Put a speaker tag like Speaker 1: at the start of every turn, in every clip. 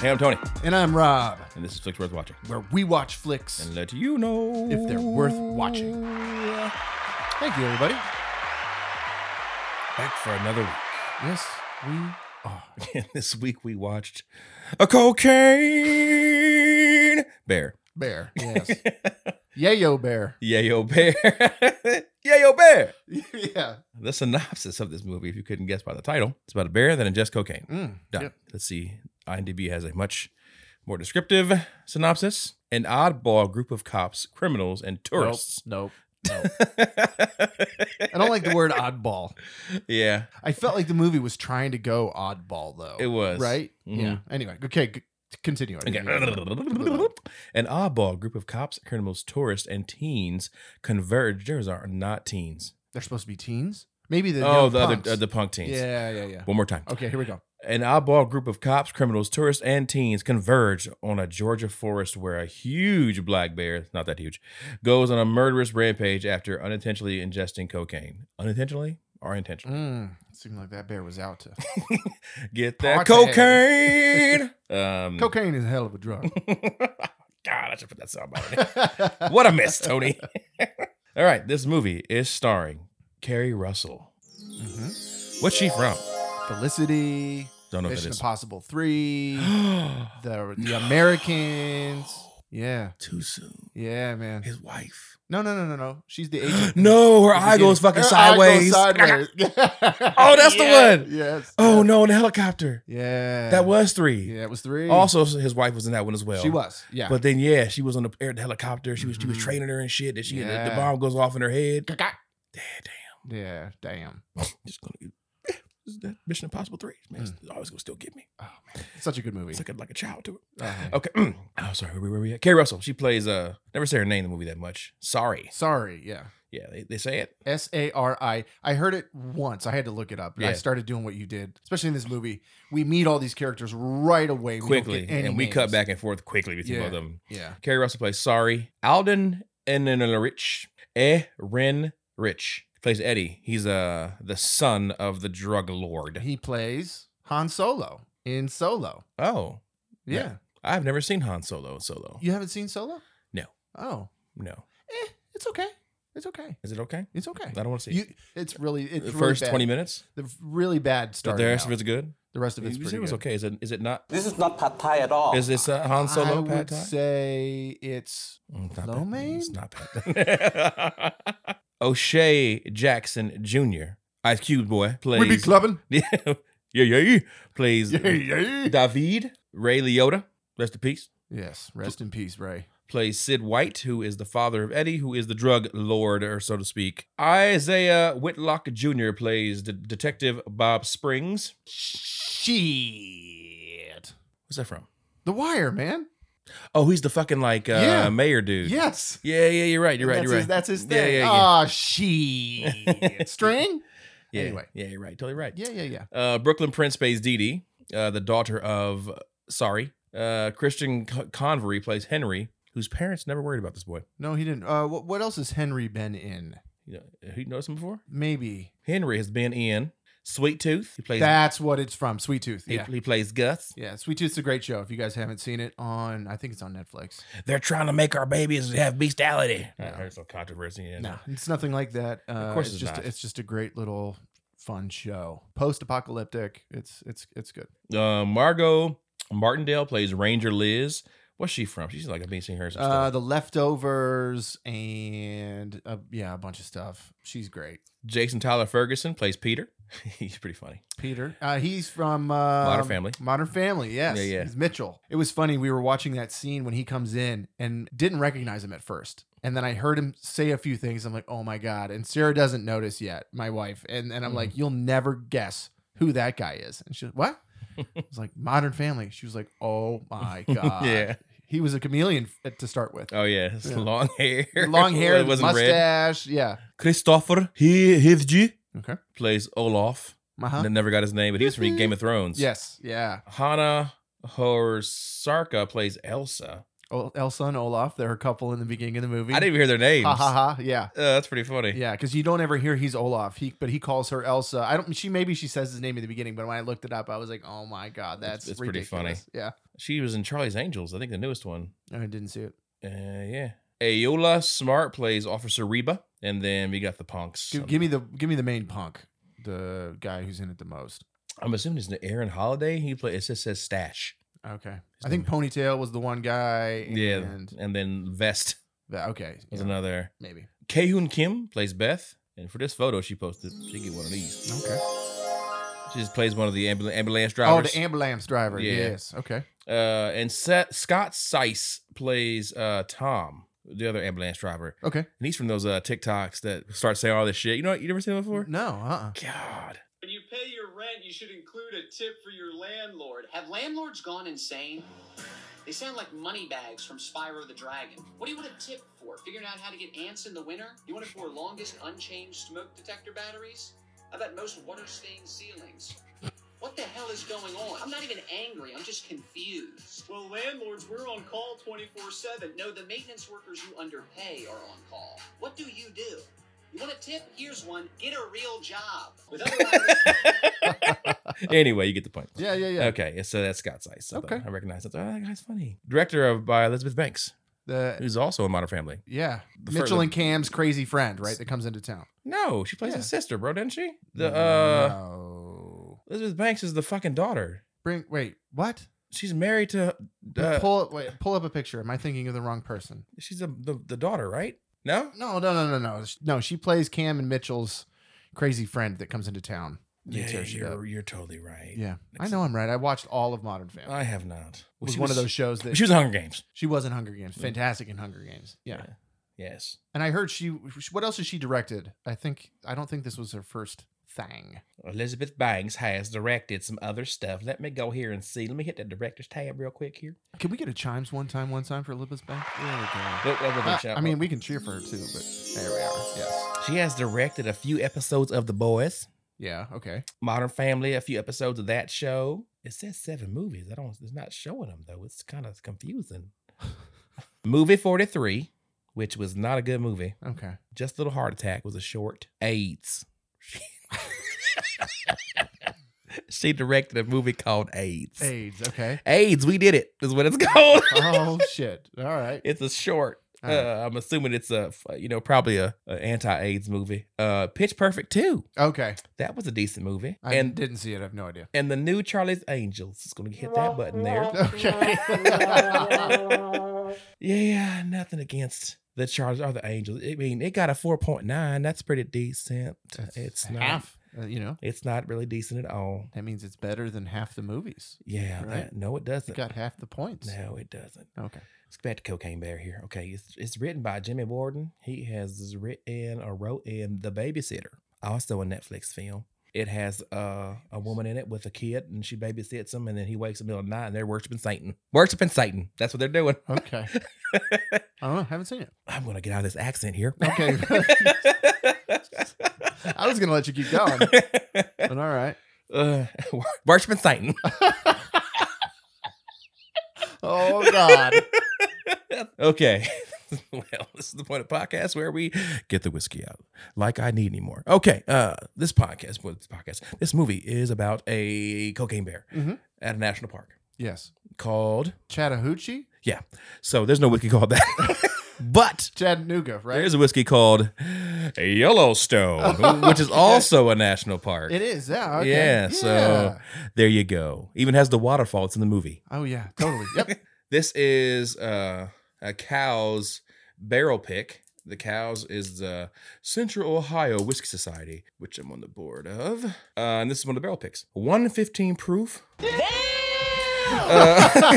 Speaker 1: Hey, I'm Tony,
Speaker 2: And I'm Rob,
Speaker 1: and this is Flicks Worth Watching.
Speaker 2: where we watch flicks.
Speaker 1: And let you know
Speaker 2: If they're worth watching. Thank you, everybody.
Speaker 1: Back for another week.
Speaker 2: Yes, we are.
Speaker 1: And this week we watched a cocaine bear.
Speaker 2: Bear. Yes. Yayo bear.
Speaker 1: Yayo bear. Yayo bear.
Speaker 2: yeah.
Speaker 1: The synopsis of this movie, if you couldn't guess by the title, it's about a bear that ingests cocaine.
Speaker 2: Mm.
Speaker 1: Done.
Speaker 2: Yep.
Speaker 1: Let's see. IMDb has a much more descriptive synopsis. An oddball group of cops, criminals, and tourists.
Speaker 2: Nope. Um, nope. I don't like the word oddball.
Speaker 1: yeah,
Speaker 2: I felt like the movie was trying to go oddball, though.
Speaker 1: it was.
Speaker 2: oh, Right?
Speaker 1: Mhm.
Speaker 2: Yeah. Anyway, okay, g- continue. I
Speaker 1: Okay.
Speaker 2: didn't mean to-
Speaker 1: An oddball group of cops, criminals, tourists, and teens converge. Those are not teens.
Speaker 2: They're supposed to be teens? Maybe the.
Speaker 1: oh,
Speaker 2: young
Speaker 1: the
Speaker 2: punks.
Speaker 1: other uh, the punk teens.
Speaker 2: Yeah, yeah, yeah.
Speaker 1: One more time.
Speaker 2: Okay, here we go.
Speaker 1: An oddball group of cops, criminals, tourists, and teens converge on a Georgia forest where a huge black bear, not that huge, goes on a murderous rampage after unintentionally ingesting cocaine. Unintentionally or intentionally?
Speaker 2: Mm. Seemed like that bear was out to.
Speaker 1: Hmm. Get that
Speaker 2: Party.
Speaker 1: cocaine. um,
Speaker 2: Cocaine is a hell of a drug.
Speaker 1: God, I should put that sound on it. What a miss, Tony. All right, this movie is starring Carrie Russell.
Speaker 2: Mhm.
Speaker 1: What's she from?
Speaker 2: Felicity,
Speaker 1: Don't know
Speaker 2: Mission
Speaker 1: who
Speaker 2: Impossible 3,
Speaker 1: that is.
Speaker 2: the, the Americans. Yeah,
Speaker 1: Too soon.
Speaker 2: yeah, man.
Speaker 1: His wife.
Speaker 2: No, no, no, no, no. She's the agent.
Speaker 1: No, her
Speaker 2: At the
Speaker 1: eye goes
Speaker 2: beginning.
Speaker 1: fucking
Speaker 2: Her eye goes
Speaker 1: sideways.
Speaker 2: sideways.
Speaker 1: Oh, that's the
Speaker 2: Yeah.
Speaker 1: one.
Speaker 2: Yes.
Speaker 1: Oh no, in the helicopter.
Speaker 2: Yeah.
Speaker 1: That was three.
Speaker 2: Yeah, it was three.
Speaker 1: Also, his wife was in that one as well.
Speaker 2: she was. Yeah.
Speaker 1: But then, yeah, Mm-hmm. she was on the air the helicopter. She was she was
Speaker 2: Mhm.
Speaker 1: training her and shit. That she the- the,
Speaker 2: Yeah.
Speaker 1: bomb goes off in her head. God damn,
Speaker 2: yeah. Damn.
Speaker 1: damn. Just gonna get this is that Mission Impossible three. Man, it's always gonna still get me.
Speaker 2: Oh man, such a good movie.
Speaker 1: It's like a, like a child to her.
Speaker 2: Uh-huh.
Speaker 1: Okay. oh, sorry. Where, were we at? Carrie Russell. She plays, uh, never say her name in the movie that much. Sorry.
Speaker 2: Sorry. Yeah.
Speaker 1: Yeah, they, they say it.
Speaker 2: S A R I. I heard it once. I had to look it up. and I
Speaker 1: Yeah.
Speaker 2: started doing what you did, especially in this movie. We meet all these characters right away. We don't
Speaker 1: quickly,
Speaker 2: get any
Speaker 1: and we
Speaker 2: names.
Speaker 1: cut back and forth quickly between
Speaker 2: Yeah.
Speaker 1: both of them.
Speaker 2: Yeah.
Speaker 1: Carrie Russell plays Sorry. Alden Ehrenrich, Ehrenrich plays Eddie. He's uh the son of the drug lord.
Speaker 2: He plays Han Solo in Solo.
Speaker 1: Oh,
Speaker 2: Yeah.
Speaker 1: Yeah. I've never seen Han Solo. Solo.
Speaker 2: You haven't seen Solo?
Speaker 1: No.
Speaker 2: Oh,
Speaker 1: No,
Speaker 2: eh, it's okay. It's okay.
Speaker 1: is it okay?
Speaker 2: It's
Speaker 1: I
Speaker 2: okay.
Speaker 1: don't want to see
Speaker 2: You, it's really it's
Speaker 1: the
Speaker 2: really
Speaker 1: first
Speaker 2: bad.
Speaker 1: twenty minutes.
Speaker 2: The really bad
Speaker 1: The
Speaker 2: start.
Speaker 1: rest of it's good.
Speaker 2: the rest of it's
Speaker 1: You said
Speaker 2: pretty
Speaker 1: it was
Speaker 2: good.
Speaker 1: okay. Is it? Is it not?
Speaker 3: This is not pad thai at all.
Speaker 1: Is this uh, Han Solo?
Speaker 2: I
Speaker 1: pad
Speaker 2: would
Speaker 1: thai?
Speaker 2: say it's
Speaker 1: Mm, It's not
Speaker 2: Lo
Speaker 1: bad.
Speaker 2: mein?
Speaker 1: It's not bad. O'Shea Jackson Jr. Ice Cube boy plays.
Speaker 2: we be clubbing.
Speaker 1: yeah, yeah, yeah. Plays
Speaker 2: yeah.
Speaker 1: David Ray Liotta. Rest in peace.
Speaker 2: Yes. Rest in peace, Ray.
Speaker 1: Plays Sid White, who is the father of Eddie, who is the drug lord, or so to speak. Isaiah Whitlock Jr. plays De- Detective Bob Springs.
Speaker 2: Shit.
Speaker 1: What's that from?
Speaker 2: The Wire, man.
Speaker 1: Oh, he's the fucking like uh,
Speaker 2: Yeah.
Speaker 1: mayor dude.
Speaker 2: Yes.
Speaker 1: yeah, yeah. You're right. You're right.
Speaker 2: that's
Speaker 1: You're right.
Speaker 2: His, that's his
Speaker 1: Yeah,
Speaker 2: thing.
Speaker 1: yeah, yeah.
Speaker 2: Ah, shit. String.
Speaker 1: yeah,
Speaker 2: anyway.
Speaker 1: yeah. You're right. Totally right.
Speaker 2: Yeah, yeah, yeah.
Speaker 1: Uh, Brooklyn Prince plays Dee Dee, uh, the daughter of Sorry. Uh, Christian C- Convery plays Henry, whose parents never worried about this boy.
Speaker 2: No, he didn't. Uh, what, what else has Henry been in?
Speaker 1: You know, who you noticed him before?
Speaker 2: Maybe
Speaker 1: Henry has been in Sweet Tooth. He plays.
Speaker 2: that's what it's from. Sweet Tooth.
Speaker 1: he,
Speaker 2: Yeah,
Speaker 1: he plays Gus.
Speaker 2: yeah. Sweet Tooth's a great show. If you guys haven't seen it on, I think it's on Netflix.
Speaker 1: They're trying to make our babies have bestiality.
Speaker 2: No.
Speaker 1: I heard some controversy. In
Speaker 2: No, it's nothing like that. Uh,
Speaker 1: course
Speaker 2: it's
Speaker 1: it's
Speaker 2: just
Speaker 1: not.
Speaker 2: it's just a great little fun show. Post apocalyptic. It's it's it's good.
Speaker 1: Uh, Margot Martindale plays Ranger Liz. What's she from? She's like I've been seeing her. in Some
Speaker 2: Uh,
Speaker 1: stuff.
Speaker 2: the leftovers and uh, yeah, a bunch of stuff. She's great.
Speaker 1: Jason Tyler Ferguson plays Peter. He's pretty funny.
Speaker 2: Peter. Uh, he's from uh, Modern
Speaker 1: Family.
Speaker 2: Modern Family, yes.
Speaker 1: Yeah, yeah.
Speaker 2: He's Mitchell. It was funny. We were watching that scene when he comes in and didn't recognize him at first. And then I heard him say a few things. I'm like, oh my God. And Sarah doesn't notice yet, my wife. And, and I'm
Speaker 1: Mhm.
Speaker 2: like, you'll never guess who that guy is. And she's what? I was like, Modern Family. She was like, oh my God.
Speaker 1: Yeah.
Speaker 2: He was a chameleon f- uh, to start with.
Speaker 1: Oh Uh, yeah, it's
Speaker 2: Yeah.
Speaker 1: long hair.
Speaker 2: Long hair,
Speaker 1: it wasn't red.
Speaker 2: mustache. Yeah.
Speaker 1: Christopher Hivji
Speaker 2: Okay.
Speaker 1: plays Olaf.
Speaker 2: Uh-huh.
Speaker 1: That never got his name, but he was from
Speaker 2: Mhm.
Speaker 1: Game of Thrones.
Speaker 2: Yes. Yeah.
Speaker 1: Hannah Horsarka plays Elsa.
Speaker 2: O- Elsa and Olaf. They're a couple in the beginning of the movie.
Speaker 1: I didn't even hear their names.
Speaker 2: Ha ha ha. Yeah.
Speaker 1: Uh, that's pretty funny.
Speaker 2: Yeah, because you don't ever hear he's Olaf. He but he calls her Elsa. I don't. She maybe she says his name in the beginning, but when I looked it up, I was like, oh my god,
Speaker 1: It's-
Speaker 2: that's
Speaker 1: it's pretty funny.
Speaker 2: ridiculous. Yeah,
Speaker 1: She was in Charlie's Angels, I think the newest one.
Speaker 2: I didn't see it.
Speaker 1: Uh, yeah. Ayola Smart plays Officer Reba, and then we got the punks.
Speaker 2: Give, give me the give me the main punk, the guy who's in it the most.
Speaker 1: I'm assuming it's Aaron Holiday. He play. It just says Stash.
Speaker 2: Okay, I think Ponytail was the one guy.
Speaker 1: yeah,
Speaker 2: and
Speaker 1: and then Vest
Speaker 2: that, okay,
Speaker 1: was
Speaker 2: yeah,
Speaker 1: another.
Speaker 2: maybe.
Speaker 1: Kaehoon Kim plays Beth, and for this photo she posted, she get one of these.
Speaker 2: Okay.
Speaker 1: She just plays one of the ambul- ambulance
Speaker 2: Oh,
Speaker 1: drivers.
Speaker 2: the ambulance driver.
Speaker 1: Yeah.
Speaker 2: Yes. Okay.
Speaker 1: uh, and Seth, Scott Seiss plays uh, Tom, the other ambulance driver,
Speaker 2: Okay.
Speaker 1: and he's from those uh, TikToks that start saying all this shit. You know, what? you never seen them before.
Speaker 2: No. Uh. uh
Speaker 1: God,
Speaker 3: When you pay your rent, you should include a tip for your landlord.
Speaker 4: Have landlords gone insane? They sound like money bags from Spyro the Dragon. What do you want a tip for? Figuring out how to get ants in the winter? You want it for longest unchanged smoke detector batteries? How about most water stained ceilings? What the hell is going on? I'm not even angry, I'm just confused.
Speaker 3: Well, landlords, we're on call 24 7.
Speaker 4: No, the maintenance workers you underpay are on call. What do you do? You want a tip? Here's one. Get a real job. With other
Speaker 1: anyway, you get the point.
Speaker 2: Yeah. Yeah. Yeah.
Speaker 1: Okay, so that's Scott Seiss. I thought-
Speaker 2: Okay.
Speaker 1: I recognize that. Oh, that guy's funny. Director of by Elizabeth Banks,
Speaker 2: The
Speaker 1: who's also in Modern Family.
Speaker 2: yeah
Speaker 1: The fir-
Speaker 2: Mitchell
Speaker 1: the-
Speaker 2: and Cam's crazy friend, right? That comes into town.
Speaker 1: No, she plays
Speaker 2: Yeah.
Speaker 1: his sister, bro, didn't she? The uh
Speaker 2: No.
Speaker 1: Elizabeth Banks is the fucking daughter.
Speaker 2: Bring wait what?
Speaker 1: She's married to uh,
Speaker 2: pull up wait, pull up a picture. Am I thinking of the wrong person?
Speaker 1: she's the, the the daughter, right? No?
Speaker 2: No, no, no, no, no. No, she plays Cam and Mitchell's crazy friend that comes into town. and
Speaker 1: Yeah,
Speaker 2: tears shit up.
Speaker 1: you're, you're totally right.
Speaker 2: yeah. I know I'm right. I watched all of Modern Family.
Speaker 1: I have not.
Speaker 2: it was, one of those shows that
Speaker 1: She was in Hunger Games.
Speaker 2: she was in Hunger Games.
Speaker 1: Yeah.
Speaker 2: Fantastic in Hunger Games. Yeah.
Speaker 1: Yeah. Yes.
Speaker 2: And I heard she what else has she directed? I think I don't think this was her first thing.
Speaker 1: Elizabeth Banks has directed some other stuff. Let me go here and see. Let me hit that director's tab real quick here.
Speaker 2: Can we get a chimes one time, one time for Elizabeth Banks? There we go.
Speaker 1: Look, look, look,
Speaker 2: Ah,
Speaker 1: shut
Speaker 2: I
Speaker 1: up.
Speaker 2: mean, we can cheer for her too, but there we are. Yes.
Speaker 1: she has directed a few episodes of The Boys.
Speaker 2: Yeah. Okay.
Speaker 1: Modern Family, a few episodes of that show. It says seven movies. I don't. It's not showing them though. It's kind of confusing. movie forty three, which was not a good movie.
Speaker 2: Okay.
Speaker 1: Just a little heart attack was a short. AIDS. she directed a movie called AIDS.
Speaker 2: AIDS. Okay.
Speaker 1: AIDS. We did it. Is what it's called.
Speaker 2: oh shit! All right.
Speaker 1: it's a short.
Speaker 2: All right.
Speaker 1: Uh, I'm assuming it's a f- you know probably a, a anti-AIDS movie. Uh, Pitch Perfect too.
Speaker 2: okay.
Speaker 1: That was a decent movie.
Speaker 2: I
Speaker 1: and
Speaker 2: didn't see it. I have no idea.
Speaker 1: and the new Charlie's Angels. Just gonna hit that button there.
Speaker 2: Okay.
Speaker 1: Yeah, nothing against the Chargers or the Angels. I mean, it got a four point nine. That's pretty decent. it's not.
Speaker 2: half. uh, you know,
Speaker 1: It's not really decent at all.
Speaker 2: that means it's better than half the movies.
Speaker 1: Yeah.
Speaker 2: Right.
Speaker 1: that- no, it
Speaker 2: You
Speaker 1: doesn't.
Speaker 2: got half the points.
Speaker 1: no, it doesn't.
Speaker 2: Okay.
Speaker 1: It's back to Cocaine Bear here. Okay, it's it's written by Jimmy Warden. He has written or wrote in The Babysitter, also a Netflix film. It has uh, a woman in it with a kid, and she babysits him, and then he wakes up in the middle of the night, and they're worshiping Satan. Worshiping Satan. That's what they're doing.
Speaker 2: Okay. I don't know. Haven't seen it.
Speaker 1: I'm gonna get out of this accent here.
Speaker 2: Okay. I was gonna let you keep going, but all right.
Speaker 1: uh, Worshiping Satan.
Speaker 2: Oh God.
Speaker 1: okay. well, this is the point of podcast where we get the whiskey out like I need anymore. Okay. Uh, this podcast, well, this podcast, this movie is about a cocaine bear
Speaker 2: Mhm.
Speaker 1: at a national park
Speaker 2: Yes.
Speaker 1: called.
Speaker 2: Chattahoochee,
Speaker 1: So there's no whiskey called that, but
Speaker 2: Chattanooga, right?
Speaker 1: there is a whiskey called Yellowstone, which is also a national park.
Speaker 2: it is. Yeah. Okay.
Speaker 1: Yeah, so- There you go. Even has the waterfall. It's in the movie.
Speaker 2: Oh yeah. Totally. Yep.
Speaker 1: This is uh, a cow's barrel pick. The cows is the Central Ohio Whiskey Society, which I'm on the board of. Uh, and this is one of the barrel picks. 115 proof.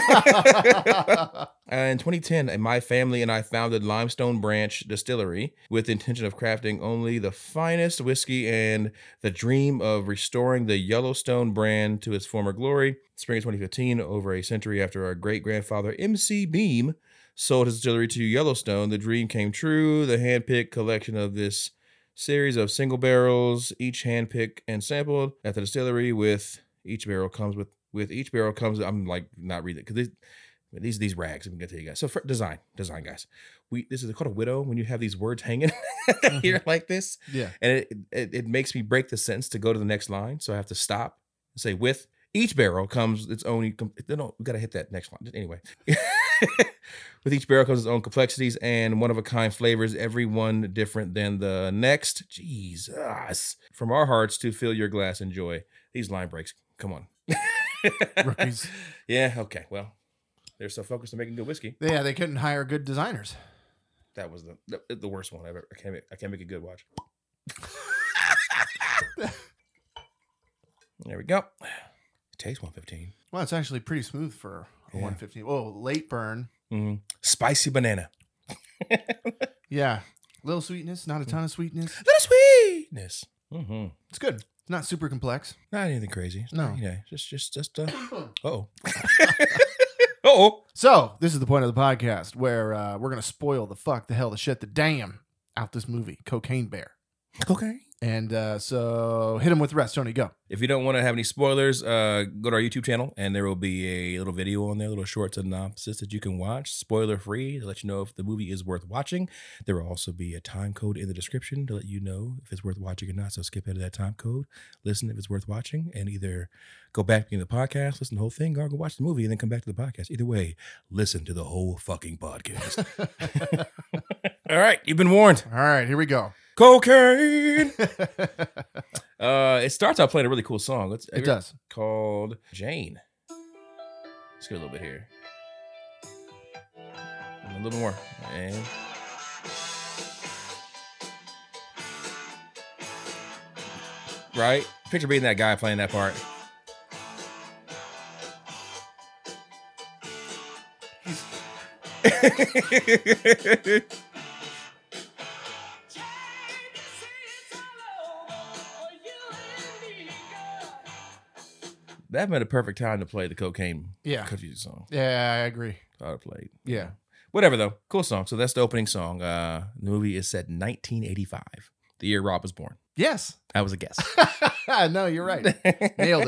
Speaker 1: Uh, Uh, in 2010, uh, my family and I founded Limestone Branch Distillery with the intention of crafting only the finest whiskey and the dream of restoring the Yellowstone brand to its former glory. Spring of 2015, over a century after our great grandfather MC Beam sold his distillery to Yellowstone, the dream came true. The handpicked collection of this series of single barrels, each handpicked and sampled at the distillery, with each barrel comes with with each barrel comes. I'm like not reading it because But these these rags. I'm gonna tell you guys. So for design, design guys, we this is called a widow when you have these words hanging here like this,
Speaker 2: Yeah.
Speaker 1: and it, it it makes me break the sentence to go to the next line. So I have to stop and say with. Each barrel comes its own. e-" com- No, we gotta hit that next line. Anyway, with each barrel comes its own complexities and one of a kind flavors. Every one different than the next. Jesus, from our hearts to fill your glass and joy. These line breaks. Come on.
Speaker 2: Rookies.
Speaker 1: Yeah. Okay. Well, they're so focused on making good whiskey.
Speaker 2: yeah, they couldn't hire good designers.
Speaker 1: That was the the, the worst one ever. I can't make, I can't make a good watch. there we go. It tastes one fifteen.
Speaker 2: Well, it's actually pretty smooth for a
Speaker 1: Yeah.
Speaker 2: 115. Whoa, late burn.
Speaker 1: Mm. Spicy banana.
Speaker 2: Yeah. Little sweetness, not a ton of sweetness.
Speaker 1: Little sweetness. Mm-hmm.
Speaker 2: It's good. It's not super complex.
Speaker 1: Not anything crazy. It's
Speaker 2: No.
Speaker 1: not- Yeah. Just just just uh. Oh. oh.
Speaker 2: So, this is the point of the podcast where uh, we're going to spoil the fuck, the hell, the shit, the damn out this movie, Cocaine Bear.
Speaker 1: Okay.
Speaker 2: And uh, so, hit him with the rest, Tony. Go.
Speaker 1: If you don't want to have any spoilers, uh, go to our YouTube channel and there will be a little video on there, a little short synopsis that you can watch, spoiler free, to let you know if the movie is worth watching. There will also be a time code in the description to let you know if it's worth watching or not. So skip ahead to that time code, listen if it's worth watching, and either go back to the podcast, listen to the whole thing, or go watch the movie and then come back to the podcast. Either way, listen to the whole fucking podcast. All right, you've been warned.
Speaker 2: All right, here we go.
Speaker 1: Cocaine.
Speaker 2: it
Speaker 1: Uh, it starts out playing a really cool song. It's,
Speaker 2: does.
Speaker 1: called Jane. Let's get a little bit here. And a little more. And right? Picture being that guy playing that part. that been a perfect time to play the cocaine
Speaker 2: Yeah.
Speaker 1: confused song.
Speaker 2: Yeah, I agree.
Speaker 1: I would have played.
Speaker 2: Yeah.
Speaker 1: Whatever though. Cool song. So that's the opening song. Uh the movie is set in 1985, the year Rob was born.
Speaker 2: Yes.
Speaker 1: That was a guess.
Speaker 2: no, you're right. Nailed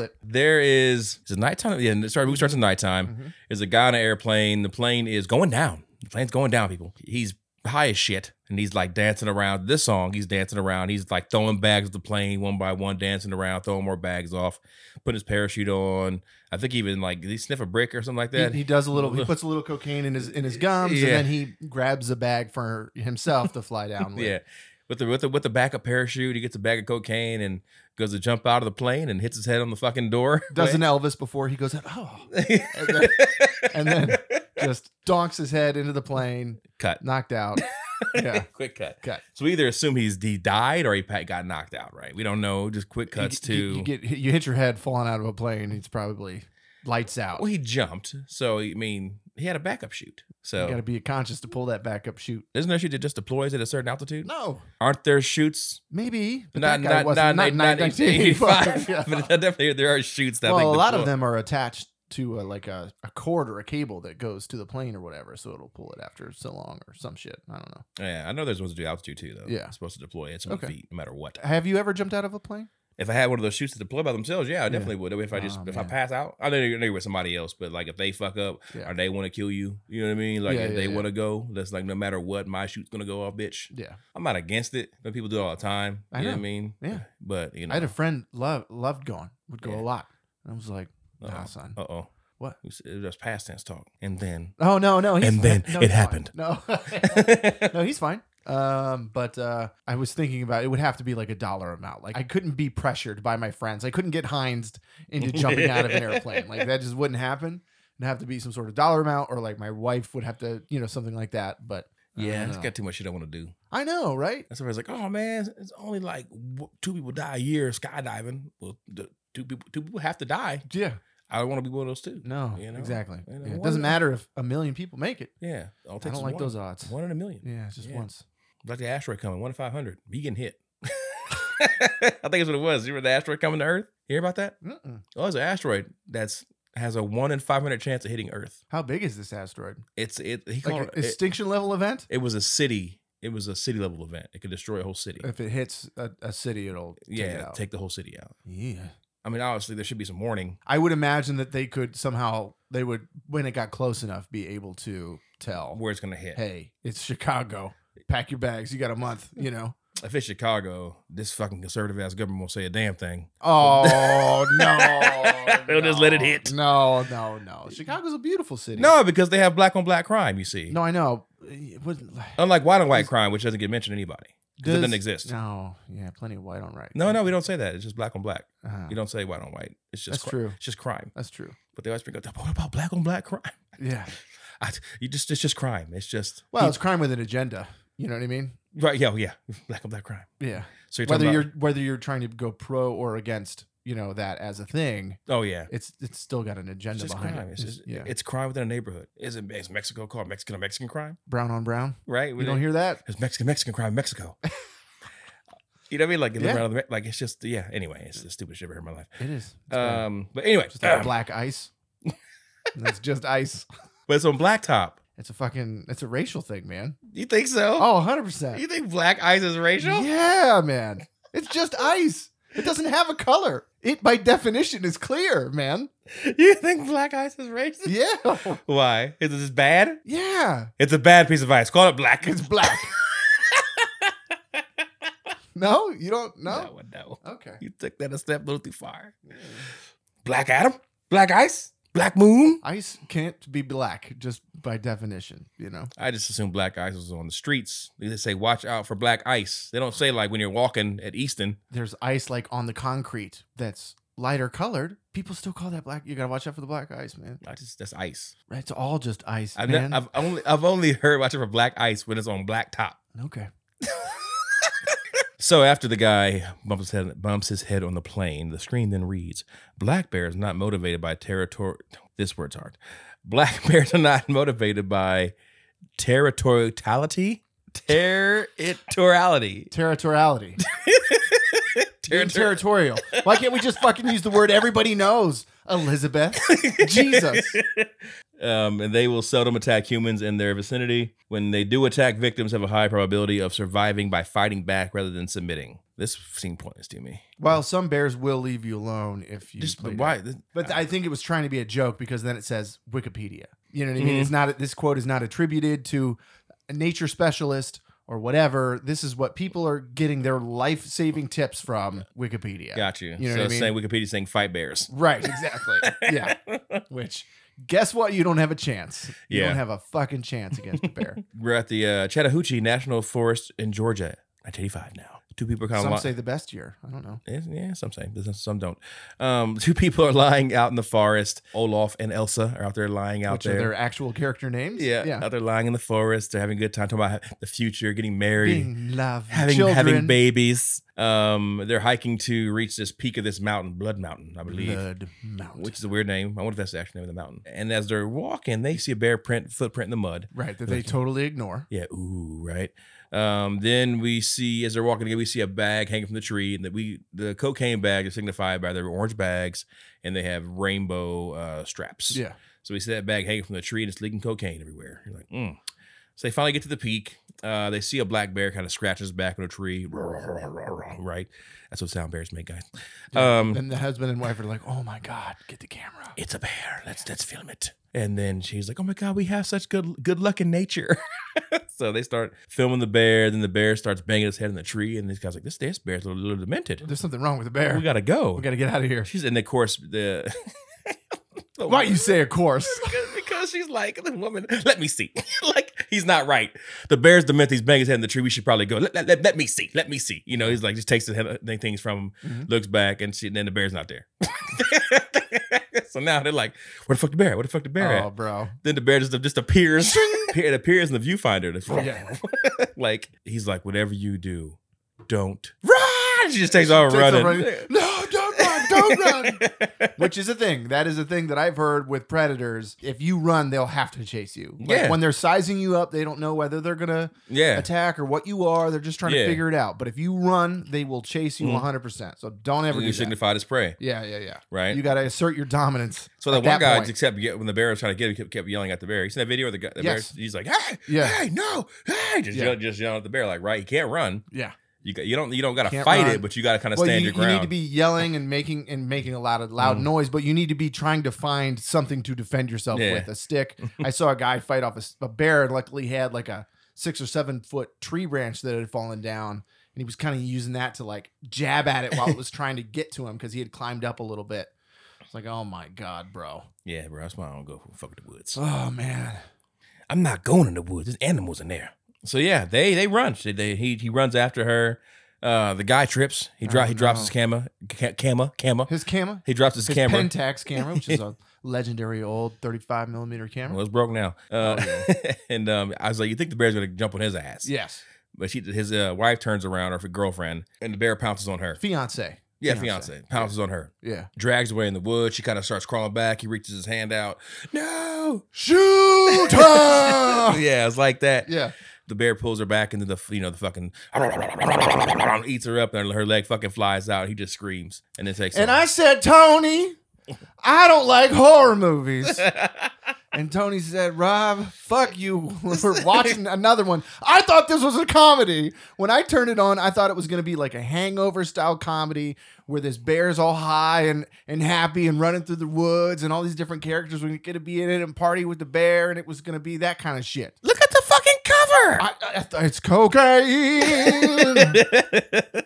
Speaker 2: it.
Speaker 1: There is it's nighttime. Yeah, it starts, movie starts at nighttime.
Speaker 2: Mhm.
Speaker 1: There's a guy on an airplane. The plane is going down. The plane's going down, people. He's high as shit. And he's like dancing around. This song, he's dancing around. He's like throwing bags at the plane one by one, dancing around, throwing more bags off, putting his parachute on. I think even like did he sniff a brick or something like that?
Speaker 2: He, he does a little. He puts a little cocaine in his in his gums,
Speaker 1: Yeah.
Speaker 2: and then he grabs a bag for himself to fly down. With.
Speaker 1: yeah. With the with the with the backup parachute, he gets a bag of cocaine and goes to jump out of the plane and hits his head on the fucking door.
Speaker 2: Does an Elvis before he goes. Oh, and then, and then just donks his head into the plane,
Speaker 1: cut.
Speaker 2: knocked out. Yeah.
Speaker 1: quick cut.
Speaker 2: Cut.
Speaker 1: So we either assume he's he died or he pa- got knocked out, right? We don't know. Just quick cuts
Speaker 2: you, you-
Speaker 1: to.
Speaker 2: you get you hit your head falling out of a plane. It's probably lights out.
Speaker 1: well, he jumped, so I mean, he had a backup chute. So
Speaker 2: You got to be conscious to pull that back up. Shoot.
Speaker 1: isn't there a chute that just deploys at a certain altitude?
Speaker 2: No,
Speaker 1: Aren't there chutes?
Speaker 2: maybe. But
Speaker 1: Not
Speaker 2: that guy
Speaker 1: not
Speaker 2: wasn't,
Speaker 1: not,
Speaker 2: not,
Speaker 1: not, not
Speaker 2: in 1985.
Speaker 1: 1985, but definitely there are shoots that. I
Speaker 2: well,
Speaker 1: think
Speaker 2: a lot of
Speaker 1: deploy-
Speaker 2: them are attached to a, like a, a cord or a cable that goes to the plane or whatever, so it'll pull it after so long or some shit. I don't know.
Speaker 1: Yeah, I know there's ones to do altitude too, though.
Speaker 2: Yeah.
Speaker 1: it's supposed to deploy at so many
Speaker 2: Okay.
Speaker 1: feet, no matter what.
Speaker 2: Have you ever jumped out of a plane?
Speaker 1: If I had one of those shoots to deploy by themselves, yeah, I definitely would. If I just
Speaker 2: Oh,
Speaker 1: if I
Speaker 2: man.
Speaker 1: pass out, I know you're you're with somebody else, but like if they fuck up,
Speaker 2: Yeah.
Speaker 1: or they want to kill you. You know what I mean? Like
Speaker 2: Yeah,
Speaker 1: if
Speaker 2: yeah,
Speaker 1: they
Speaker 2: yeah.
Speaker 1: want to go, that's like no matter what, my shoot's gonna go off, bitch.
Speaker 2: Yeah.
Speaker 1: I'm not against it. But people do it all the time. You
Speaker 2: I
Speaker 1: know. what I
Speaker 2: know.
Speaker 1: mean?
Speaker 2: Yeah.
Speaker 1: But you know,
Speaker 2: I had a friend love loved going, would go
Speaker 1: Yeah.
Speaker 2: a lot. And I was like, nah,
Speaker 1: Uh-oh.
Speaker 2: son.
Speaker 1: uh oh,
Speaker 2: What?
Speaker 1: It was past tense talk, and then
Speaker 2: Oh no, no.
Speaker 1: And then
Speaker 2: no,
Speaker 1: it
Speaker 2: he's fine.
Speaker 1: happened.
Speaker 2: No. no, he's fine. Um, but uh, I was thinking about it would have to be like a dollar amount. Like I couldn't be pressured by my friends. I couldn't get Heinz into jumping out of an airplane. Like that just wouldn't happen. It'd have to be some sort of dollar amount, or like my wife would have to, you know, something like that. But I
Speaker 1: yeah,
Speaker 2: don't
Speaker 1: it's
Speaker 2: know.
Speaker 1: got too much shit I want to do.
Speaker 2: I know, right?
Speaker 1: That's why it's like, oh man, it's- it's only like w- two people die a year skydiving. Well, the, two people, two people have to die.
Speaker 2: Yeah.
Speaker 1: I want to be one of those two.
Speaker 2: No.
Speaker 1: You know?
Speaker 2: exactly.
Speaker 1: You know,
Speaker 2: Yeah, it
Speaker 1: why
Speaker 2: doesn't
Speaker 1: not?
Speaker 2: matter if a million people make it.
Speaker 1: Yeah, I'll
Speaker 2: I
Speaker 1: take
Speaker 2: don't like
Speaker 1: one.
Speaker 2: those odds.
Speaker 1: One in a million.
Speaker 2: Yeah, it's just
Speaker 1: Yeah.
Speaker 2: once.
Speaker 1: Like the asteroid coming, one in five hundred. Me getting hit. I think that's what it was. You remember the asteroid coming to Earth? You hear about that?
Speaker 2: Mm-mm.
Speaker 1: Oh, it's an asteroid that's has a one in five hundred chance of hitting Earth.
Speaker 2: How big is this asteroid?
Speaker 1: It's it. He called
Speaker 2: Like an
Speaker 1: it, it.
Speaker 2: extinction level event?
Speaker 1: It was a city. It was a city level event. It could destroy a whole city.
Speaker 2: If it hits a, a city, it'll take
Speaker 1: yeah,
Speaker 2: it out.
Speaker 1: take the whole city out.
Speaker 2: yeah.
Speaker 1: I mean, obviously there should be some warning.
Speaker 2: I would imagine that they could somehow they would, when it got close enough, be able to tell,
Speaker 1: where it's gonna hit.
Speaker 2: hey, it's Chicago. Pack your bags. You got a month, you know.
Speaker 1: If it's Chicago, this fucking conservative ass government won't say a damn thing.
Speaker 2: Oh, no.
Speaker 1: They'll just
Speaker 2: no.
Speaker 1: let it hit.
Speaker 2: No, no, no. Chicago's a beautiful city.
Speaker 1: No, because they have black on black crime. You see,
Speaker 2: No, I know. It wouldn't.
Speaker 1: unlike white on white crime, which doesn't get mentioned to anybody. 'Cause Oh, it doesn't exist.
Speaker 2: No, yeah, plenty of white on right.
Speaker 1: No, no, we don't say that. It's just black on black.
Speaker 2: Uh,
Speaker 1: You don't say white on white. It's just
Speaker 2: That's
Speaker 1: cri-
Speaker 2: true.
Speaker 1: It's just crime.
Speaker 2: That's true.
Speaker 1: But they always bring up what about black on black crime?
Speaker 2: Yeah.
Speaker 1: I, you just it's just crime. It's just
Speaker 2: Well, it's crime with an agenda. You know what I mean?
Speaker 1: right. Yeah, oh, yeah, black on black crime.
Speaker 2: Yeah.
Speaker 1: So you're talking
Speaker 2: whether
Speaker 1: about,
Speaker 2: you're whether you're trying to go pro or against, you know that as a thing,
Speaker 1: oh yeah.
Speaker 2: it's it's still got an
Speaker 1: It's
Speaker 2: agenda
Speaker 1: just
Speaker 2: behind
Speaker 1: crime.
Speaker 2: it.
Speaker 1: It's just
Speaker 2: yeah.
Speaker 1: it's crime within a neighborhood. Is it is Mexico called Mexican on Mexican crime?
Speaker 2: brown on brown.
Speaker 1: Right?
Speaker 2: We don't hear that.
Speaker 1: It's Mexican Mexican crime in Mexico. you know what I mean? Like you look
Speaker 2: Yeah.
Speaker 1: around the- like it's just yeah. Anyway, it's the stupidest shit I've ever heard in my life.
Speaker 2: It is. It's bad.
Speaker 1: Um, but anyway,
Speaker 2: just like black ice. That's just ice.
Speaker 1: but it's on blacktop.
Speaker 2: It's a fucking. It's a racial thing, man.
Speaker 1: You think so?
Speaker 2: Oh, 100 percent.
Speaker 1: you think black ice is racial?
Speaker 2: Yeah, man. It's just ice. It doesn't have a color. It by definition is clear, man.
Speaker 1: You think black ice is racist?
Speaker 2: Yeah.
Speaker 1: Why? Is this bad?
Speaker 2: Yeah.
Speaker 1: It's a bad piece of ice. Call it black.
Speaker 2: It's black. no, you don't
Speaker 1: No,
Speaker 2: know.
Speaker 1: no.
Speaker 2: Okay.
Speaker 1: You took that a step a little too far. Black Adam? Black ice? Black moon?
Speaker 2: Ice can't be black just by definition, you know.
Speaker 1: I just assumed black ice was on the streets. They just say, watch out for black ice. They don't say, like, when you're walking at Easton.
Speaker 2: There's ice like on the concrete that's lighter colored. People still call that black. You got to watch out for the black ice, man.
Speaker 1: I just, that's ice.
Speaker 2: It's all just ice,
Speaker 1: I've, ne-
Speaker 2: man.
Speaker 1: I've only I've only heard watch out for black ice when it's on black top.
Speaker 2: okay.
Speaker 1: So after the guy bumps his, head, bumps his head on the plane, the screen then reads, "Black bears not motivated by territory. This word's hard. Black bears are not motivated by territoriality. Territoriality.
Speaker 2: Territoriality. Being
Speaker 1: Territor-
Speaker 2: territorial. Why can't we just fucking use the word everybody knows? Elizabeth. Jesus.
Speaker 1: Um, and they will seldom attack humans in their vicinity. When they do attack, victims have a high probability of surviving by fighting back rather than submitting. This seemed pointless to me.
Speaker 2: While some bears will leave you alone if you
Speaker 1: Just
Speaker 2: play
Speaker 1: why?
Speaker 2: dead.
Speaker 1: this-
Speaker 2: But I think it was trying to be a joke because then it says Wikipedia. You know what I mean?
Speaker 1: Mm-hmm.
Speaker 2: It's not this quote is not attributed to a nature specialist or whatever. This is what people are getting their life saving tips from Wikipedia.
Speaker 1: Got you.
Speaker 2: You know
Speaker 1: so
Speaker 2: what I
Speaker 1: it's
Speaker 2: mean?
Speaker 1: saying Wikipedia saying fight bears.
Speaker 2: Right, exactly. yeah. Which guess what? You don't have a chance. You
Speaker 1: Yeah.
Speaker 2: don't have a fucking chance against a bear.
Speaker 1: We're at the uh, Chattahoochee National Forest in Georgia, 1985 now. Two people are kind
Speaker 2: Some
Speaker 1: of
Speaker 2: say the best year. I don't know.
Speaker 1: yeah, yeah, some say, There's- some don't. Um, two people are lying out in the forest. Olaf and Elsa are out there lying out
Speaker 2: Which
Speaker 1: there.
Speaker 2: are their actual character names?
Speaker 1: yeah,
Speaker 2: Yeah.
Speaker 1: out there lying in the forest. They're having a good time talking about the future, getting married,
Speaker 2: Being love,
Speaker 1: having
Speaker 2: children.
Speaker 1: having babies. Um, they're hiking to reach this peak of this mountain, Blood Mountain, I believe.
Speaker 2: Blood Mountain.
Speaker 1: Which is a weird name. I wonder if that's the actual name of the mountain. And as they're walking, they see a bear print footprint in the mud.
Speaker 2: Right, that they totally ignore.
Speaker 1: Yeah, ooh, right. Um, then we see as they're walking again, we see a bag hanging from the tree, and that we the cocaine bag is signified by their orange bags, and they have rainbow uh, straps.
Speaker 2: Yeah.
Speaker 1: So we see that bag hanging from the tree, and it's leaking cocaine everywhere. You're like, mm. So they finally get to the peak. Uh, they see a black bear kind of scratches back on a tree. Right, that's what sound bears make, guys. Um,
Speaker 2: and the husband and wife are like, "Oh my god, get the camera."
Speaker 1: it's a bear. Let's let's film it. And then she's like, "Oh my god, we have such good good luck in nature." so they start filming the bear. Then the bear starts banging his head in the tree, and this guy's like, "This this bear's a little, little demented.
Speaker 2: There's something wrong with the bear.
Speaker 1: We gotta go."
Speaker 2: We got to get out of here.
Speaker 1: she's and of course the.
Speaker 2: Why you say, of course?
Speaker 1: Because, because she's like the woman. Let me see. like he's not right. The bear's demented. He's banging his head in the tree. We should probably go. Let, let, let, let me see. Let me see. You know, he's like just takes the head, the things from him,
Speaker 2: Mhm.
Speaker 1: looks back, and she, then the bear's not there. so now they're like, "Where the fuck the bear? Where the fuck the bear?" at?
Speaker 2: Oh, bro.
Speaker 1: then the bear just, just appears. it appears in the viewfinder. It's-
Speaker 2: Yeah.
Speaker 1: like he's like, whatever you do, don't run. She just takes off
Speaker 2: Takes
Speaker 1: running.
Speaker 2: off No, don't run, don't run. Which is a thing. That is a thing that I've heard with predators. If you run, they'll have to chase you. Like,
Speaker 1: Yeah.
Speaker 2: When they're sizing you up, they don't know whether they're gonna
Speaker 1: yeah,
Speaker 2: attack or what you are. They're just trying
Speaker 1: Yeah.
Speaker 2: to figure it out. But if you run, they will chase you
Speaker 1: Mhm.
Speaker 2: 100. percent So don't ever
Speaker 1: you
Speaker 2: do that.
Speaker 1: signified as prey,
Speaker 2: Yeah, yeah, yeah.
Speaker 1: right?
Speaker 2: You got to assert your dominance.
Speaker 1: so that
Speaker 2: at
Speaker 1: one
Speaker 2: that
Speaker 1: guy
Speaker 2: point.
Speaker 1: just kept ye- when the bear was trying to get him, kept, kept yelling at the bear. You seen that video of the guy? The
Speaker 2: Yes.
Speaker 1: bear, he's like, hey,
Speaker 2: Yeah.
Speaker 1: hey, no, hey, just
Speaker 2: Yeah.
Speaker 1: yell, just yelling at the bear, like, right? He can't run.
Speaker 2: Yeah.
Speaker 1: You got, you don't you don't got to
Speaker 2: Can't
Speaker 1: fight
Speaker 2: run.
Speaker 1: it, but you got to kind of
Speaker 2: well,
Speaker 1: stand
Speaker 2: you,
Speaker 1: your
Speaker 2: you
Speaker 1: ground.
Speaker 2: need to be yelling and making and making a lot of loud
Speaker 1: Mm.
Speaker 2: noise, but you need to be trying to find something to defend yourself
Speaker 1: Yeah.
Speaker 2: with a stick. I saw a guy fight off a, s- a bear. and Luckily, he had like a six or seven foot tree branch that had fallen down, and he was kind of using that to like jab at it while it was trying to get to him because he had climbed up a little bit. It's like, oh my god, bro.
Speaker 1: yeah, bro, that's why I don't go fuck the woods.
Speaker 2: Oh man.
Speaker 1: I'm not going in the woods. There's animals in there. So yeah, they they run. She, they, he he runs after her. Uh, the guy trips. He dro-
Speaker 2: Oh,
Speaker 1: he drops
Speaker 2: no.
Speaker 1: his camera, ca- camera, camera.
Speaker 2: His camera,
Speaker 1: He drops his,
Speaker 2: his
Speaker 1: camera.
Speaker 2: Pentax camera, which is a legendary old 35 millimeter camera.
Speaker 1: Well, it's broke now. Uh,
Speaker 2: Oh,
Speaker 1: and um, I was like, you think the bear's gonna jump on his ass?
Speaker 2: yes,
Speaker 1: But she, his uh, wife turns around, or her girlfriend, and the bear pounces on her.
Speaker 2: fiance.
Speaker 1: Yeah,
Speaker 2: Fiance.
Speaker 1: fiance, pounces on her,
Speaker 2: Yeah.
Speaker 1: drags away in the woods. She kind of starts crawling back. He reaches his hand out. No.
Speaker 2: Shoot her!
Speaker 1: yeah, it's like that.
Speaker 2: yeah.
Speaker 1: The bear pulls her back into the f- you know the fucking eats her up and her leg fucking flies out. He just screams and then takes.
Speaker 2: And I
Speaker 1: off.
Speaker 2: said, Tony, I don't like horror movies. and Tony said, Rob, fuck you. We're watching another one. I thought this was a comedy. When I turned it on, I thought it was going to be like a hangover style comedy where this bear's all high and, and happy and running through the woods and all these different characters were going to be in it and party with the bear and it was going to be that kind of shit.
Speaker 1: look at the fucking cover.
Speaker 2: I, I, I- it's cocaine. I-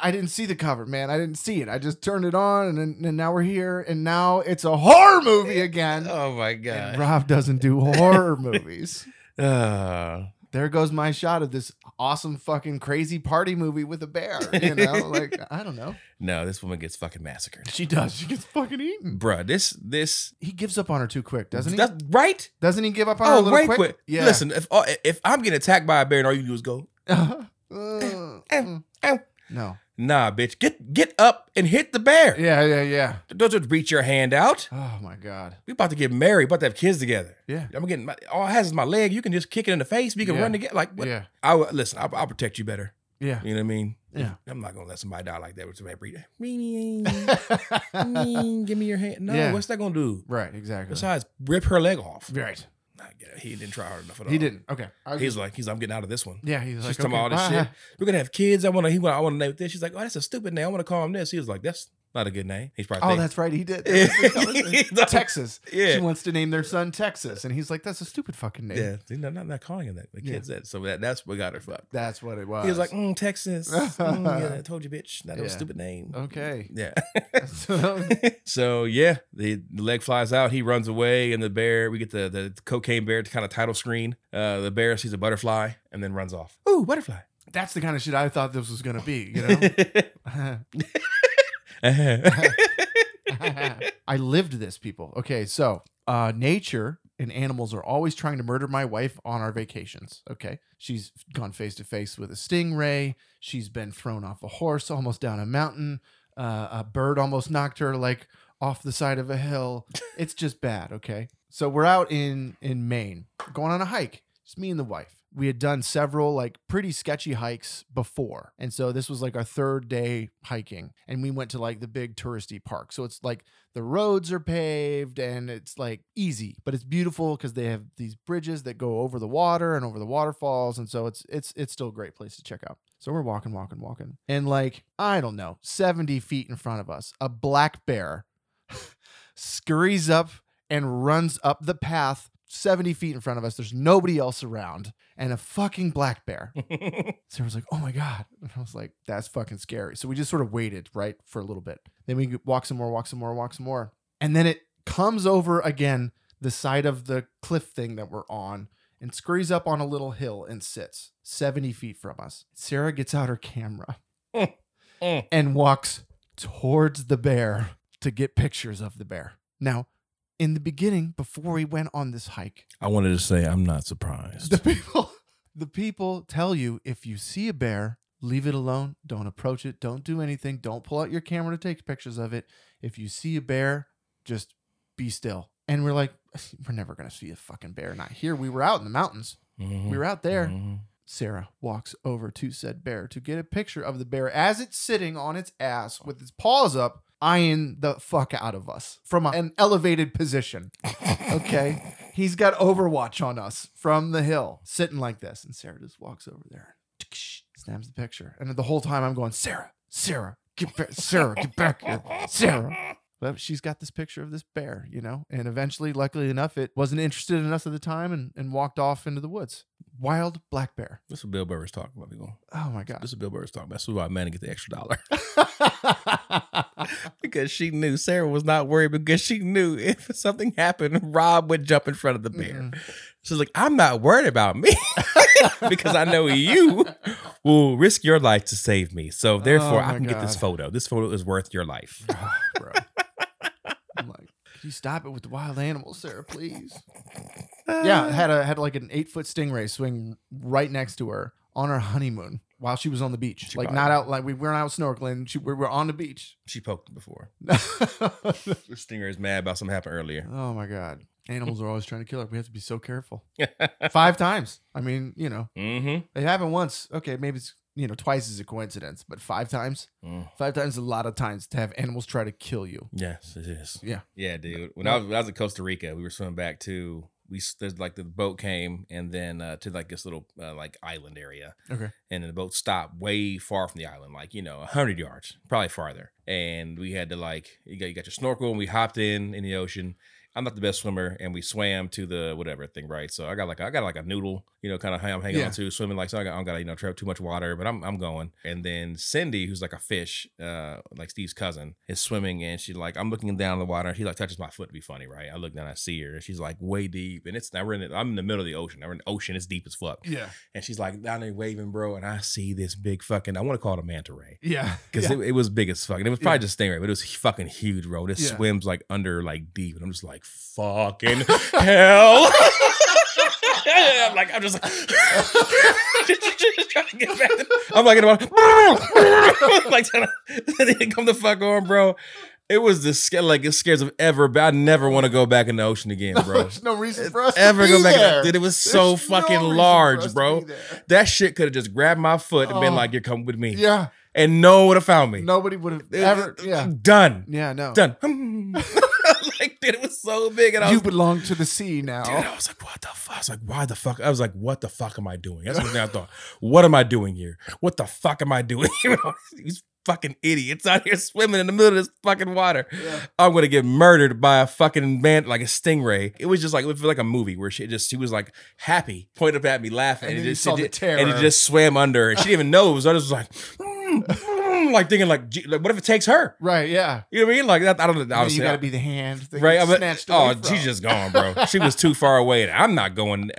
Speaker 2: I didn't see the cover, man. I didn't see it. I just turned it on, and, then- and now we're here, and now it's a horror movie again.
Speaker 1: oh my
Speaker 2: and
Speaker 1: god.
Speaker 2: Rob doesn't do horror movies.
Speaker 1: Uh,
Speaker 2: There goes my shot of this awesome fucking crazy party movie with a bear. You know, like I don't know.
Speaker 1: no, this woman gets fucking massacred,
Speaker 2: She does. She gets fucking eaten.
Speaker 1: bruh. This this
Speaker 2: He gives up on her too quick, doesn't he?
Speaker 1: that- right?
Speaker 2: Doesn't he give up on her a
Speaker 1: Oh,
Speaker 2: little
Speaker 1: right
Speaker 2: quick?
Speaker 1: quick.
Speaker 2: Yeah.
Speaker 1: Listen, if uh, if I'm getting attacked by a bear and all you do is go,
Speaker 2: Mm, mm. Uh, no.
Speaker 1: nah, bitch, get get up and hit the bear.
Speaker 2: Yeah, yeah, yeah.
Speaker 1: Don't just reach your hand out.
Speaker 2: Oh my god.
Speaker 1: We about to get married. About to have kids together.
Speaker 2: Yeah.
Speaker 1: I'm getting my, all it has is my leg. You can just kick it in the face. We can
Speaker 2: Yeah.
Speaker 1: run together. Like, what?
Speaker 2: Yeah.
Speaker 1: I would listen. I'll, I'll protect you better.
Speaker 2: Yeah.
Speaker 1: You know what I mean?
Speaker 2: Yeah.
Speaker 1: I'm not gonna let somebody die like that with somebody breathing.
Speaker 2: right,
Speaker 1: Give me your hand. No,
Speaker 2: Yeah.
Speaker 1: what's that gonna do?
Speaker 2: exactly.
Speaker 1: Besides, rip her leg off.
Speaker 2: Right.
Speaker 1: Nah, get it. He didn't try hard enough at all.
Speaker 2: He didn't. Okay. I was-
Speaker 1: He's like, he's. I'm getting out of this one.
Speaker 2: yeah, he's like,
Speaker 1: She's talking
Speaker 2: okay, uh-huh."
Speaker 1: about all this
Speaker 2: bye.
Speaker 1: shit. We're gonna have kids. I want to. He want. I want to name it this. She's like, oh, that's a stupid name. I want to call him this. He was like, that's not a good name. He's probably.
Speaker 2: Oh,
Speaker 1: thinking-
Speaker 2: that's right. He did.
Speaker 1: Yeah.
Speaker 2: That was the conversation.
Speaker 1: No.
Speaker 2: Texas.
Speaker 1: Yeah.
Speaker 2: She wants to name their son Texas. And he's like, that's a stupid fucking name.
Speaker 1: yeah. See, no, not not calling him that. The
Speaker 2: Yeah.
Speaker 1: kids that. So that that's what got her fucked.
Speaker 2: That's what it was.
Speaker 1: He was like, mm, Texas. Mm, yeah, I told you, bitch. That was a
Speaker 2: Yeah.
Speaker 1: stupid name.
Speaker 2: okay.
Speaker 1: Yeah.
Speaker 2: So-
Speaker 1: so yeah, the, the leg flies out. He runs away, and the bear. We get the the cocaine bear to kind of title screen. Uh, the bear sees a butterfly and then runs off. Ooh, butterfly.
Speaker 2: that's the kind of shit I thought this was going to be, you know? I lived this, people. Okay, so uh, nature and animals are always trying to murder my wife on our vacations. Okay, she's gone face to face with a stingray. She's been thrown off a horse, almost down a mountain. Uh, a bird almost knocked her like off the side of a hill. It's just bad. Okay, so we're out in in Maine, going on a hike. It's me and the wife. We had done several like pretty sketchy hikes before. And so this was like our third day hiking. And we went to like the big touristy park. So it's like the roads are paved and it's like easy, but it's beautiful because they have these bridges that go over the water and over the waterfalls. And so it's it's it's still a great place to check out. So we're walking, walking, walking. And like, I don't know, 70 feet in front of us, a black bear scurries up and runs up the path 70 feet in front of us. There's nobody else around and a fucking black bear. Sarah was like, oh my God. And I was like, that's fucking scary. So we just sort of waited, right, for a little bit. Then we walk some more, walk some more, walk some more. And then it comes over again the side of the cliff thing that we're on and scurries up on a little hill and sits 70 feet from us. Sarah gets out her camera
Speaker 1: Mm, mm.
Speaker 2: and walks towards the bear to get pictures of the bear. Now, in the beginning, before we went on this hike,
Speaker 1: I wanted to say I'm not surprised.
Speaker 2: the people the people tell you if you see a bear, leave it alone, don't approach it, don't do anything, don't pull out your camera to take pictures of it. If you see a bear, just be still. And we're like, we're never gonna see a fucking bear. Not here. We were out in the mountains.
Speaker 1: Mm-hmm.
Speaker 2: We were out there. Sarah walks over to said bear to get a picture of the bear as it's sitting on its ass with its paws up, eyeing the fuck out of us from a- an elevated position. Mm-hmm. Okay. He's got Overwatch on us from the hill, sitting like this. And Sarah just walks over there, Snaps the picture, and the whole time I'm going, Sarah, Sarah, get back, Sarah, get back here, Sarah. But she's got this picture of this bear, you know, and eventually, luckily enough, it wasn't interested in us at the time and, and walked off into the woods. Wild black bear.
Speaker 1: This is what Bill Burr was talking about, people.
Speaker 2: Oh my God.
Speaker 1: This is what Bill Burr was talking about. This is why Manning get the extra dollar. because she knew Sarah was not worried because she knew if something happened, Rob would jump in front of the bear.
Speaker 2: Mm-mm.
Speaker 1: She's like, I'm not worried about me because I know you will risk your life to save me. So therefore,
Speaker 2: Oh,
Speaker 1: I
Speaker 2: my
Speaker 1: can get this
Speaker 2: God.
Speaker 1: photo. This photo is worth your life.
Speaker 2: Oh, bro. I'm like, can you stop it with the wild animals, Sarah, please? yeah, had a had like an eight foot stingray swing right next to her on our honeymoon while she was on the beach.
Speaker 1: She
Speaker 2: like
Speaker 1: probably-
Speaker 2: not out like we weren't out snorkeling. She, we were on the beach.
Speaker 1: She poked him before.
Speaker 2: oh
Speaker 1: Stinger is mad about something happened earlier.
Speaker 2: my god, animals are always trying to kill her. We have to be so careful. Five times. I mean, you know,
Speaker 1: mm-hmm.
Speaker 2: it happened once. Okay, maybe it's you know twice is a coincidence, but five times,
Speaker 1: Mm.
Speaker 2: five times is a lot of times to have animals try to kill you.
Speaker 1: Yes, it is.
Speaker 2: Yeah.
Speaker 1: Yeah, dude. When I was, when I was in Costa Rica, we were swimming back to we s- there's like the boat came and then uh, to like this little uh, like island area.
Speaker 2: Okay.
Speaker 1: And then the boat stopped way far from the island, like you know, hundred yards, probably farther. And we had to like you got you got your snorkel and we hopped in in the ocean. I'm not the best swimmer, and we swam to the whatever thing, right? So I got like I got like a noodle, you know, kind of hang, I'm hanging
Speaker 2: Yeah.
Speaker 1: on to swimming. Like so I, got, I don't got to you know trap too much water, but I'm I'm going. And then Cindy, who's like a fish, uh, like Steve's cousin, is swimming, and she like I'm looking down in the water, and she like touches my foot to be funny, right? I look down, I see her, and she's like way deep, and it's now we're in the, I'm in the middle of the ocean, we're in the ocean, it's deep as fuck,
Speaker 2: Yeah,
Speaker 1: and she's like down there waving, bro, and I see this big fucking I want to call it a manta ray
Speaker 2: yeah,
Speaker 1: because
Speaker 2: yeah.
Speaker 1: it, it was big as fuck. And it was probably
Speaker 2: Yeah.
Speaker 1: just stingray, but it was fucking huge, bro. This
Speaker 2: Yeah.
Speaker 1: swims like under like deep, and I'm just like fucking hell. I'm like I'm just like just, just- just trying to get back. to- I'm like in the water, like trying to they didn't come the fuck on, bro. It was the scare like it scares of ever, but I never want to go back in the ocean again, bro.
Speaker 2: There's no reason for us
Speaker 1: ever
Speaker 2: to be
Speaker 1: go back? in
Speaker 2: there.
Speaker 1: that- Dude, it was so
Speaker 2: There's no
Speaker 1: fucking
Speaker 2: reason for us
Speaker 1: large,
Speaker 2: to
Speaker 1: bro.
Speaker 2: be there.
Speaker 1: That shit could have just grabbed my foot and been
Speaker 2: Oh.
Speaker 1: like, "You're coming with me,"
Speaker 2: Yeah,
Speaker 1: and no one would have found me.
Speaker 2: nobody would have
Speaker 1: It-
Speaker 2: ever.
Speaker 1: it-
Speaker 2: Yeah,
Speaker 1: Done.
Speaker 2: yeah, no.
Speaker 1: Done. like, dude, it was so big. And I
Speaker 2: You
Speaker 1: was,
Speaker 2: belong to the sea
Speaker 1: dude,
Speaker 2: now.
Speaker 1: I was like, what the fuck? I was like, why the fuck? I was like, what the fuck am I doing? That's what I thought. What am I doing here? What the fuck am I doing here? These fucking idiots out here swimming in the middle of this fucking water.
Speaker 2: Yeah.
Speaker 1: I'm gonna get murdered by a fucking man like a stingray. It was just like it was like a movie where she just she was like happy, pointed up at me, laughing,
Speaker 2: And
Speaker 1: it
Speaker 2: then you
Speaker 1: just
Speaker 2: saw the
Speaker 1: it, ju- and it
Speaker 2: terror.
Speaker 1: just swam under, and she didn't even know. It was, I was like, mm, mm, like thinking like, gee, like, what if it takes her?
Speaker 2: Right, yeah.
Speaker 1: You know what I mean? Like that, I don't know.
Speaker 2: I mean,
Speaker 1: Obviously,
Speaker 2: you got to be the hand that
Speaker 1: right?
Speaker 2: gets
Speaker 1: I'm a-
Speaker 2: snatched
Speaker 1: oh,
Speaker 2: away from.
Speaker 1: she's just gone, bro. She was too far away. and I'm not going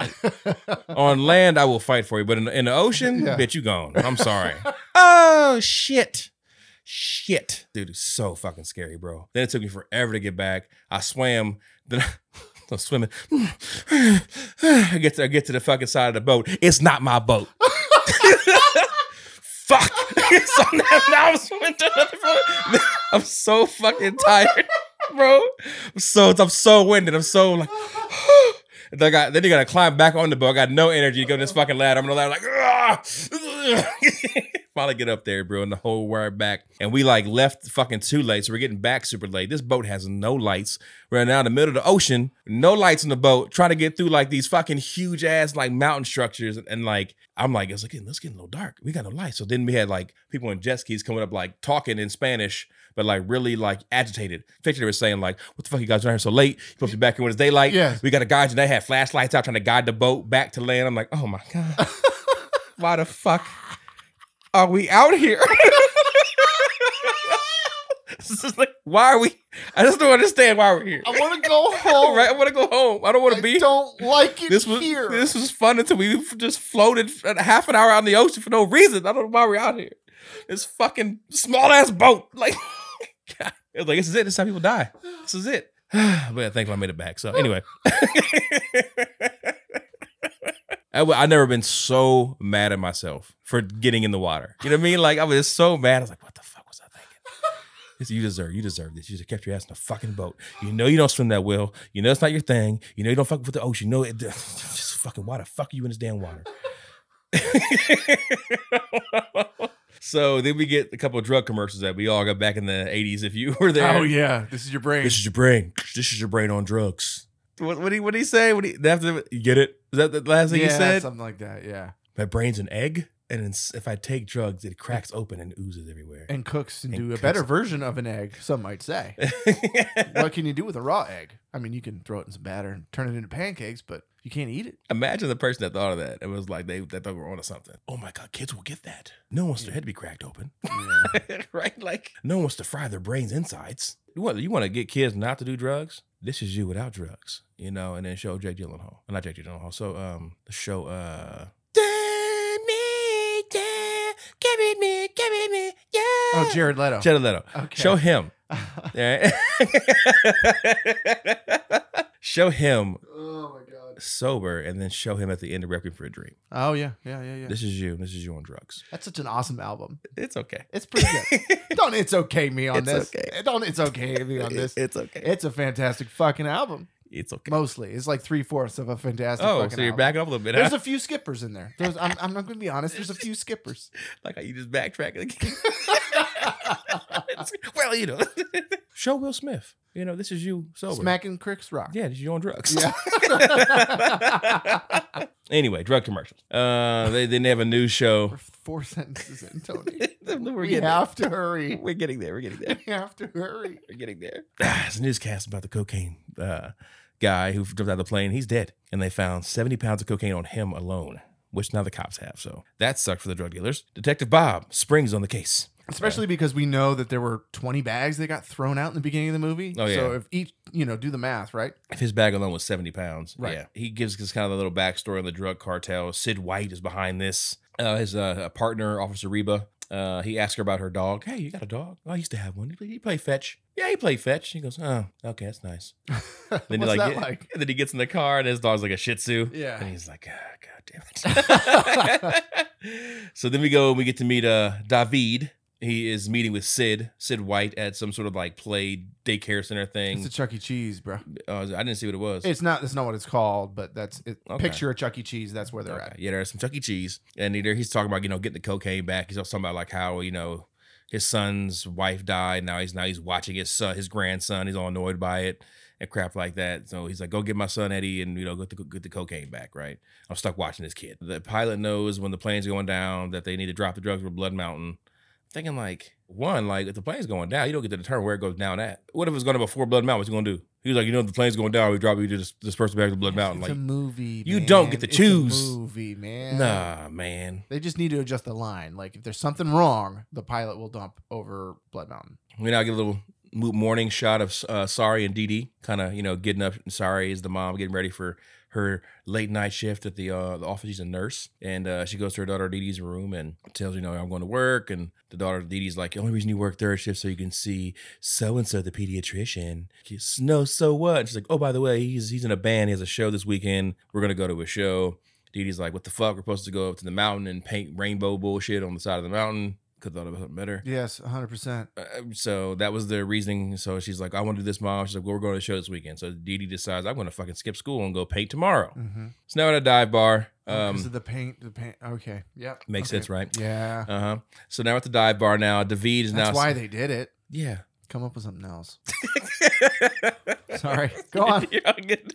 Speaker 1: on land. I will fight for you, but in, in the ocean,
Speaker 2: Yeah.
Speaker 1: bitch, you gone. I'm sorry. oh shit. Shit, dude, it's so fucking scary, bro. Then it took me forever to get back. I swam, then I, I'm swimming. I get to I get to the fucking side of the boat. It's not my boat. Fuck. so now, now I'm swimming to another boat. I'm so fucking tired, bro. I'm so I'm so winded. I'm so like. And I got, then you gotta climb back on the boat. I got no energy to go to this fucking ladder. I'm on the ladder like, "Ugh." finally get up there, bro, and the whole wire back. And we like left fucking too late, so we're getting back super late. This boat has no lights. We're now in the middle of the ocean, no lights in the boat, trying to get through like these fucking huge ass like mountain structures. And, like, I'm like, it's getting, it's getting a little dark. We got no lights. So then we had like people in jet skis coming up like talking in Spanish but like really like agitated. Fitcher was saying like, "What the fuck, you guys are here so late? You supposed to be back here when it's daylight."
Speaker 2: Yeah.
Speaker 1: we got a guide, and they had flashlights out trying to guide the boat back to land. I'm like, "Oh my god, why the fuck are we out here?" This is like, why are we? I just don't understand why we're here.
Speaker 2: I want to go home.
Speaker 1: right? I want to go home. I don't want
Speaker 2: I
Speaker 1: to be.
Speaker 2: don't like it
Speaker 1: This was
Speaker 2: here.
Speaker 1: this was fun until we just floated a half an hour out in the ocean for no reason. I don't know why we're out here. This fucking small ass boat, like, God. it was like this is it. This is how people die. This is it. but thankfully, I made it back. So anyway, I, w- I never been so mad at myself for getting in the water. You know what I mean? Like I was so mad. I was like, what the fuck was I thinking? This, you deserve. You deserve this. You just kept your ass in the fucking boat. You know you don't swim that well. You know it's not your thing. You know you don't fuck with the ocean. You know it, just fucking why the fuck are you in this damn water? so then we get a couple of drug commercials that we all got back in the '80s. If you were there,
Speaker 2: Oh yeah, this is your brain.
Speaker 1: this is your brain. This is your brain on drugs. What what he what he say? What he after you get it? Is that the last thing
Speaker 2: yeah,
Speaker 1: he said?
Speaker 2: something like that. Yeah.
Speaker 1: My brain's an egg. and it's, if I take drugs, it cracks open and oozes everywhere.
Speaker 2: and cooks and,
Speaker 1: And
Speaker 2: do a
Speaker 1: cooks.
Speaker 2: better version of an egg. Some might say. what can you do with a raw egg? I mean, you can throw it in some batter and turn it into pancakes, but you can't eat it.
Speaker 1: Imagine the person that thought of that. It was like they, they thought we were onto something. Oh my god, kids will get that. No one wants their head to be cracked open, right? Like no one wants to fry their brains insides. You want you want to get kids not to do drugs. This is you without drugs, you know. And then show Jake Gyllenhaal, not Jake Gyllenhaal. So um, the show uh. Damn me, damn, carry me, carry me, yeah.
Speaker 2: Oh, Jared Leto.
Speaker 1: Jared Leto.
Speaker 2: Okay.
Speaker 1: Show him. All right. show him
Speaker 2: oh my god.
Speaker 1: sober and then show him at the end of Requiem for a Dream.
Speaker 2: Oh yeah, yeah, yeah, yeah.
Speaker 1: This is you. This is you on drugs.
Speaker 2: That's such an awesome album.
Speaker 1: It's okay.
Speaker 2: It's pretty good. Don't it's okay me on
Speaker 1: It's
Speaker 2: this.
Speaker 1: okay.
Speaker 2: Don't it's okay me on this.
Speaker 1: It's okay.
Speaker 2: It's a fantastic fucking album.
Speaker 1: it's okay.
Speaker 2: Mostly, it's like three fourths of a fantastic.
Speaker 1: Oh,
Speaker 2: fucking
Speaker 1: so you're
Speaker 2: album.
Speaker 1: backing up a little bit.
Speaker 2: There's
Speaker 1: huh?
Speaker 2: a few skippers in there. There's, I'm, I'm not going to be honest. There's a few skippers.
Speaker 1: like how you just backtrack again. well, you know, show Will Smith. You know, this is you sober.
Speaker 2: Smacking Cricks Rock.
Speaker 1: Yeah, this is you on drugs.
Speaker 2: Yeah.
Speaker 1: anyway, drug commercials. Uh, they then they have a news show.
Speaker 2: We're four sentences in, Tony.
Speaker 1: we're
Speaker 2: we
Speaker 1: getting
Speaker 2: have to hurry.
Speaker 1: there. We're getting there. We're getting there.
Speaker 2: We have to hurry.
Speaker 1: We're getting there. it's a newscast about the cocaine uh, guy who jumped out of the plane. He's dead. And they found 70 pounds of cocaine on him alone, which now the cops have. So that sucked for the drug dealers. Detective Bob Springs on the case.
Speaker 2: Especially because we know that there were 20 bags that got thrown out in the beginning of the movie.
Speaker 1: Oh,
Speaker 2: So
Speaker 1: yeah.
Speaker 2: if each, you know, do the math, right?
Speaker 1: If his bag alone was 70 pounds,
Speaker 2: Right.
Speaker 1: yeah. He gives us kind of a little backstory on the drug cartel. Sid White is behind this. Uh, his uh, partner, Officer Reba, uh, he asks her about her dog. Hey, you got a dog? Oh, I used to have one. He play, he play fetch. Yeah, he played fetch. He goes, oh, okay, that's nice.
Speaker 2: What's
Speaker 1: he,
Speaker 2: that
Speaker 1: get-
Speaker 2: like?
Speaker 1: then he gets in the car and his dog's like a Shih Tzu. And
Speaker 2: Yeah.
Speaker 1: he's like, ah, God damn it. so then we go and we get to meet uh, David. He is meeting with Sid, Sid White, at some sort of like play daycare center
Speaker 2: It's
Speaker 1: thing.
Speaker 2: a Chuck E. Cheese, bro.
Speaker 1: Uh, I didn't see what it was.
Speaker 2: It's not. That's not what it's called, but that's it.
Speaker 1: Okay.
Speaker 2: Picture a Chuck E. Cheese. That's where they're
Speaker 1: Okay. Yeah, there's some Chuck E. Cheese, and either he's talking about you know getting the cocaine back. He's also talking about like how you know his son's wife died. Now he's now he's watching his son, his grandson. He's all annoyed by it and crap like that. So he's like, go get my son Eddie, and you know get the get the cocaine back. Right? I'm stuck watching this kid. The pilot knows when the plane's going down that they need to drop the drugs for Blood Mountain. Thinking like one, like if the plane's going down, you don't get to determine where it goes down at. What if it's going to before Blood Mountain? What's he gonna do? He was like, you know, if the plane's going down. We drop you to dis- disperse it back to Blood
Speaker 2: at.
Speaker 1: Mountain.
Speaker 2: It's
Speaker 1: Like,
Speaker 2: a movie.
Speaker 1: you don't get
Speaker 2: man.
Speaker 1: to
Speaker 2: It's a
Speaker 1: choose.
Speaker 2: movie, man.
Speaker 1: nah, man.
Speaker 2: They just need to adjust the line. Like if there's something wrong, the pilot will dump over Blood Mountain.
Speaker 1: We now get a little mo- morning shot of uh, Sari and Dee Dee, kind of you know getting up. Sari is the mom getting ready for her late night shift at the uh, the office. She's a nurse, and uh, she goes to her daughter Dee Dee's room and tells her, you know I'm going to work. And the daughter Dee Dee's like, the only reason you work third shift so you can see so and so the pediatrician. She's, no, so what? And she's like, oh by the way, he's he's in a band. He has a show this weekend. We're gonna go to a show. Dee Dee's like, what the fuck? We're supposed to go up to the mountain and paint rainbow bullshit on the side of the mountain. Could have thought of something better.
Speaker 2: Yes, 100. percent
Speaker 1: Uh, so that was the reasoning. So she's like, I want to do this, mom. She's like, well, we're going to the show this weekend. So Dee Dee decides, I'm going to fucking skip school and go paint tomorrow.
Speaker 2: Mm-hmm.
Speaker 1: So now at a dive bar.
Speaker 2: Because Oh, of
Speaker 1: Um,
Speaker 2: the paint. The paint. Okay. Yep.
Speaker 1: makes
Speaker 2: okay.
Speaker 1: sense, right?
Speaker 2: Yeah.
Speaker 1: Uh huh. So now at the dive bar now, David is
Speaker 2: That's
Speaker 1: now.
Speaker 2: why they did it.
Speaker 1: yeah.
Speaker 2: Come up with something else. Sorry. Go on.
Speaker 1: You're all good.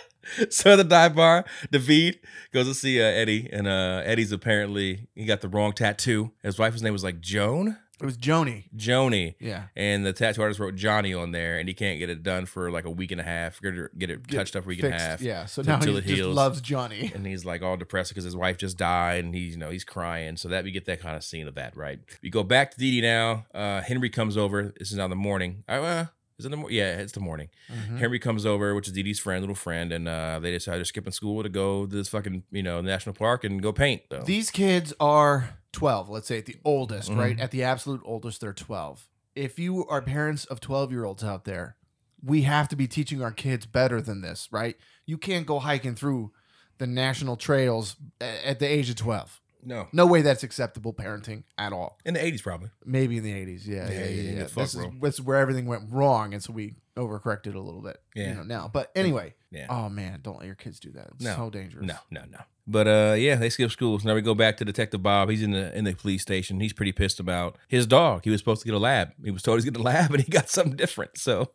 Speaker 1: so at the dive bar, David goes to see uh, Eddie, and uh, Eddie's apparently, he got the wrong tattoo. His wife's name was like Joan?
Speaker 2: It was Joni.
Speaker 1: Joni.
Speaker 2: Yeah.
Speaker 1: and the tattoo artist wrote Johnny on there, and he can't get it done for like a week and a half. Get it, get it
Speaker 2: Get
Speaker 1: touched up for a week and
Speaker 2: Fixed.
Speaker 1: a half.
Speaker 2: Yeah. So
Speaker 1: till-
Speaker 2: now
Speaker 1: till
Speaker 2: he
Speaker 1: it
Speaker 2: just
Speaker 1: heals.
Speaker 2: loves Johnny.
Speaker 1: And he's like all depressed because his wife just died, and he's you know he's crying. So that we get that kind of scene of that, right? We go back to Dee Dee now. Uh, Henry comes over. This is now the morning. Uh, well, is it the morning? Yeah, it's the morning.
Speaker 2: Mhm.
Speaker 1: Henry comes over, which is Dee Dee's friend, little friend, and uh, they decide they're skipping school to go to this fucking you know national park and go paint. Though
Speaker 2: These kids are 12, let's say at the oldest,
Speaker 1: Mhm.
Speaker 2: right? At the absolute oldest, they're 12. If you are parents of 12 year olds out there, we have to be teaching our kids better than this, right? You can't go hiking through the national trails a- at the age of 12.
Speaker 1: no,
Speaker 2: No way that's acceptable parenting at all.
Speaker 1: in the eighties probably.
Speaker 2: Maybe in the 80s. Yeah.
Speaker 1: Yeah,
Speaker 2: Yeah.
Speaker 1: yeah,
Speaker 2: Yeah.
Speaker 1: yeah,
Speaker 2: yeah.
Speaker 1: fuck,
Speaker 2: This, is,
Speaker 1: bro.
Speaker 2: this is where everything went wrong. And so we overcorrected a little bit,
Speaker 1: Yeah.
Speaker 2: you know, now. But anyway,
Speaker 1: Yeah.
Speaker 2: oh man, don't let your kids do that. It's
Speaker 1: No.
Speaker 2: so dangerous.
Speaker 1: No, no, no. But uh, yeah, they skip school. So now we go back to Detective Bob. He's in the in the police station. He's pretty pissed about his dog. He was supposed to get a lab. He was told he's getting a lab, and he got something different. So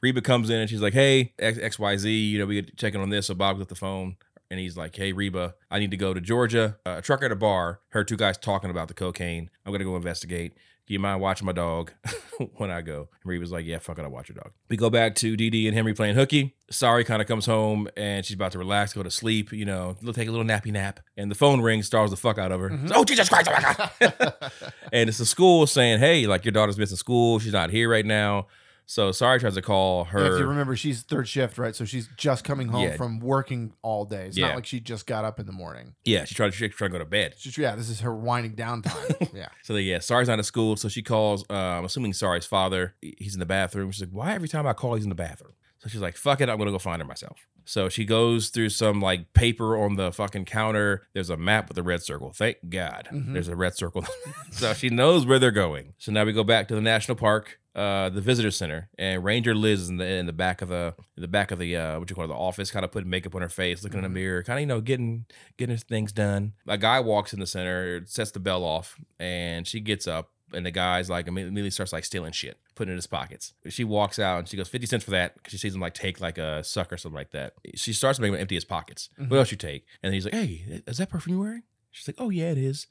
Speaker 1: Reba comes in and she's like, "Hey, X Y Z, you know, we get checking on this." So Bob gets the phone. and he's like, "Hey Reba, I need to go to Georgia. Uh, a trucker at a bar heard two guys talking about the cocaine. I'm gonna go investigate. Do you mind watching my dog when I go?" And Reba's like, "Yeah, fuck it, I watch your dog." We go back to DD and Henry playing hooky. Sorry kind of comes home and she's about to relax, go to sleep. You know, little- take a little nappy nap, and the phone rings, stars the fuck out of her.
Speaker 2: Mhm.
Speaker 1: Oh Jesus Christ! Oh my God. and it's the school saying, "Hey, like your daughter's missing school. She's not here right now." So sorry tries to call her.
Speaker 2: And if you remember, she's third shift, right? So she's just coming home
Speaker 1: Yeah.
Speaker 2: from working all day. It's
Speaker 1: Yeah.
Speaker 2: not like she just got up in the morning.
Speaker 1: yeah, she tried to she tried to go to bed.
Speaker 2: She's, yeah, this is her winding down time. yeah.
Speaker 1: So yeah, Sari's not at school, so she calls. Uh, I'm assuming Sari's father. He's in the bathroom. She's like, "Why every time I call, he's in the bathroom?" So she's like, "Fuck it, I'm gonna go find her myself." So she goes through some like paper on the fucking counter. There's a map with a red circle. Thank God,
Speaker 2: Mhm.
Speaker 1: there's a red circle. so she knows where they're going. So now we go back to the national park, uh, the visitor center, and Ranger Liz is in the in the back of the in the back of the uh, what you call it, the office, kind of putting makeup on her face, looking in
Speaker 2: Mhm.
Speaker 1: the mirror, kind of you know getting getting his things done. A guy walks in the center, sets the bell off, and she gets up. And the guy's like imme- immediately starts like stealing shit, putting it in his pockets. She walks out and she goes fifty cents for that because she sees him like take like a suck or something like that. She starts making him empty his pockets.
Speaker 2: Mhm.
Speaker 1: What else you take? And then he's like, "Hey, is that perfume you're wearing?" She's like, "Oh yeah, it is."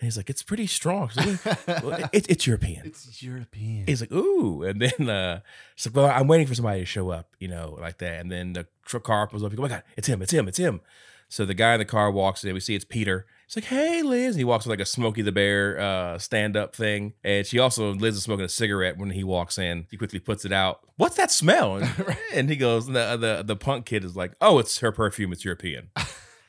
Speaker 1: And he's like, "It's pretty strong." She's like, well, it- it's, it's European.
Speaker 2: it's European.
Speaker 1: He's like, ooh. And then uh, she's like, well, I'm waiting for somebody to show up, you know, like that. And then the truck car pulls up. He goes, oh my God, it's him, it's him, it's him. So the guy in the car walks in. We see it's Peter. He's like, hey, Liz. And he walks with like a Smokey the Bear uh, stand up thing. And she also, Liz is smoking a cigarette when he walks in. He quickly puts it out. What's that smell? And, and he goes, and the, the, the punk kid is like, oh, it's her perfume. It's European.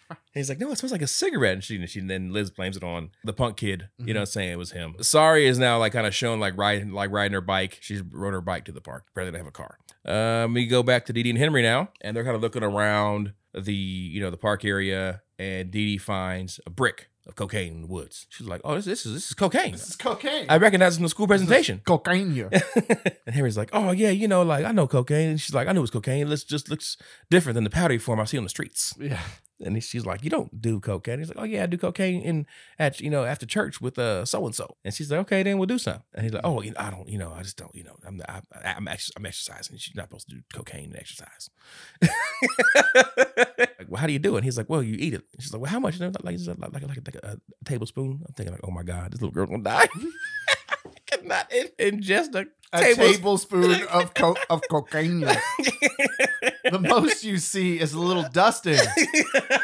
Speaker 1: And he's like, no, it smells like a cigarette. And she, and she and then Liz blames it on the punk kid, you know, what I'm saying it was him. Sari is now like kind of shown like riding, like riding her bike. She's rode her bike to the park. Apparently they have a car. Um, we go back to Dee Dee and Henry now, and they're kind of looking around the, you know, the park area. And Dee Dee finds a brick of cocaine in the woods. She's like, oh, this, this is, this is cocaine.
Speaker 2: this is cocaine.
Speaker 1: I recognize it from the school presentation.
Speaker 2: cocaine. you.
Speaker 1: and Henry's like, oh yeah, you know, like I know cocaine. And she's like, I knew it was cocaine. This just looks different than the powdery form I see on the streets.
Speaker 2: yeah.
Speaker 1: And he- she's like, "You don't do cocaine." He's like, "Oh yeah, I do cocaine in at you know after church with uh so and so." And she's like, "Okay, then we'll do some." And he's like, "Oh, you know, I don't, you know, I just don't, you know, I'm I, I'm ex- I'm exercising. She's not supposed to do cocaine and exercise." like, well, how do you do it? And he's like, "Well, you eat it." And she's like, "Well, how much?" And I'm like, like, like, like, like, like a, a tablespoon. I'm thinking like, "Oh my god, this little girl's gonna die." I cannot in- ingest a,
Speaker 2: A
Speaker 1: tablespoon.
Speaker 2: tablespoon of co- of cocaine. you. the most you see is a little dusting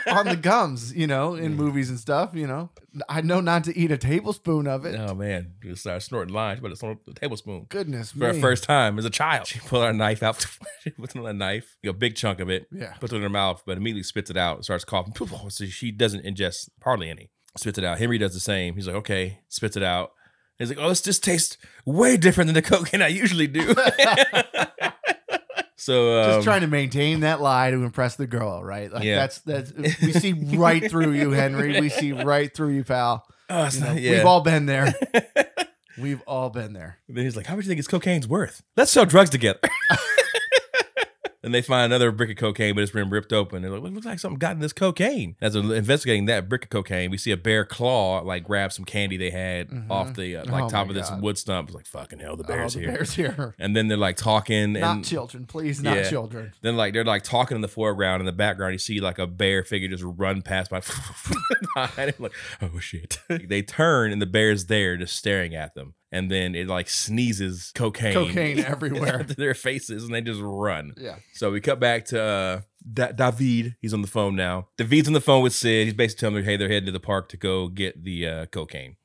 Speaker 2: on the gums, you know, in
Speaker 1: Mm.
Speaker 2: movies and stuff, you know. I know not to eat a tablespoon of it.
Speaker 1: oh man, you start snorting lines, but it's on a tablespoon.
Speaker 2: Goodness
Speaker 1: for
Speaker 2: me.
Speaker 1: her first time as a child. She pulled her knife out, she puts on a knife, a big chunk of it,
Speaker 2: Yeah.
Speaker 1: puts it in her mouth, but immediately spits it out, and starts coughing. So she doesn't ingest hardly any. Spits it out. Henry does the same. He's like, okay, spits it out. He's like, oh, this just tastes way different than the cocaine I usually do. so um,
Speaker 2: Just trying to maintain that lie to impress the girl, right? Like
Speaker 1: Yeah.
Speaker 2: that's that's we see right through you, Henry. We see right through you, pal.
Speaker 1: oh, it's
Speaker 2: You know,
Speaker 1: not- yeah.
Speaker 2: We've all been there. We've all been there.
Speaker 1: Then he's like, "How much do you think his cocaine's worth? Let's sell drugs together." and they find another brick of cocaine, but it's been ripped open. They're like, "Well, it "Looks like something got in this cocaine." As they're investigating that brick of cocaine, we see a bear claw like grab some candy they had
Speaker 2: Mhm.
Speaker 1: off the uh, like
Speaker 2: Oh
Speaker 1: top
Speaker 2: my
Speaker 1: of this
Speaker 2: God.
Speaker 1: wood stump. It's like, "Fucking hell, the
Speaker 2: Oh,
Speaker 1: bear's
Speaker 2: the
Speaker 1: here."
Speaker 2: bears here.
Speaker 1: And then they're like talking,
Speaker 2: Not
Speaker 1: and
Speaker 2: children, please, not
Speaker 1: Yeah.
Speaker 2: children.
Speaker 1: then like they're like talking in the foreground. In the background, you see like a bear figure just run past by behind him. Like, oh shit! they turn, and the bear's there, just staring at them. And then it like sneezes cocaine,
Speaker 2: Cocaine everywhere.
Speaker 1: to their faces, and they just run.
Speaker 2: Yeah.
Speaker 1: So we cut back to uh, da- David. He's on the phone now. David's on the phone with Sid. He's basically telling him, hey, they're heading to the park to go get the uh, cocaine.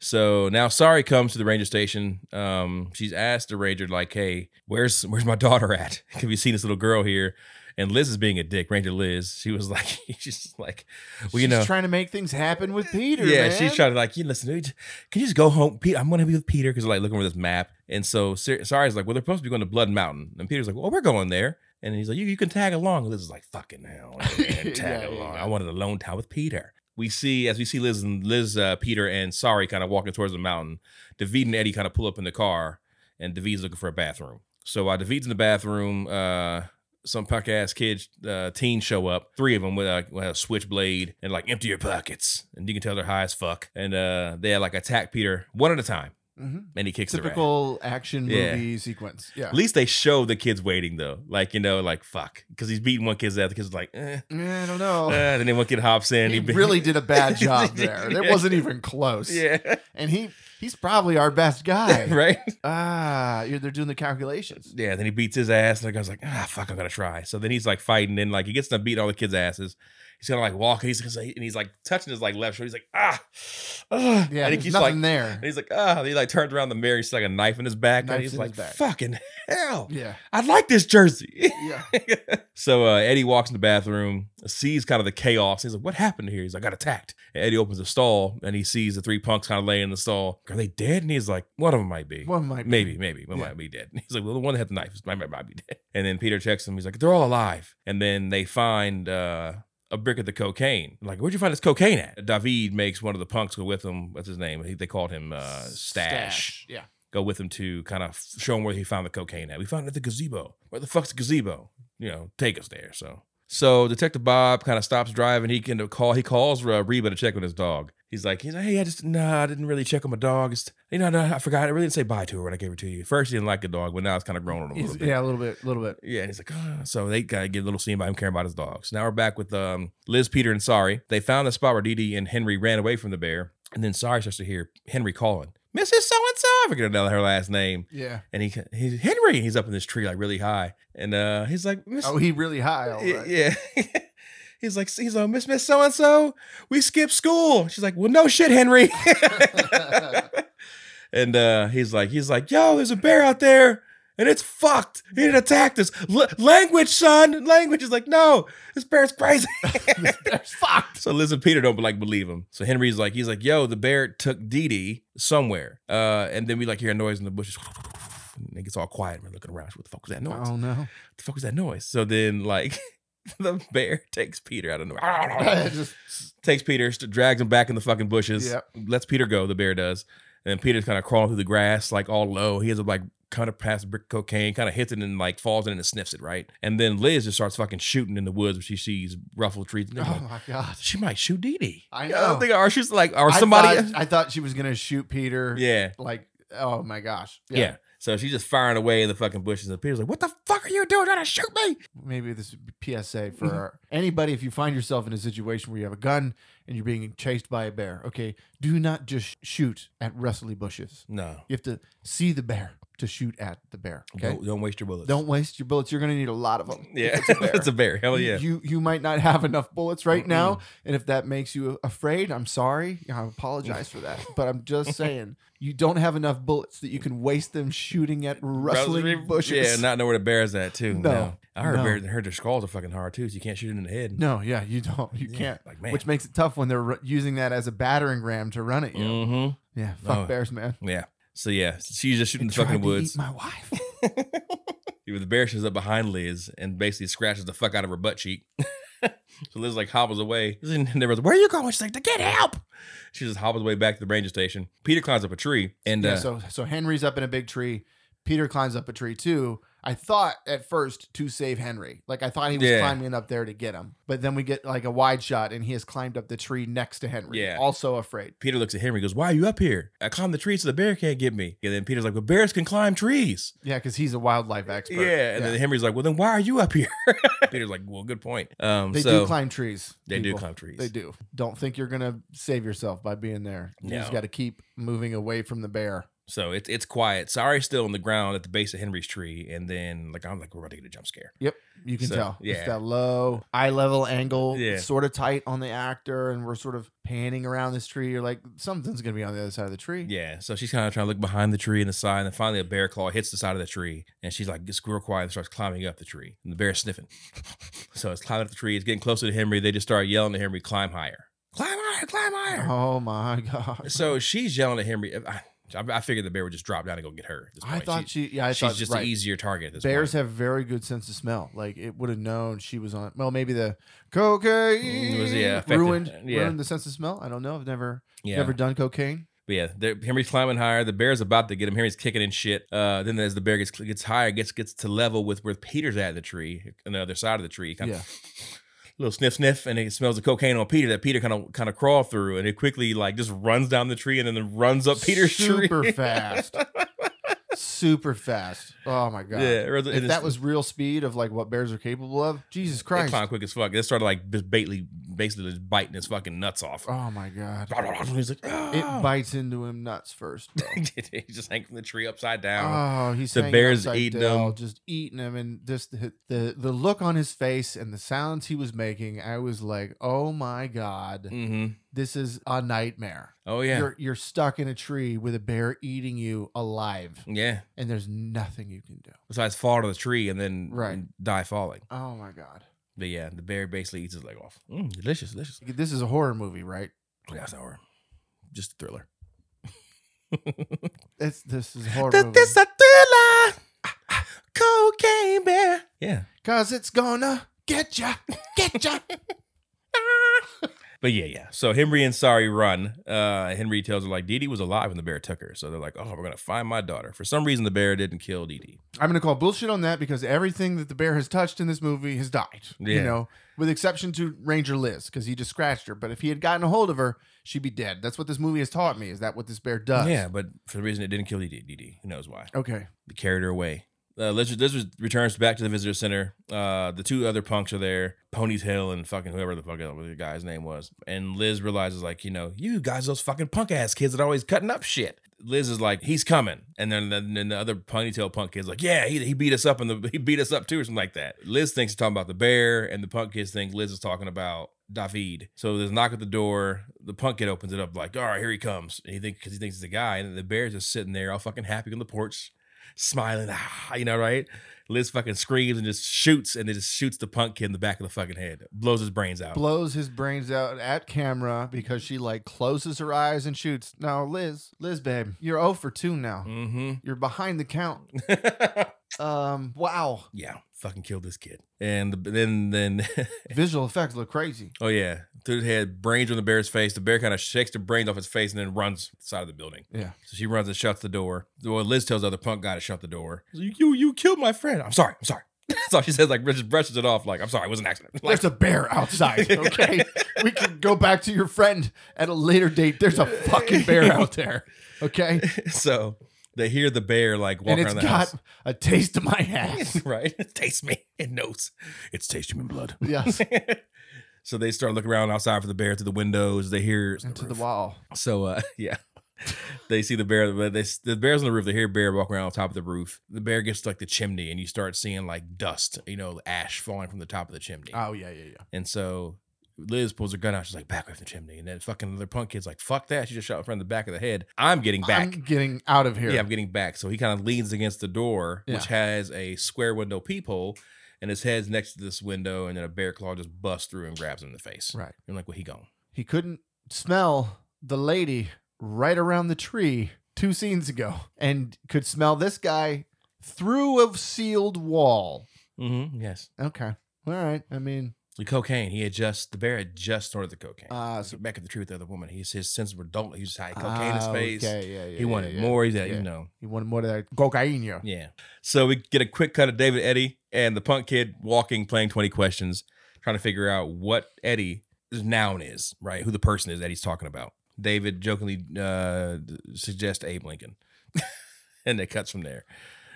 Speaker 1: So now Sari comes to the ranger station. Um, she's asked the ranger, like, hey, where's where's my daughter at? Have you seen this little girl here? And Liz is being a dick. Ranger Liz, she was like, she's just like, well, you
Speaker 2: she's
Speaker 1: know,
Speaker 2: trying to make things happen with Peter.
Speaker 1: yeah,
Speaker 2: man.
Speaker 1: she's trying to like, you listen, dude, can you just go home, Peter? I'm gonna be with Peter because like looking for this map. And so Sar- Sari's like, well, they're supposed to be going to Blood Mountain, and Peter's like, well, we're going there. And he's like, you, you can tag along. And Liz is like, fucking hell, man, tag
Speaker 2: Yeah, yeah,
Speaker 1: along.
Speaker 2: yeah.
Speaker 1: I wanted a lone time with Peter. We see as we see Liz and Liz, uh, Peter, and Sari kind of walking towards the mountain. David and Eddie kind of pull up in the car, and David's looking for a bathroom. So while David's in the bathroom, uh, some punk ass kids, uh, teens show up. Three of them with a, with a switchblade and like empty your pockets, and you can tell they're high as fuck. And uh, they like attack Peter one at a time.
Speaker 2: hmm
Speaker 1: and he kicks the rat.
Speaker 2: Typical action
Speaker 1: Yeah.
Speaker 2: movie sequence. Yeah.
Speaker 1: At least they show the kids waiting though, like you know, like fuck, because he's beating one kid's ass. The kid's like, eh.
Speaker 2: Yeah, I don't
Speaker 1: Uh,
Speaker 2: know.
Speaker 1: then one kid hops in.
Speaker 2: Oh. he
Speaker 1: be-
Speaker 2: really did a bad job there. It
Speaker 1: Yeah.
Speaker 2: wasn't even close.
Speaker 1: yeah,
Speaker 2: And he he's probably our best guy.
Speaker 1: right.
Speaker 2: Ah, you're, they're doing the calculations.
Speaker 1: Yeah, then he beats his ass. And the guy's like, ah, fuck, I'm gonna try. So then he's like fighting, and like he gets to beat all the kids' asses. He's gonna like walk, and he's and he's like touching his like left shoulder. He's like, ah, ah.
Speaker 2: Yeah,
Speaker 1: and he
Speaker 2: there's
Speaker 1: keeps
Speaker 2: nothing
Speaker 1: like,
Speaker 2: there.
Speaker 1: and he's like, ah. And he like turns around the mirror, he's like a knife in his back,
Speaker 2: Knife's
Speaker 1: and he's
Speaker 2: in
Speaker 1: like,
Speaker 2: his back.
Speaker 1: fucking hell,
Speaker 2: Yeah,
Speaker 1: I like this jersey.
Speaker 2: yeah.
Speaker 1: so uh, Eddie walks in the bathroom, sees kind of the chaos. He's like, "What happened here?" He's like, "I got attacked." And Eddie opens the stall, and he sees the three punks kind of laying in the stall. Are they dead? And he's like, "One of them might be."
Speaker 2: One might be.
Speaker 1: Maybe, maybe. One
Speaker 2: Yeah.
Speaker 1: might be dead. He's like, well, the one that had the knife might, might, might be dead. And then Peter checks him. He's like, they're all alive. And then they find uh, a brick of the cocaine. Like, where'd you find this cocaine at? David makes one of the punks go with him. What's his name? He, they called him uh, Stash.
Speaker 2: Yeah.
Speaker 1: Go with him to kind of show him where he found the cocaine at. We found it at the gazebo. Where the fuck's the gazebo? You know, take us there. So. So Detective Bob kind of stops driving. He can call. He calls uh, Reba to check on his dog. He's like, he's like, hey, I just nah, I didn't really check on my dog. It's, you know, no, I forgot. I really didn't say bye to her when I gave her to you. First, he didn't like the dog, but now it's kind of grown on him a
Speaker 2: He's-
Speaker 1: little bit.
Speaker 2: yeah, a little bit, a little bit.
Speaker 1: Yeah, and he's like, ah. so they gotta get a little scene about him caring about his dog. So now we're back with um, Liz, Peter, and Sorry. They found the spot where Dee Dee and Henry ran away from the bear, and then Sorry starts to hear Henry calling, Mrs. So and So. I forget her last name.
Speaker 2: Yeah.
Speaker 1: And he he's Henry. He's up in this tree like really high, and uh, he's like, Miss,
Speaker 2: Oh, he really high. All
Speaker 1: Y-
Speaker 2: right.
Speaker 1: yeah. He's like, he's like, Miss Miss So and So, we skipped school. She's like, well, no shit, Henry. and uh, he's like, he's like, yo, there's a bear out there, and it's fucked. He didn't attack us. L- language, son, language. He's like, no, this bear's crazy.
Speaker 2: That's fucked.
Speaker 1: so Liz and Peter don't like believe him. So Henry's like, he's like, yo, the bear took Dee Dee somewhere, uh, and then we like hear a noise in the bushes. And it gets all quiet. And we're looking around. What the fuck was that noise?
Speaker 2: Oh no.
Speaker 1: the fuck was that noise? So then, like, the bear takes Peter out of nowhere.
Speaker 2: Just
Speaker 1: takes Peter, st- drags him back in the fucking bushes.
Speaker 2: Yep.
Speaker 1: Lets Peter go, the bear does. And then Peter's kind of crawling through the grass, like all low. He ends up like kind of past brick cocaine, kind of hits it and like falls in and sniffs it, right? And then Liz just starts fucking shooting in the woods when she sees ruffled trees. And they're
Speaker 2: Oh
Speaker 1: like,
Speaker 2: my god.
Speaker 1: she might shoot Dee Dee.
Speaker 2: I
Speaker 1: I
Speaker 2: know.
Speaker 1: don't think, or she's like, or
Speaker 2: I
Speaker 1: somebody.
Speaker 2: thought- I thought she was gonna shoot Peter.
Speaker 1: yeah.
Speaker 2: Like, oh my gosh.
Speaker 1: Yeah. So she's just firing away in the fucking bushes. And Peter's like, what the fuck are you doing trying to shoot me?
Speaker 2: Maybe this would be PSA for our- anybody. If you find yourself in a situation where you have a gun and you're being chased by a bear, okay, do not just shoot at rustly bushes.
Speaker 1: No.
Speaker 2: You have to see the bear to shoot at the bear. Okay.
Speaker 1: Don't, don't waste your bullets. Mm,
Speaker 2: Don't waste your bullets. You're going to need a lot of them.
Speaker 1: Yeah,
Speaker 2: If it's a bear.
Speaker 1: Hell
Speaker 2: You-
Speaker 1: yeah.
Speaker 2: You you might not have enough bullets right now,
Speaker 1: Mm-mm.
Speaker 2: and if that makes you afraid, I'm sorry. I apologize for that, but I'm just saying you don't have enough bullets that you can waste them shooting at rustling
Speaker 1: Raspberry-
Speaker 2: bushes.
Speaker 1: Yeah, not know where the bear's at too. No,
Speaker 2: No,
Speaker 1: I heard
Speaker 2: no.
Speaker 1: bears, heard their skulls are fucking hard too, so you can't shoot it in the head.
Speaker 2: no, yeah, you don't. You
Speaker 1: Yeah,
Speaker 2: can't.
Speaker 1: Like man.
Speaker 2: Which makes it tough when they're ru- using that as a battering ram to run at you.
Speaker 1: Mm-hmm.
Speaker 2: Yeah, fuck
Speaker 1: No.
Speaker 2: bears, man.
Speaker 1: Yeah. So yeah, she's just shooting
Speaker 2: It
Speaker 1: the fucking
Speaker 2: tried to
Speaker 1: woods.
Speaker 2: Eat my wife.
Speaker 1: the bear shows up behind Liz and basically scratches the fuck out of her butt cheek. so Liz like hobbles away. And everyone's like, "Where are you going?" She's like, "To get help." She just hobbles away back to the ranger station. Peter climbs up a tree and
Speaker 2: Yeah,
Speaker 1: uh,
Speaker 2: so so Henry's up in a big tree. Peter climbs up a tree too. I thought at first to save Henry. Like I thought he was
Speaker 1: Yeah.
Speaker 2: climbing up there to get him. But then we get like a wide shot and he has climbed up the tree next to Henry.
Speaker 1: Yeah.
Speaker 2: Also afraid.
Speaker 1: Peter looks at Henry and goes, "Why are you up here? I climbed the tree so the bear can't get me." And then Peter's like, "But bears can climb trees."
Speaker 2: Yeah, because he's a wildlife expert.
Speaker 1: Yeah, and then Henry's like, "Well, then why are you up here?" Peter's like, "Well, good point." Um,
Speaker 2: they
Speaker 1: so
Speaker 2: do climb trees.
Speaker 1: they do
Speaker 2: people.
Speaker 1: climb trees.
Speaker 2: They do. Don't think you're gonna save yourself by being there. You just
Speaker 1: No.
Speaker 2: gotta keep moving away from the bear.
Speaker 1: So it's it's quiet. Sorry's still on the ground at the base of Henry's tree, and then like I'm like, we're about to get a jump scare.
Speaker 2: You can
Speaker 1: So,
Speaker 2: tell.
Speaker 1: yeah.
Speaker 2: It's that low eye level angle,
Speaker 1: Yeah.
Speaker 2: sort of tight on the actor, and we're sort of panning around this tree. You're like, something's gonna be on the other side of the tree.
Speaker 1: Yeah. So she's kind of trying to look behind the tree and the side, and then finally a bear claw hits the side of the tree, and she's like, gets real quiet and starts climbing up the tree. And the bear's sniffing. so it's climbing up the tree. It's getting closer to Henry. They just start yelling to Henry, "Climb higher! Climb higher! Climb higher!"
Speaker 2: Oh my god!
Speaker 1: So she's yelling at Henry. I, I figured the bear would just drop down and go get her. At this
Speaker 2: I
Speaker 1: point.
Speaker 2: thought
Speaker 1: She-
Speaker 2: she. Yeah, I
Speaker 1: she's
Speaker 2: thought
Speaker 1: just
Speaker 2: right.
Speaker 1: an easier target. At this
Speaker 2: Bears
Speaker 1: point.
Speaker 2: have very good sense of smell. Like it would have known she was on. Well, maybe the cocaine
Speaker 1: Mm, was- yeah, affected.
Speaker 2: ruined
Speaker 1: Yeah.
Speaker 2: ruined the sense of smell. I don't know. I've never
Speaker 1: yeah.
Speaker 2: never done cocaine.
Speaker 1: But yeah, they're- Henry's climbing higher. The bear's about to get him. Henry's kicking and shit. Uh, then as the bear gets gets higher, gets gets to level with where Peter's at in the tree, on the other side of the tree. Kind
Speaker 2: Yeah.
Speaker 1: of little sniff sniff and it smells the cocaine on Peter that Peter kind of kind of crawled through and it quickly like just runs down the tree and then runs up Peter's tree.
Speaker 2: super fast, super fast. Oh my god!
Speaker 1: Yeah, it runs-
Speaker 2: If
Speaker 1: it
Speaker 2: that
Speaker 1: is-
Speaker 2: was real speed of like what bears are capable of, Jesus
Speaker 1: it
Speaker 2: Christ!
Speaker 1: climbed quick as fuck. It started like just basically basically just biting his fucking nuts off.
Speaker 2: Oh my god!
Speaker 1: He's like,
Speaker 2: It
Speaker 1: "Ah."
Speaker 2: bites into him nuts first. bro.
Speaker 1: he just hang from the tree upside down.
Speaker 2: Oh, he's
Speaker 1: The
Speaker 2: hanging
Speaker 1: bear's
Speaker 2: upside
Speaker 1: eating
Speaker 2: down,
Speaker 1: him.
Speaker 2: just eating him, and just the, the the look on his face and the sounds he was making. I was like, oh my god,
Speaker 1: hmm
Speaker 2: this is a nightmare.
Speaker 1: Oh yeah,
Speaker 2: You're you're stuck in a tree with a bear eating you alive,
Speaker 1: yeah.
Speaker 2: and there's nothing you can do.
Speaker 1: Besides, fall to the tree and then
Speaker 2: Right.
Speaker 1: die falling.
Speaker 2: Oh my god,
Speaker 1: But yeah, the bear basically eats his leg off. Mm, delicious, delicious.
Speaker 2: this is a horror movie, right?
Speaker 1: Glass hour, just a thriller.
Speaker 2: It's this is a horror
Speaker 1: Th-
Speaker 2: movie.
Speaker 1: This a thriller. Ah, ah, Cocaine bear. Yeah.
Speaker 2: Cause it's gonna get ya, get ya.
Speaker 1: But yeah, yeah. So Henry and Sari run. Uh, Henry tells her like Dee Dee was alive when the bear took her. So they're like, oh, we're gonna find my daughter. For some reason, the bear didn't kill Dee Dee.
Speaker 2: I'm gonna call bullshit on that because everything that the bear has touched in this movie has died.
Speaker 1: Yeah.
Speaker 2: You know, with exception to Ranger Liz because he just scratched her. But if he had gotten a hold of her, she'd be dead. That's what this movie has taught me. Is that what this bear does?
Speaker 1: Yeah, but for the reason it didn't kill Dee Dee. Dee Dee, who knows why?
Speaker 2: Okay.
Speaker 1: They carried her away. Uh, Lizard, Lizard returns back to the visitor center. Uh, the two other punks are there, Ponytail and fucking whoever the fuck the guy's name was. And Liz realizes, like, you know, you guys, those fucking punk ass kids that always cutting up shit. Liz is like, he's coming, and then then, then the other Ponytail punk kid's like, yeah, he, he beat us up and the he beat us up too or something like that. Liz thinks he's talking about the bear, and the punk kids think Liz is talking about David. So there's a knock at the door. The punk kid opens it up like, all right, here he comes. And he thinks because he thinks it's a guy, and the bear's just sitting there all fucking happy on the porch smiling, ah, you know, right? Liz fucking screams and just shoots, and then just shoots the punk kid in the back of the fucking head, blows his brains out.
Speaker 2: Blows his brains out at camera because she like closes her eyes and shoots. Now, Liz, Liz, babe, you're 0 for 2 now.
Speaker 1: mm-hmm.
Speaker 2: You're behind the count. Um, wow.
Speaker 1: yeah, fucking killed this kid, and the- then then
Speaker 2: Visual effects look crazy.
Speaker 1: oh yeah, through his head, brains on the bear's face. The bear kind of shakes the brains off his face and then runs side of the building.
Speaker 2: Yeah.
Speaker 1: So she runs and shuts the door. Well, Liz tells the other punk guy to shut the door. You you, you killed my friend. I'm sorry. I'm sorry. That's all she says. Like just brushes it off. Like I'm sorry. It was an accident. Like,
Speaker 2: There's a bear outside, okay? we can go back to your friend at a later date. There's a fucking bear out there, okay?
Speaker 1: so they hear the bear like walk
Speaker 2: and it's
Speaker 1: around the
Speaker 2: got
Speaker 1: house.
Speaker 2: a taste of my ass.
Speaker 1: right? Taste me. It knows. It's taste human blood.
Speaker 2: yes.
Speaker 1: so they start looking around outside for the bear through the windows. They hear it's the
Speaker 2: Into the
Speaker 1: roof.
Speaker 2: wall.
Speaker 1: So uh, yeah, they see the bear. but They the bear's on the roof. They hear bear walking around on top of the roof. The bear gets to, like the chimney, and you start seeing like dust, you know, ash falling from the top of the chimney.
Speaker 2: Oh, yeah, yeah, yeah.
Speaker 1: and so Liz pulls her gun out. She's like, "Back away from the chimney." And then fucking other punk kid's like, "Fuck that!" She just shot in front of the back of the head. I'm getting back.
Speaker 2: I'm getting out of here.
Speaker 1: Yeah, I'm getting back. So he kind of leans against the door, which has a square window peephole, and his head's next to this window, and then a bear claw just busts through and grabs him in the face.
Speaker 2: Right.
Speaker 1: I'm like, well, he gone.
Speaker 2: He couldn't smell the lady right around the tree two scenes ago and could smell this guy through a sealed wall.
Speaker 1: Mm-hmm. Yes.
Speaker 2: Okay. All right. I mean,
Speaker 1: The cocaine. He had just the bear had just snorted the cocaine.
Speaker 2: uh,
Speaker 1: So back at the tree with the other woman. He's his senses were dulled. He just had cocaine in his
Speaker 2: ah,
Speaker 1: face.
Speaker 2: Okay, yeah, yeah,
Speaker 1: he wanted
Speaker 2: yeah, yeah.
Speaker 1: more. He's that
Speaker 2: Yeah.
Speaker 1: you know.
Speaker 2: He wanted more of that cocaine. yeah.
Speaker 1: Yeah. So we get a quick cut of David Eddie and the punk kid walking, playing 20 questions, trying to figure out what Eddie's noun is, right? Who the person is that he's talking about. David jokingly uh, suggests Abe Lincoln. and it cuts from there.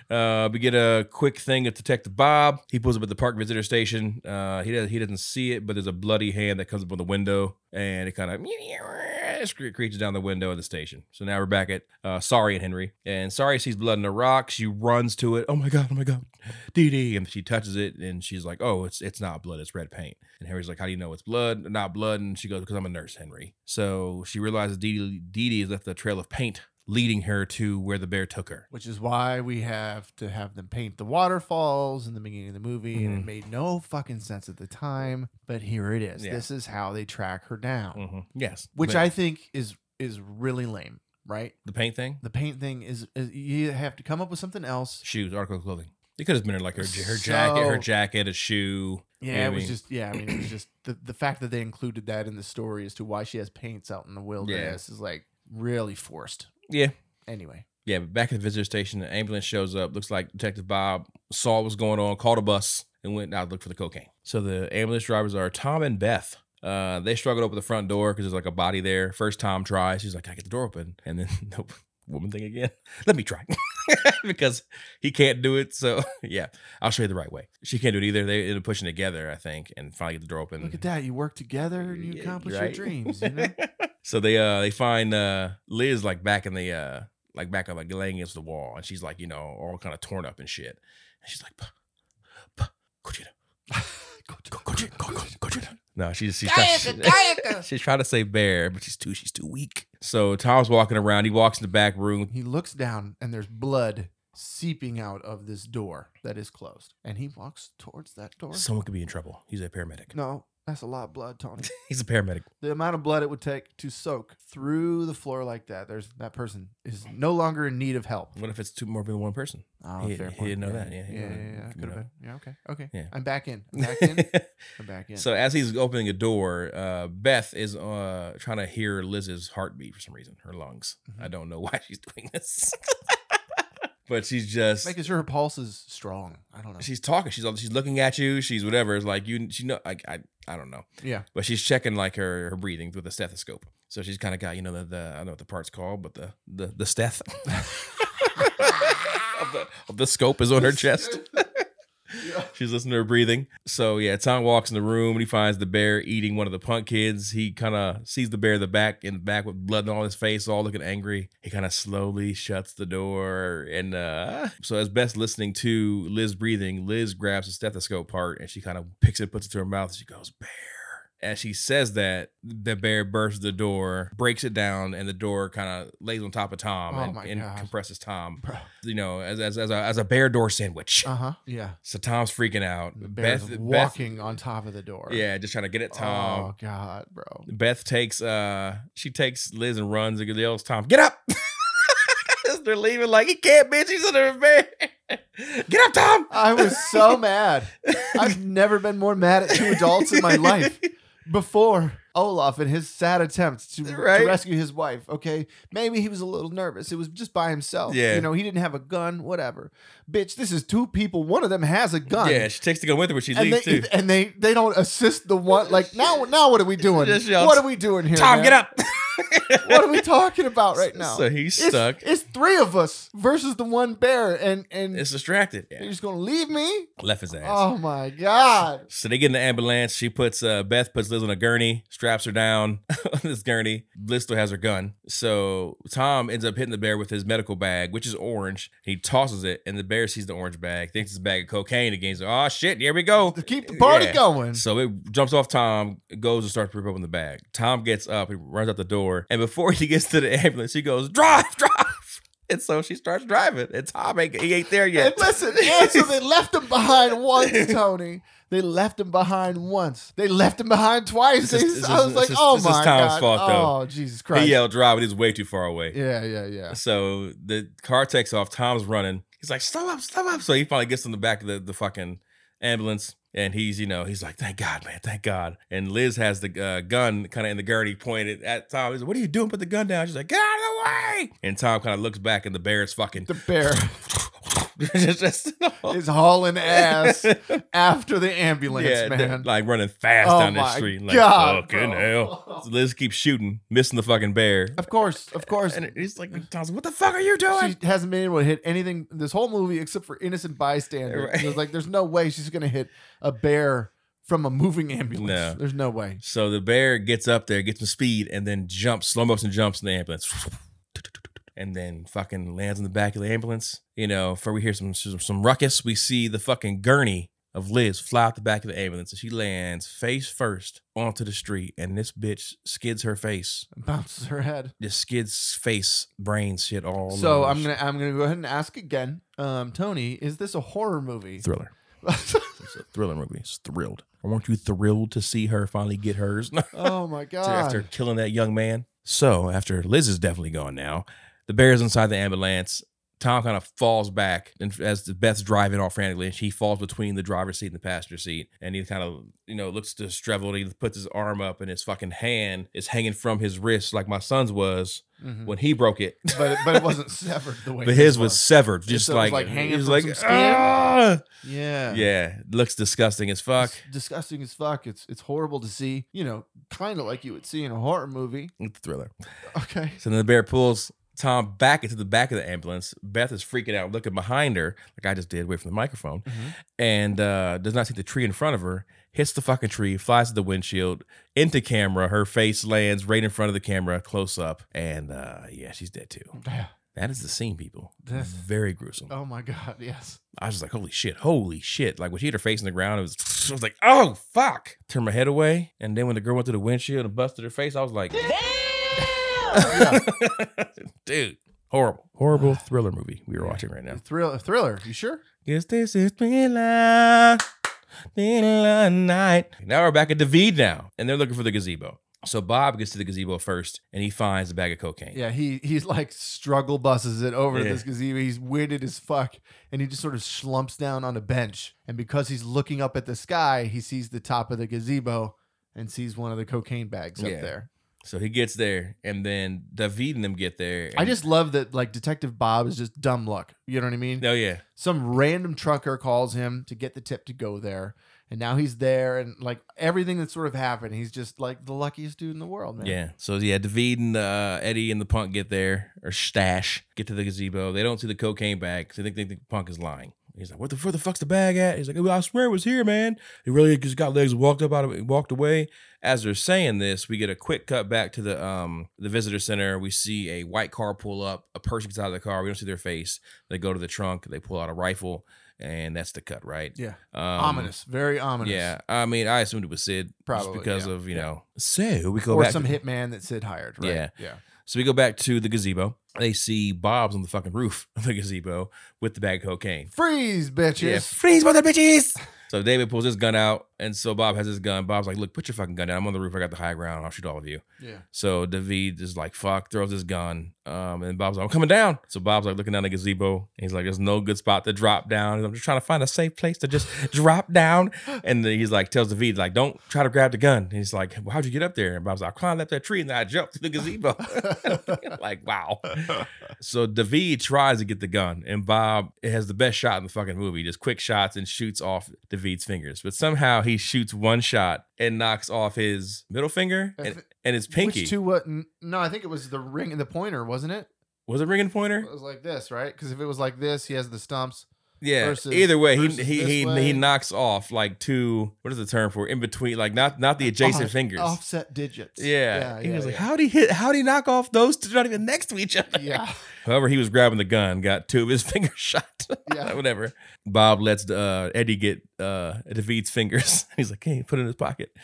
Speaker 1: Uh, we get a quick thing of Detective Bob. He pulls up at the park visitor station. Uh, he does, he doesn't see it, but there's a bloody hand that comes up on the window, and it kind of screeches down the window of the station. So now we're back at uh, Sorry and Henry, and Sorry sees blood in a rock. She runs to it. Oh my god! Oh my god! Dee Dee, and she touches it, and she's like, "Oh, it's it's not blood. It's red paint." And Henry's like, "How do you know it's blood? Not blood?" And she goes, "Because I'm a nurse, Henry." So she realizes Dee Dee, Dee Dee has left a trail of paint leading her to where the bear took her.
Speaker 2: which is why we have to have them paint the waterfalls in the beginning of the movie and
Speaker 1: Mhm.
Speaker 2: it made no fucking sense at the time but here it is
Speaker 1: Yeah.
Speaker 2: this is how they track her down
Speaker 1: Mhm. Yes,
Speaker 2: Mm-hmm. which
Speaker 1: But
Speaker 2: i think is is really lame right
Speaker 1: the paint thing,
Speaker 2: the paint thing is, is you have to come up with something else
Speaker 1: shoes, article of clothing. It could have been like her her jacket, her
Speaker 2: So-
Speaker 1: jacket, a shoe.
Speaker 2: yeah,
Speaker 1: Yeah, I
Speaker 2: it was
Speaker 1: mean-
Speaker 2: just yeah i mean it was just the, the fact that they included that in the story as to why she has paints out in the wilderness is like really forced
Speaker 1: Yeah.
Speaker 2: anyway
Speaker 1: Yeah, but back at the visitor station, the ambulance shows up. Looks like Detective Bob saw what was going on, called a bus, and went out to look for the cocaine. So the ambulance drivers are Tom and Beth. Uh, they struggle to open the front door because there's like a body there. First, Tom tries. He's like, "I get the door open," and then nope, woman thing again. Let me try because he can't do it. So yeah, I'll show you the right way. She can't do it either. They end up pushing together, I think, and finally get the door open.
Speaker 2: Look at that. You work together and you
Speaker 1: Yeah,
Speaker 2: accomplish
Speaker 1: right.
Speaker 2: your dreams. You know?
Speaker 1: so they uh they find uh Liz like back in the uh like back up like laying against the wall and she's like you know all kind of torn up and shit and she's like "Puh, puh, Gogeta, Go- Gogeta, Go- Go- Gogeta." no she's she's trying, she's trying to say bear but she's too she's too weak so Tom's walking around he walks in the back room
Speaker 2: he looks down and there's blood seeping out of this door that is closed. And he walks towards that door.
Speaker 1: someone could be in trouble he's a paramedic
Speaker 2: no, that's a lot of blood, Tony.
Speaker 1: he's a paramedic
Speaker 2: the amount of blood it would take to soak through the floor like that, there's that person is no longer in need of help.
Speaker 1: what if it's two more than one person
Speaker 2: Oh,
Speaker 1: He-
Speaker 2: fair
Speaker 1: he
Speaker 2: point.
Speaker 1: didn't know that. Yeah, he
Speaker 2: yeah, yeah.
Speaker 1: would've-
Speaker 2: yeah,
Speaker 1: you
Speaker 2: Could have
Speaker 1: know.
Speaker 2: been. Yeah, okay, okay.
Speaker 1: Yeah.
Speaker 2: I'm back in. I'm back in. I'm back in.
Speaker 1: So as he's opening a door, uh, Beth is uh, trying to hear Liz's heartbeat for some reason, her lungs.
Speaker 2: Mhm.
Speaker 1: I don't know why she's doing this, but she's just
Speaker 2: making sure her pulse is strong. I don't know.
Speaker 1: she's talking. She's all- she's looking at you. She's whatever. It's like you. She know. I I, I don't know,
Speaker 2: yeah.
Speaker 1: but she's checking like her, her breathing with a stethoscope. So she's kind of got you know the, the I don't know what the part's called, but the the the steth. of the, of the scope is on her chest. She's listening to her breathing. So yeah, Tom walks in the room and he finds the bear eating one of the punk kids. He kind of sees the bear in the back in the back with blood on his face, all looking angry. He kind of slowly shuts the door and uh so as best listening to Liz breathing, Liz grabs the stethoscope part and she kind of picks it, puts it to her mouth, and she goes, Bear. As she says that, the bear bursts the door, breaks it down, and the door kind of lays on top of Tom
Speaker 2: Oh
Speaker 1: and,
Speaker 2: my
Speaker 1: and
Speaker 2: God.
Speaker 1: compresses Tom
Speaker 2: Bro.
Speaker 1: you know, as as as a, as a bear door sandwich.
Speaker 2: Uh huh. Yeah.
Speaker 1: so Tom's freaking out.
Speaker 2: The bear's
Speaker 1: Beth
Speaker 2: walking on top of the door.
Speaker 1: Beth, yeah, just trying to get at Tom.
Speaker 2: Oh God, bro.
Speaker 1: Beth takes uh she takes Liz and runs and yells, Tom, get up. As They're leaving like he can't, bitch. He's under a bear. Get up, Tom.
Speaker 2: I was so mad. I've never been more mad at two adults in my life before. Olaf and his sad attempts to, to
Speaker 1: Right.
Speaker 2: rescue his wife. Okay, maybe he was a little nervous. It was just by himself.
Speaker 1: Yeah.
Speaker 2: you know, he didn't have a gun. Whatever, bitch. This is two people. One of them has a gun.
Speaker 1: Yeah, she takes the gun with her, but she
Speaker 2: and they
Speaker 1: leaves too.
Speaker 2: and they they don't assist the one. Like now, now what are we doing?
Speaker 1: Just yell,
Speaker 2: What are we doing here?
Speaker 1: Tom,
Speaker 2: man?
Speaker 1: get up.
Speaker 2: What are we talking about right now?
Speaker 1: So he's
Speaker 2: It's-
Speaker 1: stuck.
Speaker 2: It's, three of us versus the one bear, and and
Speaker 1: It's distracted.
Speaker 2: you're
Speaker 1: Yeah.
Speaker 2: just gonna leave me?
Speaker 1: Left his ass.
Speaker 2: Oh my god!
Speaker 1: So they get in the ambulance. She puts uh, Beth puts Liz on a gurney, straps her down on this gurney. Liz still has her gun. So Tom ends up hitting the bear with his medical bag, which is orange. He tosses it, and the bear sees the orange bag, thinks it's a bag of cocaine. Again, he's like, "Oh shit, here we go."
Speaker 2: To keep the party
Speaker 1: Yeah.
Speaker 2: going.
Speaker 1: So it jumps off Tom, goes and starts to rip open the bag. Tom gets up, he runs out the door, and before he gets to the ambulance, he goes, "Drive, drive!" And so she starts driving, and Tom ain't he ain't there yet.
Speaker 2: And listen, yeah, so they left him behind once, Tony. They left him behind once. They left him behind twice.
Speaker 1: This is-
Speaker 2: They-
Speaker 1: this
Speaker 2: I was
Speaker 1: is-
Speaker 2: like,
Speaker 1: this is-
Speaker 2: oh
Speaker 1: this
Speaker 2: my
Speaker 1: is Tom's
Speaker 2: god!
Speaker 1: fault, though.
Speaker 2: Oh Jesus Christ!
Speaker 1: he yelled, "Drive!" But he's way too far away.
Speaker 2: Yeah, yeah, yeah.
Speaker 1: So the car takes off. Tom's running. He's like, "Stop up, stop up!" So he finally gets in the back of the, the fucking ambulance, and he's you know he's like, "Thank God, man, thank God." And Liz has the uh, gun kind of in the gurney pointed at Tom. He's like, "What are you doing? Put the gun down!" She's like, "Get out of the way!" And Tom kind of looks back, and the bear is fucking
Speaker 2: The bear
Speaker 1: just, just-
Speaker 2: is hauling ass after the ambulance,
Speaker 1: yeah, they're,
Speaker 2: man.
Speaker 1: like running fast
Speaker 2: Oh
Speaker 1: down the
Speaker 2: my
Speaker 1: street. Like,
Speaker 2: God,
Speaker 1: fucking
Speaker 2: bro.
Speaker 1: hell! So Liz keeps shooting, missing the fucking bear.
Speaker 2: of course, of course.
Speaker 1: And he's like, Tom's like, "What the fuck are you doing?"
Speaker 2: She hasn't been able to hit anything this whole movie except for innocent bystander.
Speaker 1: Right.
Speaker 2: It was like there's no way she's gonna hit a bear from a moving ambulance.
Speaker 1: No.
Speaker 2: There's no way.
Speaker 1: So the bear gets up there, gets some speed, and then jumps, slow motion jumps in the ambulance. And then fucking lands in the back of the ambulance. You know, before we hear some some, some ruckus, we see the fucking gurney of Liz fly out the back of the ambulance, and she lands face first onto the street. And this bitch skids her face,
Speaker 2: Bounces her head.
Speaker 1: just skids face, brain shit all.
Speaker 2: So
Speaker 1: over
Speaker 2: I'm
Speaker 1: the
Speaker 2: gonna I'm gonna go ahead and ask again. Um, Tony, is this a horror movie?
Speaker 1: sh- thriller. It's a thriller movie. It's thrilled. Or weren't you thrilled to see her finally get hers?
Speaker 2: oh my
Speaker 1: to- after
Speaker 2: god.
Speaker 1: killing that young man. So after Liz is definitely gone now, the bear's inside the ambulance. Tom kind of falls back, and as Beth's driving off frantically, she falls between the driver's seat and the passenger seat, and he kind of you know looks disheveled. He puts his arm up, and his fucking hand is hanging from his wrist like my son's was
Speaker 2: Mhm.
Speaker 1: when he broke it.
Speaker 2: but it, but it wasn't severed the way.
Speaker 1: But his
Speaker 2: this
Speaker 1: was severed, just
Speaker 2: so it was,
Speaker 1: like,
Speaker 2: like, hanging
Speaker 1: he was
Speaker 2: from
Speaker 1: like,
Speaker 2: some skin?
Speaker 1: "Ah!"
Speaker 2: Yeah.
Speaker 1: yeah, looks disgusting as fuck.
Speaker 2: It's disgusting as fuck. It's it's horrible to see. You know, kind of like you would see in a horror movie.
Speaker 1: It's a thriller.
Speaker 2: Okay.
Speaker 1: So then the bear pulls Tom back into the back of the ambulance. Beth is freaking out, looking behind her, like I just did, away from the microphone,
Speaker 2: Mhm.
Speaker 1: and uh, does not see the tree in front of her. Hits the fucking tree, flies to the windshield, into camera. Her face lands right in front of the camera, close up, and uh, yeah, she's dead too. That is the scene, people.
Speaker 2: That's-
Speaker 1: Very gruesome.
Speaker 2: Oh my god. Yes.
Speaker 1: I was just like, holy shit, holy shit. Like when she hit her face in the ground, it was, I was like, oh, fuck. Turned my head away. And then when the girl went through the windshield and busted her face, I was like, dude, horrible. Horrible thriller movie we were watching right now.
Speaker 2: Thriller. Thriller. You sure?
Speaker 1: Guess this is thriller, thriller night. Now we're back at David now, and they're looking for the gazebo. So Bob gets to the gazebo first, and he finds a bag of cocaine.
Speaker 2: Yeah. He he's like struggle buses it over to
Speaker 1: Yeah.
Speaker 2: this gazebo. He's weirded as fuck, and he just sort of slumps down on a bench. And because he's looking up at the sky, he sees the top of the gazebo and sees one of the cocaine bags up
Speaker 1: Yeah.
Speaker 2: there.
Speaker 1: So he gets there, and then David and them get there.
Speaker 2: I
Speaker 1: and-
Speaker 2: just love that like Detective Bob is just dumb luck. You know what I mean?
Speaker 1: oh yeah,
Speaker 2: some random trucker calls him to get the tip to go there and now he's there and like everything that sort of happened he's just like the luckiest dude in the world man
Speaker 1: Yeah. So yeah, David and uh, Eddie and the punk get there or stash get to the gazebo. They don't see the cocaine bag. 'cause They think they think the punk is lying. He's like, "What the where the fuck's the bag at?" He's like, "Well, "I swear it was here, man." He really just got legs walked up out of it, walked away. As they're saying this, we get a quick cut back to the um the visitor center. We see a white car pull up. A person gets out of the car. We don't see their face. They go to the trunk. They pull out a rifle, and that's the cut, right?
Speaker 2: yeah
Speaker 1: Um,
Speaker 2: ominous very ominous
Speaker 1: Yeah, I mean, I assumed it was Sid, just
Speaker 2: Probably,
Speaker 1: because
Speaker 2: yeah.
Speaker 1: of you know. So we go
Speaker 2: or
Speaker 1: back
Speaker 2: some
Speaker 1: to-
Speaker 2: hitman that sid hired right
Speaker 1: Yeah.
Speaker 2: yeah
Speaker 1: so we go back to the gazebo. They see Bob's on the fucking roof of the gazebo with the bag of cocaine.
Speaker 2: freeze bitches
Speaker 1: Yeah, freeze, mother bitches! So David pulls his gun out, and so Bob has his gun. Bob's like, "Look, put your fucking gun down. I'm on the roof. I got the high ground. I'll shoot all of you."
Speaker 2: yeah.
Speaker 1: So David is like, "Fuck!" Throws his gun, um, and Bob's like, "I'm coming down." So Bob's like looking down the gazebo, and he's like, "There's no good spot to drop down. I'm just trying to find a safe place to just drop down." And then he's like, tells David, "Like, don't try to grab the gun." And he's like, well, "How'd you get up there?" And Bob's like, "I climbed up that tree and then I jumped to the gazebo." like, wow. So David tries to get the gun, and Bob has the best shot in the fucking movie. Just quick shots and shoots off David's fingers, but somehow he shoots one shot and knocks off his middle finger
Speaker 2: I
Speaker 1: and,
Speaker 2: thi-
Speaker 1: and his pinky.
Speaker 2: Which two what? n- No, I think it was the ring and the pointer, wasn't it?
Speaker 1: Was it ring and pointer?
Speaker 2: It was like this, right? Because if it was like this, he has the stumps.
Speaker 1: Yeah.
Speaker 2: versus-
Speaker 1: Either way, he
Speaker 2: versus
Speaker 1: he
Speaker 2: this
Speaker 1: he,
Speaker 2: way.
Speaker 1: he knocks off like two. What is the term for in between? Like not not the adjacent
Speaker 2: Off-
Speaker 1: fingers.
Speaker 2: Offset digits.
Speaker 1: Yeah. He
Speaker 2: yeah,
Speaker 1: was like,
Speaker 2: yeah.
Speaker 1: how'd he hit? How'd he knock off those two? Not even next to each other.
Speaker 2: yeah.
Speaker 1: However, he was grabbing the gun, got two of his fingers shot.
Speaker 2: Yeah.
Speaker 1: Whatever. Bob lets uh, Eddie get uh, David's fingers. He's like, hey, put it in his pocket.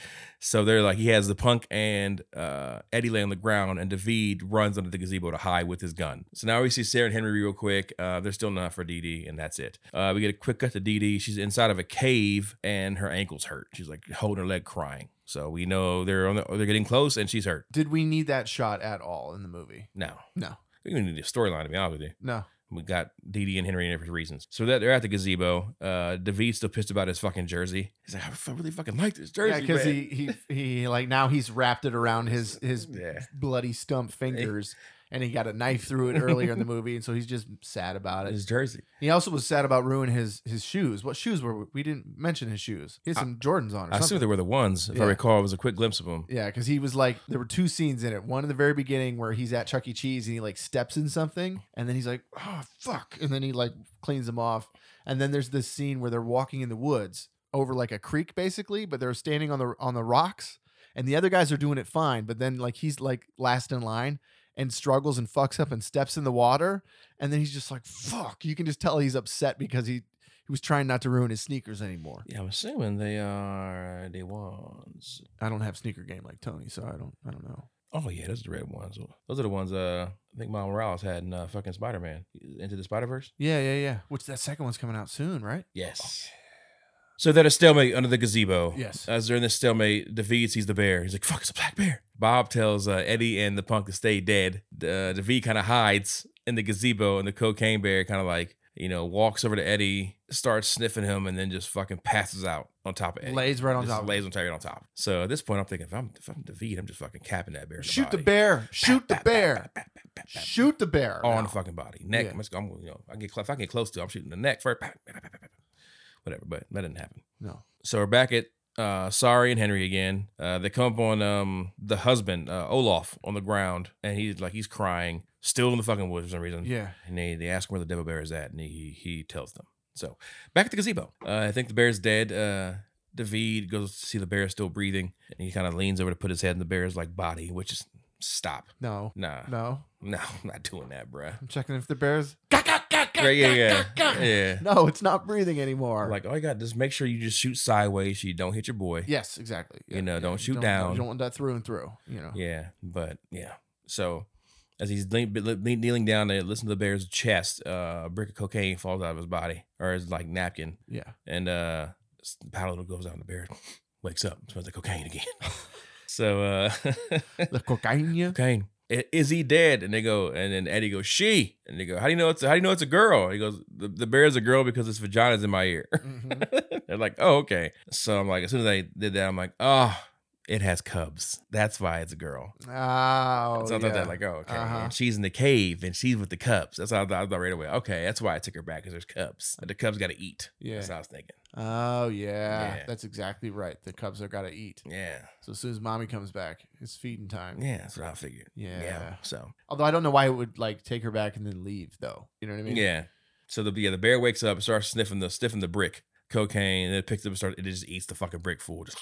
Speaker 1: So they're like, he has the punk and uh, Eddie lay on the ground, and David runs under the gazebo to hide with his gun. So now we see Sarah and Henry real quick. Uh, they're still not for Dee Dee, and that's it. Uh, we get a quick cut to Dee Dee. She's inside of a cave, and her ankle's hurt. She's like holding her leg, crying. So we know they're on the, they're getting close, and she's hurt.
Speaker 2: Did we need that shot at all in the movie?
Speaker 1: Now,
Speaker 2: No.
Speaker 1: we don't need a storyline to be honest with you.
Speaker 2: No.
Speaker 1: We got Dee Dee and Henry and different reasons. So that they're at the gazebo. Uh, David's still pissed about his fucking jersey. He's like, I f- really fucking like this jersey.
Speaker 2: Yeah, because
Speaker 1: man."
Speaker 2: he he he like now he's wrapped it around his his
Speaker 1: Yeah.
Speaker 2: bloody stump fingers, and he got a knife through it earlier in the movie, and so he's just sad about it.
Speaker 1: his jersey.
Speaker 2: He also was sad about ruining his his shoes. What shoes were we, we didn't mention his shoes? He had some Jordans on. Or
Speaker 1: I assume
Speaker 2: something.
Speaker 1: they were the ones. If I
Speaker 2: Yeah.
Speaker 1: recall, it was a quick glimpse of them.
Speaker 2: Yeah, because he was like, there were two scenes in it. One in the very beginning where he's at Chuck E. Cheese and he like steps in something, and then he's like, oh fuck, and then he like cleans them off. And then there's this scene where they're walking in the woods over like a creek, basically, but they're standing on the on the rocks, and the other guys are doing it fine, but then like he's like last in line and struggles and fucks up and steps in the water, and then he's just like, fuck. You can just tell he's upset because he he was trying not to ruin his sneakers anymore.
Speaker 1: Yeah, I'm assuming they are the ones.
Speaker 2: I don't have sneaker game like Tony, so I don't I don't know.
Speaker 1: Oh yeah, those are the red ones. Those are the ones. Uh, I think Miles Morales had in uh, fucking Spider Man into the Spider Verse.
Speaker 2: Yeah, yeah, yeah. Which that second one's coming out soon, right?
Speaker 1: Yes. So they're at a stalemate under the gazebo.
Speaker 2: Yes.
Speaker 1: As they're in this stalemate, David sees the bear. He's like, fuck, it's a black bear. Bob tells uh, Eddie and the punk to stay dead. Uh, David kind of hides. in the gazebo, and the cocaine bear kind of like you know walks over to Eddie, starts sniffing him, and then just fucking passes out on top of Eddie.
Speaker 2: Lays right on
Speaker 1: Just
Speaker 2: top.
Speaker 1: Lays on top, right on top. So at this point, I'm thinking if I'm if I'm David, I'm just fucking capping that bear. in
Speaker 2: Shoot the
Speaker 1: body.
Speaker 2: bear. Shoot the
Speaker 1: Bap, bap,
Speaker 2: bear.
Speaker 1: bap, bap, bap, bap, bap.
Speaker 2: Shoot the bear.
Speaker 1: All on
Speaker 2: now.
Speaker 1: the fucking body, neck.
Speaker 2: Yeah.
Speaker 1: I'm, just, I'm you know I get close. If I get close to, it, I'm shooting the neck first. Bap, bap, bap, bap, bap. Whatever, but that didn't happen.
Speaker 2: No.
Speaker 1: So we're back at uh, Sorry and Henry again. Uh, they come up on um, the husband, uh, Olaf, on the ground, and he's like, he's crying, still in the fucking woods for some reason.
Speaker 2: Yeah.
Speaker 1: And they, they ask him where the devil bear is at, and he, he tells them. So back at the gazebo, uh, I think the bear's dead. Uh, David goes to see the bear still breathing, and he kind of leans over to put his head in the bear's like body, which is stop.
Speaker 2: No.
Speaker 1: Nah, no,
Speaker 2: No.
Speaker 1: I'm not doing that, bruh.
Speaker 2: I'm checking if the bear's.
Speaker 1: Right, yeah, yeah, yeah.
Speaker 2: No, it's not breathing anymore.
Speaker 1: Like, all you got, just make sure you just shoot sideways, so you don't hit your boy.
Speaker 2: yes, exactly.
Speaker 1: You know, don't shoot down.
Speaker 2: You don't want that through and through. You know.
Speaker 1: Yeah, but yeah. So as he's le- le- le- kneeling down to listen to the bear's chest, uh, a brick of cocaine falls out of his body or his like napkin,
Speaker 2: Yeah.
Speaker 1: and uh, s- the paddle goes out, and the bear wakes up, smells like cocaine again. so uh,
Speaker 2: The cocaine. yeah.
Speaker 1: cocaine. "I- Is he dead? And they go, and then Eddie goes, she. And they go, how do you know it's how do you know it's a girl? He goes, the, the bear's a girl because his vagina's in my ear.
Speaker 2: Mhm.
Speaker 1: They're like, oh, okay. So I'm like, as soon as I did that, I'm like, oh, it has cubs. That's why it's a girl.
Speaker 2: Oh.
Speaker 1: so I thought
Speaker 2: yeah.
Speaker 1: that like, oh, okay,
Speaker 2: Uh-huh.
Speaker 1: and she's in the cave and she's with the cubs. That's how I thought, I thought right away. Okay, that's why I took her back because there's cubs. The cubs got to eat.
Speaker 2: Yeah.
Speaker 1: That's what I was thinking.
Speaker 2: Oh yeah.
Speaker 1: Yeah.
Speaker 2: That's exactly right. The cubs are gotta eat.
Speaker 1: Yeah,
Speaker 2: So as soon as mommy comes back, it's feeding time.
Speaker 1: yeah, that's what I figured.
Speaker 2: Yeah.
Speaker 1: So
Speaker 2: Although I don't know why it would like take her back and then leave though. You know what I mean?
Speaker 1: yeah, so the yeah the bear wakes up, and starts sniffing the sniffing the brick cocaine, and it picks up and starts it just eats the fucking brick full, just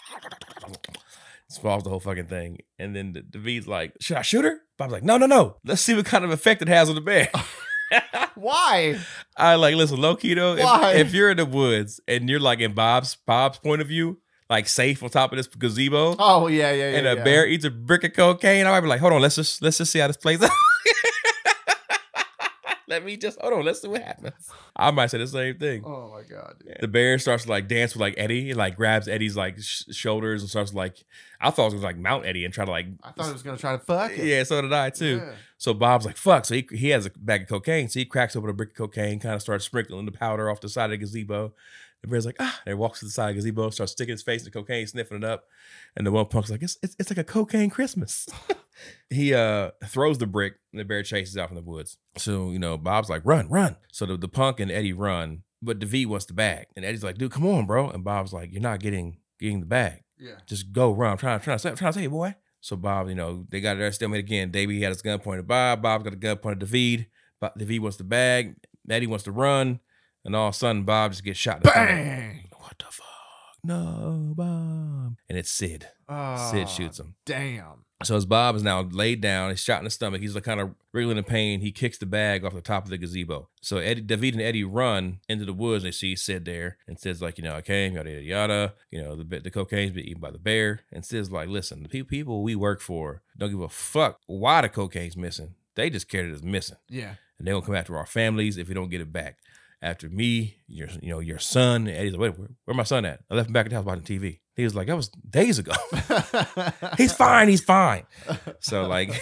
Speaker 1: swallows the whole fucking thing, and then the, the V's like, should I shoot her? Bob's like, no, no, no. Let's see what kind of effect it has on the bear.
Speaker 2: Why?
Speaker 1: I like listen, low key though.
Speaker 2: Why?
Speaker 1: If, if you're in the woods and you're like in Bob's Bob's point of view, like safe on top of this gazebo,
Speaker 2: Oh yeah, yeah, yeah.
Speaker 1: and a
Speaker 2: yeah.
Speaker 1: bear eats a brick of cocaine, I might be like, hold on, let's just let's just see how this plays out. Let me just hold on, let's see what happens. I might say the same thing.
Speaker 2: Oh my god. dude.
Speaker 1: The bear starts to like dance with like Eddie, and, like grabs Eddie's like sh- shoulders and starts like I thought it was gonna, like mount Eddie and try to like
Speaker 2: I thought it was gonna try to fuck it.
Speaker 1: yeah. So did I too.
Speaker 2: Yeah.
Speaker 1: So Bob's like, fuck. So he, he has a bag of cocaine. So he cracks open a brick of cocaine, kind of starts sprinkling the powder off the side of the gazebo. The bear's like, ah, and he walks to the side of the gazebo, starts sticking his face in the cocaine, sniffing it up. And the one punk's like, it's, it's, it's like a cocaine Christmas. he uh throws the brick, and the bear chases out from the woods. So, you know, Bob's like, run, run. So the, the punk and Eddie run, but DeVee wants the bag. And Eddie's like, dude, come on, bro. And Bob's like, you're not getting getting the bag
Speaker 2: Yeah.
Speaker 1: just go run. I'm trying, trying, to, trying to tell you, boy. So Bob, you know, they got their stalemate again. Davey had his gun pointed at Bob. Bob got a gun pointed at David. Bob, David wants the bag. Eddie wants to run. And all of a sudden, Bob just gets shot. in the stomach.
Speaker 2: Bang.
Speaker 1: What the fuck? No, Bob. And it's Sid.
Speaker 2: Oh,
Speaker 1: Sid shoots him.
Speaker 2: Damn.
Speaker 1: So as Bob is now laid down, he's shot in the stomach. He's like kind of wriggling in pain. He kicks the bag off the top of the gazebo. So Eddie, David and Eddie run into the woods. They see Sid there, and Sid's like, you know, I came, yada yada yada. You know, the bit- the cocaine's been eaten by the bear. And Sid's like, listen, the pe- people we work for don't give a fuck why the cocaine's missing. They just care that it's missing,
Speaker 2: Yeah.
Speaker 1: and they gonna come after our families if we don't get it back. After me, your you know your son. And Eddie's like, wait, where, where my son at? I left him back at the house watching TV. He was like, that was days ago. he's fine. He's fine. So like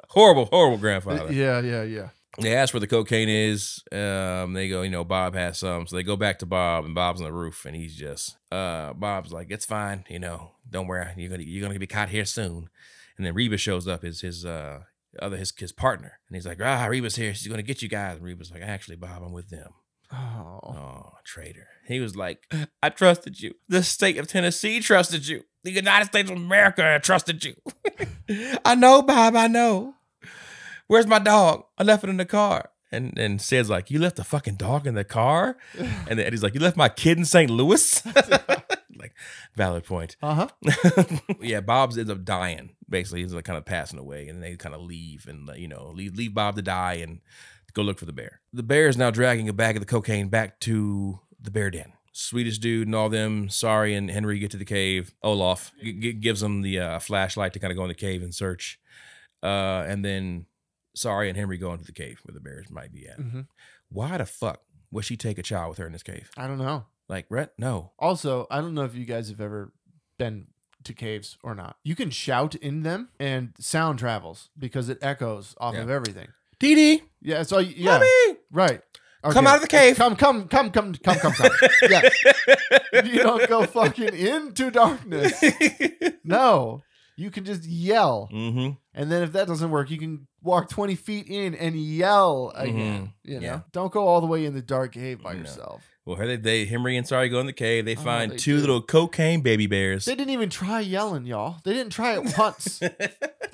Speaker 1: horrible, horrible grandfather.
Speaker 2: Yeah, yeah, yeah.
Speaker 1: They ask where the cocaine is. Um, they go, you know, Bob has some. So they go back to Bob, and Bob's on the roof, and he's just, uh, Bob's like, it's fine, you know, don't worry, you're gonna you're gonna be caught here soon. And then Reba shows up, his his uh other his his partner, and he's like, ah, Reba's here, she's gonna get you guys. And Reba's like, actually, Bob, I'm with them.
Speaker 2: Oh.
Speaker 1: Oh, traitor. He was like, I trusted you. The state of Tennessee trusted you. The United States of America trusted you. I know, Bob, I know. Where's my dog? I left it in the car. And and Sid's like, You left the fucking dog in the car?
Speaker 2: Uh-huh.
Speaker 1: And then Eddie's like, You left my kid in St. Louis? like, valid point.
Speaker 2: Uh huh.
Speaker 1: yeah, Bob's ends up dying. Basically, he's like kind of passing away, and they kind of leave and like, you know leave leave Bob to die and go look for the bear. The bear is now dragging a bag of the cocaine back to the bear den. Swedish dude and all them, sorry, and Henry get to the cave. Olaf g- g- gives them the uh, flashlight to kind of go in the cave and search, uh, and then sorry and Henry go into the cave where the bears might be at.
Speaker 2: hmm
Speaker 1: Why the fuck would she take a child with her in this cave?
Speaker 2: I don't know.
Speaker 1: Like, Rhett, no.
Speaker 2: Also, I don't know if you guys have ever been to caves or not. You can shout in them and sound travels because it echoes off
Speaker 1: Yeah.
Speaker 2: of everything.
Speaker 1: Dee Dee,
Speaker 2: Yeah. So yeah.
Speaker 1: mommy.
Speaker 2: Right.
Speaker 1: Come out of the cave.
Speaker 2: Come, come, come, come, come, come, come. yeah. You don't go fucking into darkness. No. You can just yell.
Speaker 1: mm-hmm.
Speaker 2: And then if that doesn't work, you can walk 20 feet in and yell again. You know,
Speaker 1: Mm-hmm. Yeah.
Speaker 2: don't go all the way in the dark cave by
Speaker 1: No.
Speaker 2: yourself.
Speaker 1: Well, here they, they Henry and Sorry go in the cave. They
Speaker 2: Oh,
Speaker 1: find
Speaker 2: they
Speaker 1: two
Speaker 2: do.
Speaker 1: little cocaine baby bears.
Speaker 2: They didn't even try yelling, y'all. They didn't try it once. they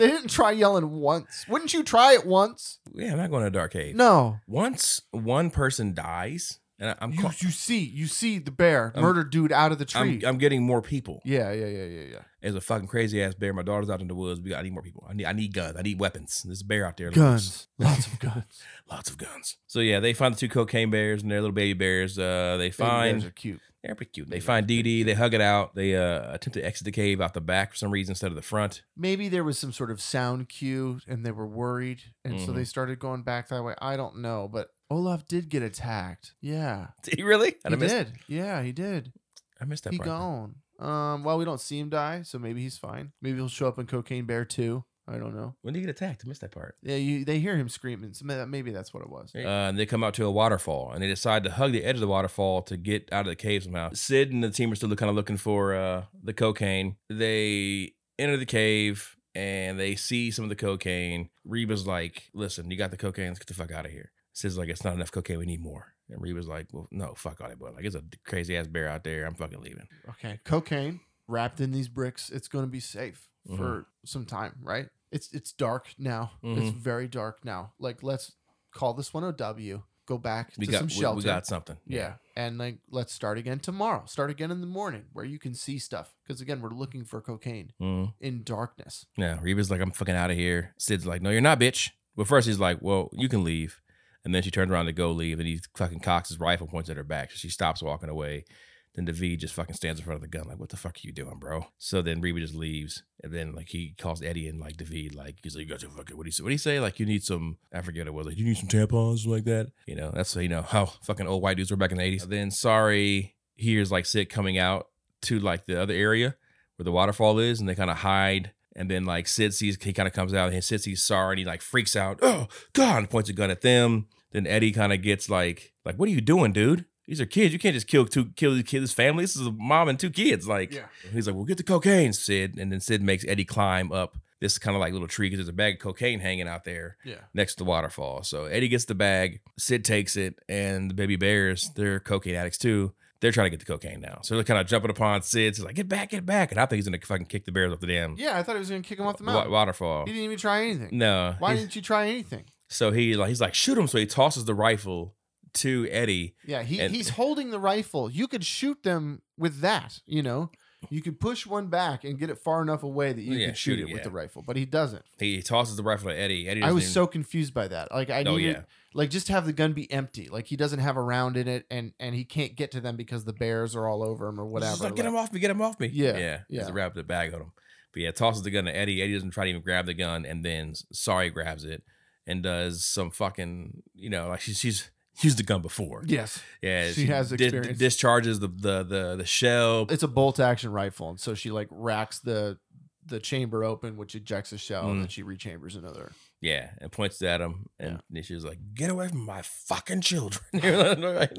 Speaker 2: didn't try yelling once. Wouldn't you try it once?
Speaker 1: yeah, I'm not going to a dark cave.
Speaker 2: No.
Speaker 1: Once one person dies, and I, I'm,
Speaker 2: You,
Speaker 1: ca-
Speaker 2: you see, you see the bear
Speaker 1: I'm-
Speaker 2: murder dude out of the tree.
Speaker 1: I'm I'm getting more people.
Speaker 2: yeah, yeah, yeah, yeah, yeah.
Speaker 1: There's a fucking crazy ass bear. My daughter's out in the woods. We got, I need more people. I need I need guns. I need weapons. There's a bear out there.
Speaker 2: Guns. Lots of guns.
Speaker 1: lots of guns. So yeah, they find the two cocaine bears and their little baby bears. Uh, they
Speaker 2: Baby
Speaker 1: find
Speaker 2: bears are cute.
Speaker 1: they're pretty cute. They find Dee Dee. They hug it out. They uh, attempt to exit the cave out the back for some reason instead of the front.
Speaker 2: Maybe there was some sort of sound cue and they were worried. And so
Speaker 1: Mhm.
Speaker 2: they started going back that way. I don't know, but Olaf did get attacked. Yeah.
Speaker 1: Did he really?
Speaker 2: He
Speaker 1: missed,
Speaker 2: did. Yeah, he did.
Speaker 1: I missed that
Speaker 2: He
Speaker 1: part.
Speaker 2: gone. Um, well, we don't see him die, so maybe he's fine. Maybe he'll show up in Cocaine Bear too. I don't know.
Speaker 1: When did he get attacked? I missed that part.
Speaker 2: Yeah, you, they hear him screaming. So ma- maybe that's what it was.
Speaker 1: Uh, and they come out to a waterfall, and they decide to hug the edge of the waterfall to get out of the cave somehow. Sid and the team are still kind of looking for uh, the cocaine. They enter the cave, and they see some of the cocaine. Reba's like, "Listen, you got the cocaine. Let's get the fuck out of here." Sid's like, "It's not enough cocaine. We need more." And Reba's like, "Well, no, fuck all that, but like, it's a crazy ass bear out there. I'm fucking leaving."
Speaker 2: Okay, cocaine wrapped in these bricks. It's going to be safe
Speaker 1: Mhm.
Speaker 2: for some time, right? It's it's dark now. It's
Speaker 1: Mm-hmm.
Speaker 2: very dark now. Like let's call this one OW. Go back
Speaker 1: We
Speaker 2: to
Speaker 1: got
Speaker 2: some
Speaker 1: we-
Speaker 2: shelter.
Speaker 1: we got something.
Speaker 2: Yeah. And like, let's start again tomorrow. Start again in the morning where you can see stuff. Because again, we're looking for cocaine
Speaker 1: Mhm.
Speaker 2: in darkness.
Speaker 1: Yeah, Reba's like, I'm fucking out of here. Sid's like, No, you're not, bitch. But first he's like, Well, you can leave. And then she turns around to go leave, and he fucking cocks his rifle, points at her back. She stops walking away. Then David just fucking stands in front of the gun, like, What the fuck are you doing, bro? So then Reba just leaves. And then like he calls Eddie and like David, like he's like, You got your fucking what do you say? What do you say? Like you need some I forget what it was, like you need some tampons, something like that. You know, that's you know how fucking old white dudes were back in the 80s. Then sorry hears like Sid coming out to like the other area where the waterfall is, and they kind of hide. And then like Sid sees he kind of comes out, and Sid sees Sar, and he like freaks out. Oh God! And points a gun at them. Then Eddie kind of gets like like What are you doing, dude? These are kids. You can't just kill two kill these kids' family. This is a mom and two kids. Like he's like, well, get the cocaine, Sid. And then Sid makes Eddie climb up this kind of like little tree because there's a bag of cocaine hanging out there
Speaker 2: Yeah.
Speaker 1: next to the waterfall. So Eddie gets the bag, Sid takes it, and the baby bears, they're cocaine addicts too. They're trying to get the cocaine now. So they're kind of jumping upon Sid. He's like, get back, get back. And I think he's going to fucking kick the bears off the damn
Speaker 2: Yeah, I thought he was gonna kick him off the
Speaker 1: wa-
Speaker 2: mountain.
Speaker 1: waterfall.
Speaker 2: He didn't even try anything.
Speaker 1: No.
Speaker 2: Why
Speaker 1: He's-
Speaker 2: didn't you try anything?
Speaker 1: so he like he's like, shoot him. So he tosses the rifle to Eddie.
Speaker 2: Yeah, he,
Speaker 1: And-
Speaker 2: he's holding the rifle. You could shoot them with that, you know. You could push one back and get it far enough away that you
Speaker 1: Yeah,
Speaker 2: could shoot
Speaker 1: shoot
Speaker 2: it
Speaker 1: it,
Speaker 2: with
Speaker 1: yeah.
Speaker 2: the rifle, but he doesn't.
Speaker 1: He tosses the rifle to Eddie. Eddie
Speaker 2: I
Speaker 1: doesn't
Speaker 2: was
Speaker 1: even-
Speaker 2: so confused by that. Like I
Speaker 1: Oh,
Speaker 2: needed
Speaker 1: yeah.
Speaker 2: like just to have the gun be empty. Like he doesn't have a round in it and and he can't get to them because the bears are all over him or
Speaker 1: He's
Speaker 2: whatever.
Speaker 1: just like, get
Speaker 2: like-
Speaker 1: him off me, get him off me.
Speaker 2: Yeah,
Speaker 1: Yeah.
Speaker 2: yeah.
Speaker 1: He's wrapped the bag on him. But yeah, tosses the gun to Eddie. Eddie doesn't try to even grab the gun and then sorry grabs it and does some fucking, you know, like she, she's used the gun before.
Speaker 2: Yes.
Speaker 1: Yeah.
Speaker 2: She has
Speaker 1: dis-
Speaker 2: experience.
Speaker 1: discharges the, the the the shell.
Speaker 2: It's a bolt action rifle and so she like racks the the chamber open which ejects a shell
Speaker 1: Mm.
Speaker 2: and then she rechambers another.
Speaker 1: yeah. And points at him. And then she's like, get away from my fucking children. You know, like,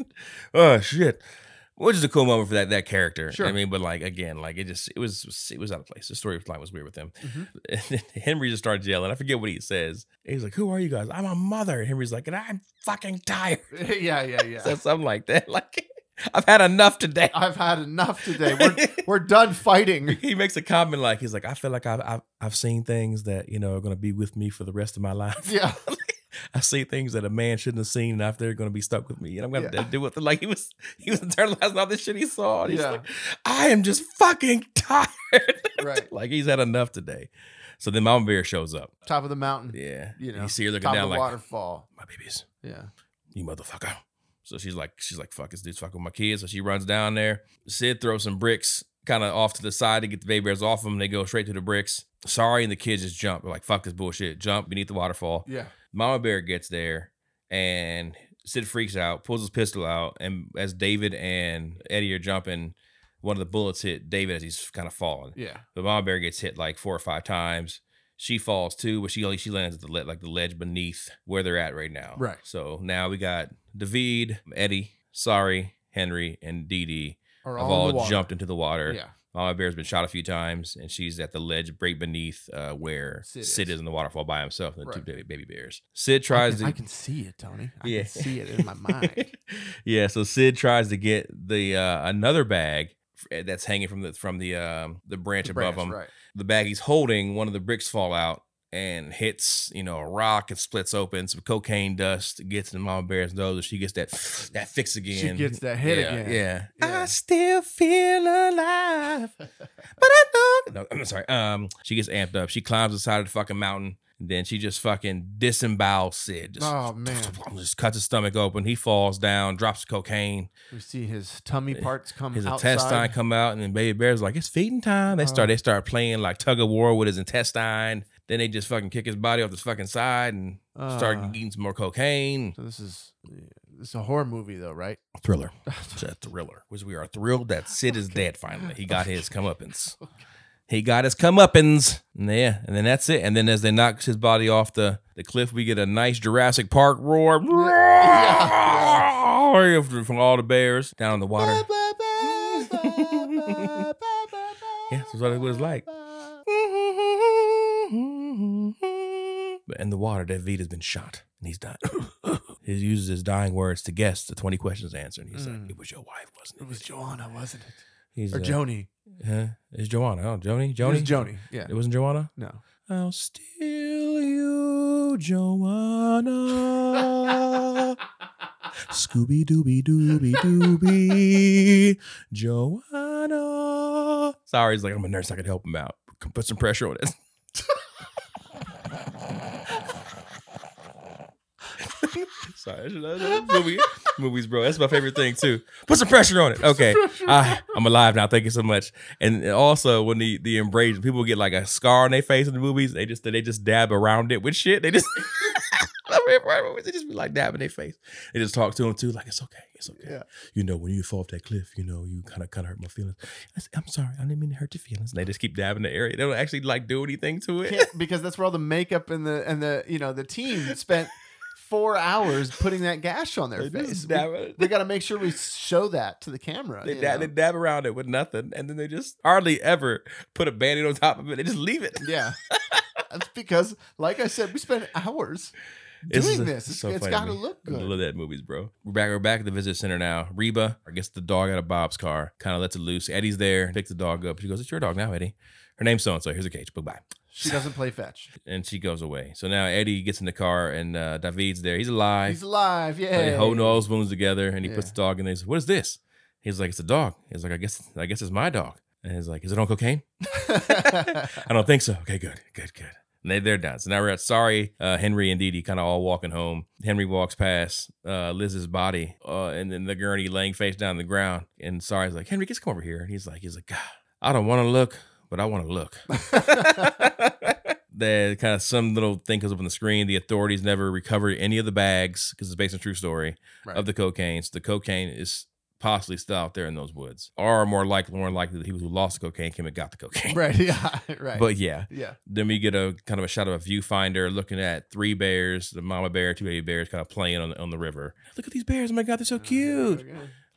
Speaker 1: oh shit. Which is a cool moment for that that character.
Speaker 2: Sure.
Speaker 1: I mean, but like again, like it just it was it was out of place. The story line was weird with him.
Speaker 2: Mhm.
Speaker 1: And then Henry just starts yelling. I forget what he says. He's like, "Who are you guys? I'm a mother." And Henry's like, "And I'm fucking tired."
Speaker 2: yeah, yeah, yeah.
Speaker 1: So something like that. Like, I've had enough today.
Speaker 2: I've had enough today. We're we're done fighting.
Speaker 1: he makes a comment like, "He's like, I feel like I've I've, I've seen things that you know are going to be with me for the rest of my life.
Speaker 2: Yeah.
Speaker 1: I see things that a man shouldn't have seen, and after they're going to be stuck with me, and I'm going to
Speaker 2: Yeah.
Speaker 1: do with it." Like he was he was internalizing all this shit he saw. And he's
Speaker 2: Yeah.
Speaker 1: like, "I am just fucking tired.
Speaker 2: Right.
Speaker 1: like he's had enough today." So then Mama Bear shows up.
Speaker 2: Top of the mountain.
Speaker 1: Yeah,
Speaker 2: You know,
Speaker 1: you see her looking
Speaker 2: Top of
Speaker 1: down
Speaker 2: the
Speaker 1: like,
Speaker 2: waterfall.
Speaker 1: my babies,
Speaker 2: Yeah.
Speaker 1: you motherfucker. So she's like, she's like, fuck this dude's fucking with my kids. So she runs down there. Sid throws some bricks kind of off to the side to get the baby bears off them. They go straight to the bricks. Sorry, and the kids just jump. They're like, fuck this bullshit. Jump beneath the waterfall.
Speaker 2: Yeah.
Speaker 1: Mama Bear gets there and Sid freaks out, pulls his pistol out, and as David and Eddie are jumping, one of the bullets hit David as he's kind of falling.
Speaker 2: Yeah.
Speaker 1: But Mama Bear gets hit like four or five times. She falls too, but she only she lands at the le- like the ledge beneath where they're at right now.
Speaker 2: Right.
Speaker 1: So now we got David, Eddie, Sorry, Henry, and Dee Dee
Speaker 2: Are
Speaker 1: have
Speaker 2: all, in the
Speaker 1: all
Speaker 2: water.
Speaker 1: jumped into the water.
Speaker 2: Yeah.
Speaker 1: Mama Bear's been shot a few times, and she's at the ledge right beneath uh, where Sid
Speaker 2: Sid
Speaker 1: is.
Speaker 2: is.
Speaker 1: in the waterfall by himself and the two
Speaker 2: Right.
Speaker 1: baby, baby bears. Sid
Speaker 2: I
Speaker 1: tries
Speaker 2: can, I
Speaker 1: to.
Speaker 2: can see it, Tony. I
Speaker 1: Yeah.
Speaker 2: can see it in my mind.
Speaker 1: yeah, so Sid tries to get the uh, another bag f- eh, that's hanging from the from the um, the branch
Speaker 2: The
Speaker 1: above
Speaker 2: branch,
Speaker 1: him.
Speaker 2: right?
Speaker 1: The bag he's holding, one of the bricks fall out and hits you know a rock. It splits open. Some cocaine dust gets in Mama Bear's nose, and she gets that that fix again.
Speaker 2: She gets that hit
Speaker 1: yeah,
Speaker 2: again.
Speaker 1: Yeah.
Speaker 2: Yeah.
Speaker 1: I still feel alive. But I know. No, I'm sorry. Um, she gets amped up. She climbs the side of the fucking mountain. Then she just fucking disembowels Sid. Just,
Speaker 2: oh man,
Speaker 1: just cuts his stomach open. He falls down, drops the cocaine.
Speaker 2: we see his tummy parts come
Speaker 1: His intestine
Speaker 2: outside.
Speaker 1: come out, and then Baby Bear's like, "It's feeding time." They start
Speaker 2: Oh.
Speaker 1: they start playing like tug of war with his intestine. Then they just fucking kick his body off his fucking side and start
Speaker 2: Ah.
Speaker 1: eating some more cocaine.
Speaker 2: so this is this is a horror movie though, right?
Speaker 1: Thriller. It's a thriller. Which we are thrilled that Sid is dead finally. He got his comeuppance. He got his comeuppance. And yeah, and then that's it. And then as they knock his body off the, the cliff, we get a nice Jurassic Park roar. Roar From all the bears down in the water. Yeah, that's what it was like. But in the water, David has been shot and he's done. he uses his dying words to guess the 20 questions answer. And he's like,
Speaker 2: Mm.
Speaker 1: It was your wife, wasn't it?
Speaker 2: It was Joanna, wasn't it?
Speaker 1: He's,
Speaker 2: Or
Speaker 1: uh,
Speaker 2: Joni?
Speaker 1: Huh? It's Joanna. Oh, Joni?
Speaker 2: It was
Speaker 1: Joni?
Speaker 2: Joni. Yeah.
Speaker 1: It wasn't Joanna?
Speaker 2: No.
Speaker 1: I'll steal you, Joanna. Scooby dooby dooby dooby. Joanna. Sorry, he's like, I'm a nurse. I can help him out. Come Put some pressure on this. Sorry, that's- that's- that's movie, movies, bro. That's my favorite thing too. Put some pressure on it. Okay, I, I'm alive now. Thank you so much. And also, when the the embrace, people get like a scar on their face in the movies. They just they just dab around it with shit. They just I mean, right, right, they just be like dabbing their face. They just talk to him too, like it's okay, it's okay.
Speaker 2: Yeah.
Speaker 1: You know, when you fall off that cliff, you know, you kind of kind of hurt my feelings. I say, I'm sorry, I didn't mean to hurt your feelings. And they just keep dabbing the area. They don't actually like do anything to it.
Speaker 2: Can't- because that's where all the makeup and the and the you know the team spent four hours putting that gash on their
Speaker 1: They
Speaker 2: face.
Speaker 1: just
Speaker 2: We,
Speaker 1: dab it.
Speaker 2: got to make sure we show that to the camera.
Speaker 1: They,
Speaker 2: Uh, you
Speaker 1: dab,
Speaker 2: know?
Speaker 1: they dab around it with nothing, and then they just hardly ever put a band-aid on top of it. They just leave it.
Speaker 2: Yeah. That's because, like I said, we spent hours
Speaker 1: It's
Speaker 2: doing
Speaker 1: so-
Speaker 2: this. It's,
Speaker 1: so
Speaker 2: it's
Speaker 1: funny to
Speaker 2: got to
Speaker 1: me.
Speaker 2: look
Speaker 1: I
Speaker 2: good.
Speaker 1: love that movies, bro. We're back. We're back at the visit center now. Reba, I guess the dog out of Bob's car, kind of lets it loose. Eddie's there, picks the dog up. She goes, "It's your dog now, Eddie." Her name's so and so. Here's a cage. Bye bye.
Speaker 2: She doesn't play fetch.
Speaker 1: And she goes away. So now Eddie gets in the car, and uh, David's there. He's alive.
Speaker 2: He's alive.
Speaker 1: And
Speaker 2: Yeah.
Speaker 1: They holding all his wounds together, and he puts
Speaker 2: Yeah.
Speaker 1: the dog in there. He says, "What is this?" He's like, "It's a dog." He's like, "I guess, I guess it's my dog." And he's like, "Is it on cocaine?" I don't think so. Okay, good, good, good. And they, they're done. So now we're at sorry, uh, Henry and Dee Dee kind of all walking home. Henry walks past uh, Liz's body uh, and then the gurney laying face down on the ground. And sorry's like, Henry, just come over here. And he's like, he's like, God, I don't want to look, but I want to look. that kind of some little thing comes up on the screen. The authorities never recovered any of the bags because it's based on a true story
Speaker 2: Right.
Speaker 1: of the cocaine. So the cocaine is possibly still out there in those woods, or more likely, more likely, the people who lost the cocaine came and got the cocaine.
Speaker 2: right. Yeah. Right.
Speaker 1: But yeah,
Speaker 2: yeah.
Speaker 1: then we get a kind of a shot of a viewfinder looking at three bears, the mama bear, two baby bears, kind of playing on the, on the river. Look at these bears! Oh my god, they're so cute.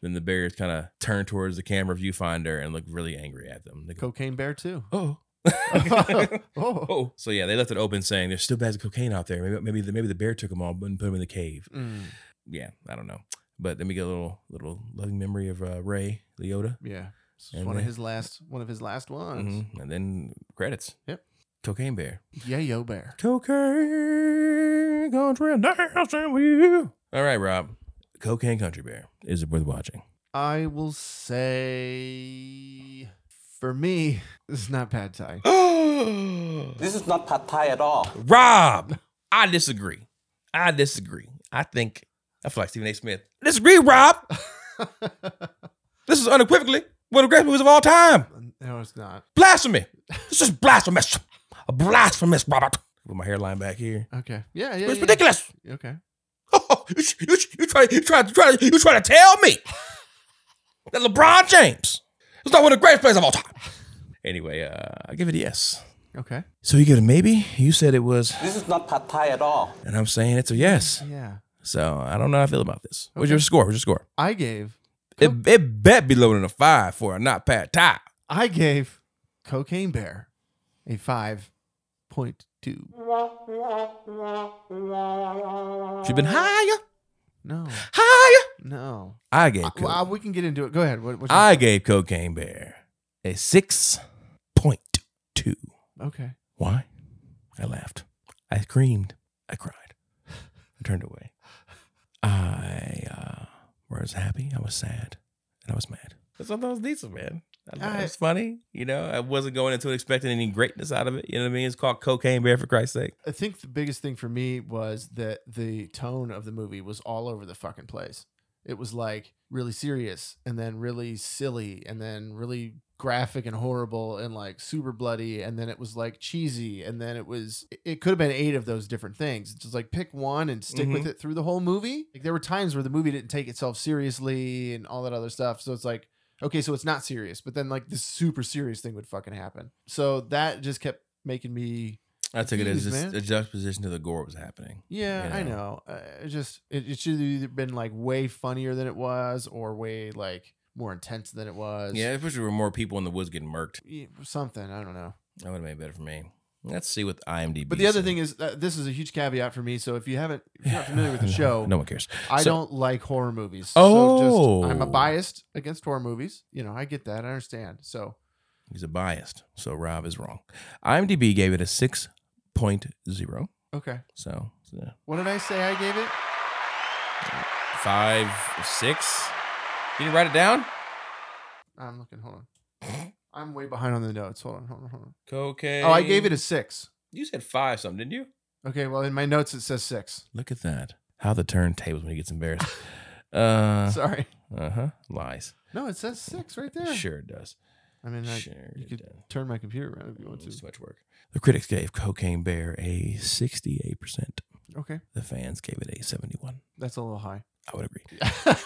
Speaker 1: Then the bears kind of turn towards the camera viewfinder and look really angry at them. They go,
Speaker 2: Cocaine Bear too.
Speaker 1: "Oh."
Speaker 2: oh.
Speaker 1: Oh, so yeah, they left it open, saying there's still bags of cocaine out there. Maybe, maybe the maybe the bear took them all and put them in the cave.
Speaker 2: Mm,
Speaker 1: Yeah, I don't know. But then we get a little little loving memory of uh, Ray Leota,
Speaker 2: yeah. This is
Speaker 1: And
Speaker 2: one
Speaker 1: then-
Speaker 2: of his last. One of his last ones.
Speaker 1: Mhm. and then credits.
Speaker 2: Yep.
Speaker 1: cocaine bear.
Speaker 2: Yeah, yo, bear.
Speaker 1: Cocaine Country Dancing with You. All right, Rob. Cocaine Country Bear. Is it worth watching?
Speaker 2: I will say, for me, this is not pad thai.
Speaker 5: This is not pad thai at all.
Speaker 1: Rob, I disagree. I disagree. I think I feel like Stephen A. Smith. Disagree, Rob. This is unequivocally one of the greatest movies of all time.
Speaker 2: no, it's not.
Speaker 1: Blasphemy. This is blasphemous. A blasphemous, Robert. With my hairline back here.
Speaker 2: Okay. Yeah. Yeah.
Speaker 1: It's
Speaker 2: yeah.
Speaker 1: ridiculous.
Speaker 2: Okay.
Speaker 1: Oh, you, you, you try, you try, you try, you try to tell me that LeBron James is not one of the greatest players of all time. Anyway, uh, I give it a yes.
Speaker 2: Okay.
Speaker 1: So he goes, maybe you said it was,
Speaker 5: This is not pad thai at all.
Speaker 1: and I'm saying it's a yes.
Speaker 2: Yeah.
Speaker 1: So I don't know how I feel about this. What's
Speaker 2: Okay.
Speaker 1: your score? What's your score?
Speaker 2: I gave
Speaker 1: It, it bet be lower than a five for a not pat tie.
Speaker 2: I gave Cocaine Bear a five point two.
Speaker 1: She's been higher,
Speaker 2: No,
Speaker 1: higher.
Speaker 2: no.
Speaker 1: I gave
Speaker 2: Well,
Speaker 1: cocaine.
Speaker 2: uh, we can get into it. Go ahead. What, what's your-
Speaker 1: I gave Cocaine Bear a six point two.
Speaker 2: okay.
Speaker 1: Why? I laughed. I screamed. I cried. I turned away. I uh, was happy. I was sad. And I was mad. That's what I thought was decent, man. I thought
Speaker 2: I-
Speaker 1: it was funny. You know, I wasn't going into it expecting any greatness out of it. You know what I mean? It's called Cocaine Bear, for Christ's sake.
Speaker 2: I think the biggest thing for me was that the tone of the movie was all over the fucking place. It was like really serious and then really silly and then really graphic and horrible and like super bloody and then it was like cheesy and then it was it- it could have been eight of those different things just like pick one and stick with it through the whole movie like there were times where the movie didn't take itself seriously and all that other stuff so it's like okay, so it's not serious, but then like this super serious thing would fucking happen. So that just kept making me,
Speaker 1: I took it as
Speaker 2: Jeez,
Speaker 1: just
Speaker 2: man.
Speaker 1: a juxtaposition to the gore was happening.
Speaker 2: yeah,
Speaker 1: Yeah.
Speaker 2: I know. Uh, it just it, it should have either been like way funnier than it was, or way like more intense than it was.
Speaker 1: Yeah, if there were more people in the woods getting murked,
Speaker 2: Yeah, something I don't know.
Speaker 1: that would have made it better for me. Let's see what IMDb.
Speaker 2: But the other
Speaker 1: said.
Speaker 2: thing is, uh, this is a huge caveat for me. So if you haven't, if you're not
Speaker 1: Yeah,
Speaker 2: familiar with the
Speaker 1: no,
Speaker 2: show,
Speaker 1: no one cares.
Speaker 2: I
Speaker 1: So-
Speaker 2: don't like horror movies. so just, I'm a
Speaker 1: Oh.
Speaker 2: biased against horror movies. You know, I get that. I understand. So
Speaker 1: He's a biased, so Rob is wrong. IMDb gave it a 6.0,
Speaker 2: okay,
Speaker 1: so yeah.
Speaker 2: what did I say? I gave it.
Speaker 1: five, six. Did you write it down?
Speaker 2: I'm looking. Hold on. I'm way behind on the notes. Hold on. Hold on. Hold on.
Speaker 1: Cocaine.
Speaker 2: Oh, I gave it a six.
Speaker 1: You said five something, didn't you?
Speaker 2: Okay. Well, in my notes it says six.
Speaker 1: Look at that. How the turntables when he gets embarrassed. Uh
Speaker 2: Sorry.
Speaker 1: huh. Lies.
Speaker 2: No, it says six right there.
Speaker 1: Sure it does.
Speaker 2: I mean, I,
Speaker 1: sure.
Speaker 2: you
Speaker 1: it
Speaker 2: could
Speaker 1: does.
Speaker 2: turn my computer around if you want
Speaker 1: It's
Speaker 2: to.
Speaker 1: too much work. The critics gave Cocaine Bear a 68%.
Speaker 2: Okay,
Speaker 1: The fans gave it a 71.
Speaker 2: that's a little high.
Speaker 1: I would agree.
Speaker 2: oh,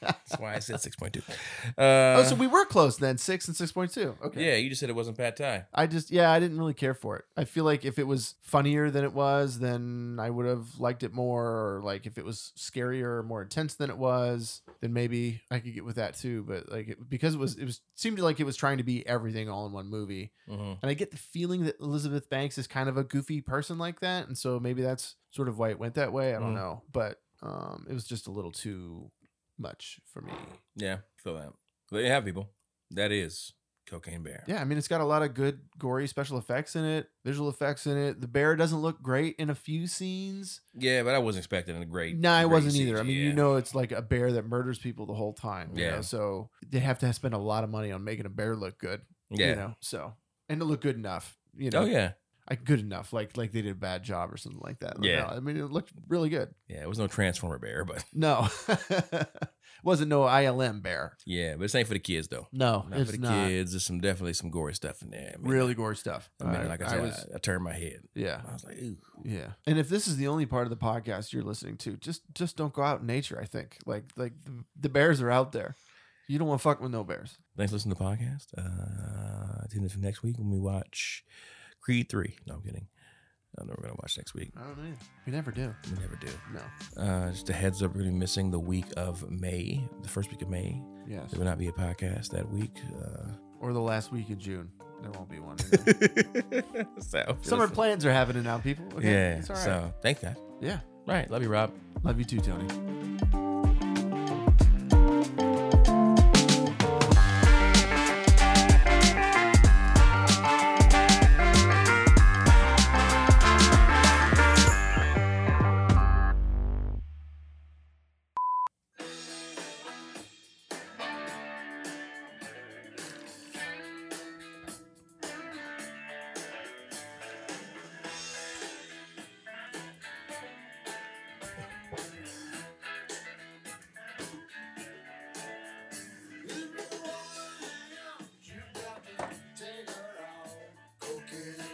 Speaker 1: That's why I said 6.2. Uh,
Speaker 2: Oh, so we were close then. Six and six point two. Okay.
Speaker 1: Yeah, you just said it wasn't Pat Thai.
Speaker 2: I just yeah, I didn't really care for it. I feel like if it was funnier than it was, then I would have liked it more. Or like if it was scarier or more intense than it was, then maybe I could get with that too. But like it, because it was, it was seemed like it was trying to be everything all in one movie.
Speaker 1: Mhm.
Speaker 2: And I get the feeling that Elizabeth Banks is kind of a goofy person like that, and so maybe that's sort of why it went that way. I don't
Speaker 1: Mm.
Speaker 2: know, but um, it was just a little too much for me.
Speaker 1: Yeah, feel that. There you have people. That is Cocaine Bear.
Speaker 2: Yeah, I mean, it's got a lot of good gory special effects in it, visual effects in it. The bear doesn't look great in a few scenes.
Speaker 1: Yeah, but I wasn't expecting a great.
Speaker 2: No, I
Speaker 1: great
Speaker 2: wasn't either. I
Speaker 1: CG,
Speaker 2: mean,
Speaker 1: yeah.
Speaker 2: you know, it's like a bear that murders people the whole time. You
Speaker 1: Yeah.
Speaker 2: Know? So they have to spend a lot of money on making a bear look good.
Speaker 1: Yeah.
Speaker 2: You know, so and to look good enough. You know.
Speaker 1: Oh yeah.
Speaker 2: Like good enough. Like like they did a bad job or something like that. Like,
Speaker 1: Yeah.
Speaker 2: no, I mean, it looked really good.
Speaker 1: Yeah, it was no Transformer Bear, but
Speaker 2: No, wasn't no ILM bear.
Speaker 1: yeah, but it's ain't for the kids though.
Speaker 2: No,
Speaker 1: Not
Speaker 2: it's
Speaker 1: for the
Speaker 2: not.
Speaker 1: kids. There's some definitely some gory stuff in there. I mean,
Speaker 2: Really gore stuff.
Speaker 1: I mean,
Speaker 2: I-
Speaker 1: like I,
Speaker 2: I
Speaker 1: said,
Speaker 2: was-
Speaker 1: I, I turned my head.
Speaker 2: yeah.
Speaker 1: I was like, ooh.
Speaker 2: Yeah. And if this is the only part of the podcast you're listening to, just just don't go out in nature, I think. Like like the, the bears are out there. You don't want to fuck with no bears.
Speaker 1: Thanks for listening to the podcast. Uh, tune in for next week when we watch Creed three. No, I'm kidding. I don't know what we're gonna watch next week.
Speaker 2: I don't know. We never do.
Speaker 1: We never do.
Speaker 2: No.
Speaker 1: Uh, just a heads up, we're gonna be missing the week of May, the first week of May.
Speaker 2: Yes.
Speaker 1: There will not be a podcast that week. Uh,
Speaker 2: Or the last week in June. There won't be one.
Speaker 1: so
Speaker 2: Summer plans are happening now, people. Okay,
Speaker 1: Yeah.
Speaker 2: It's all right.
Speaker 1: So thanks, guys.
Speaker 2: Yeah.
Speaker 1: Right. Love you, Rob.
Speaker 2: Love you too, Tony.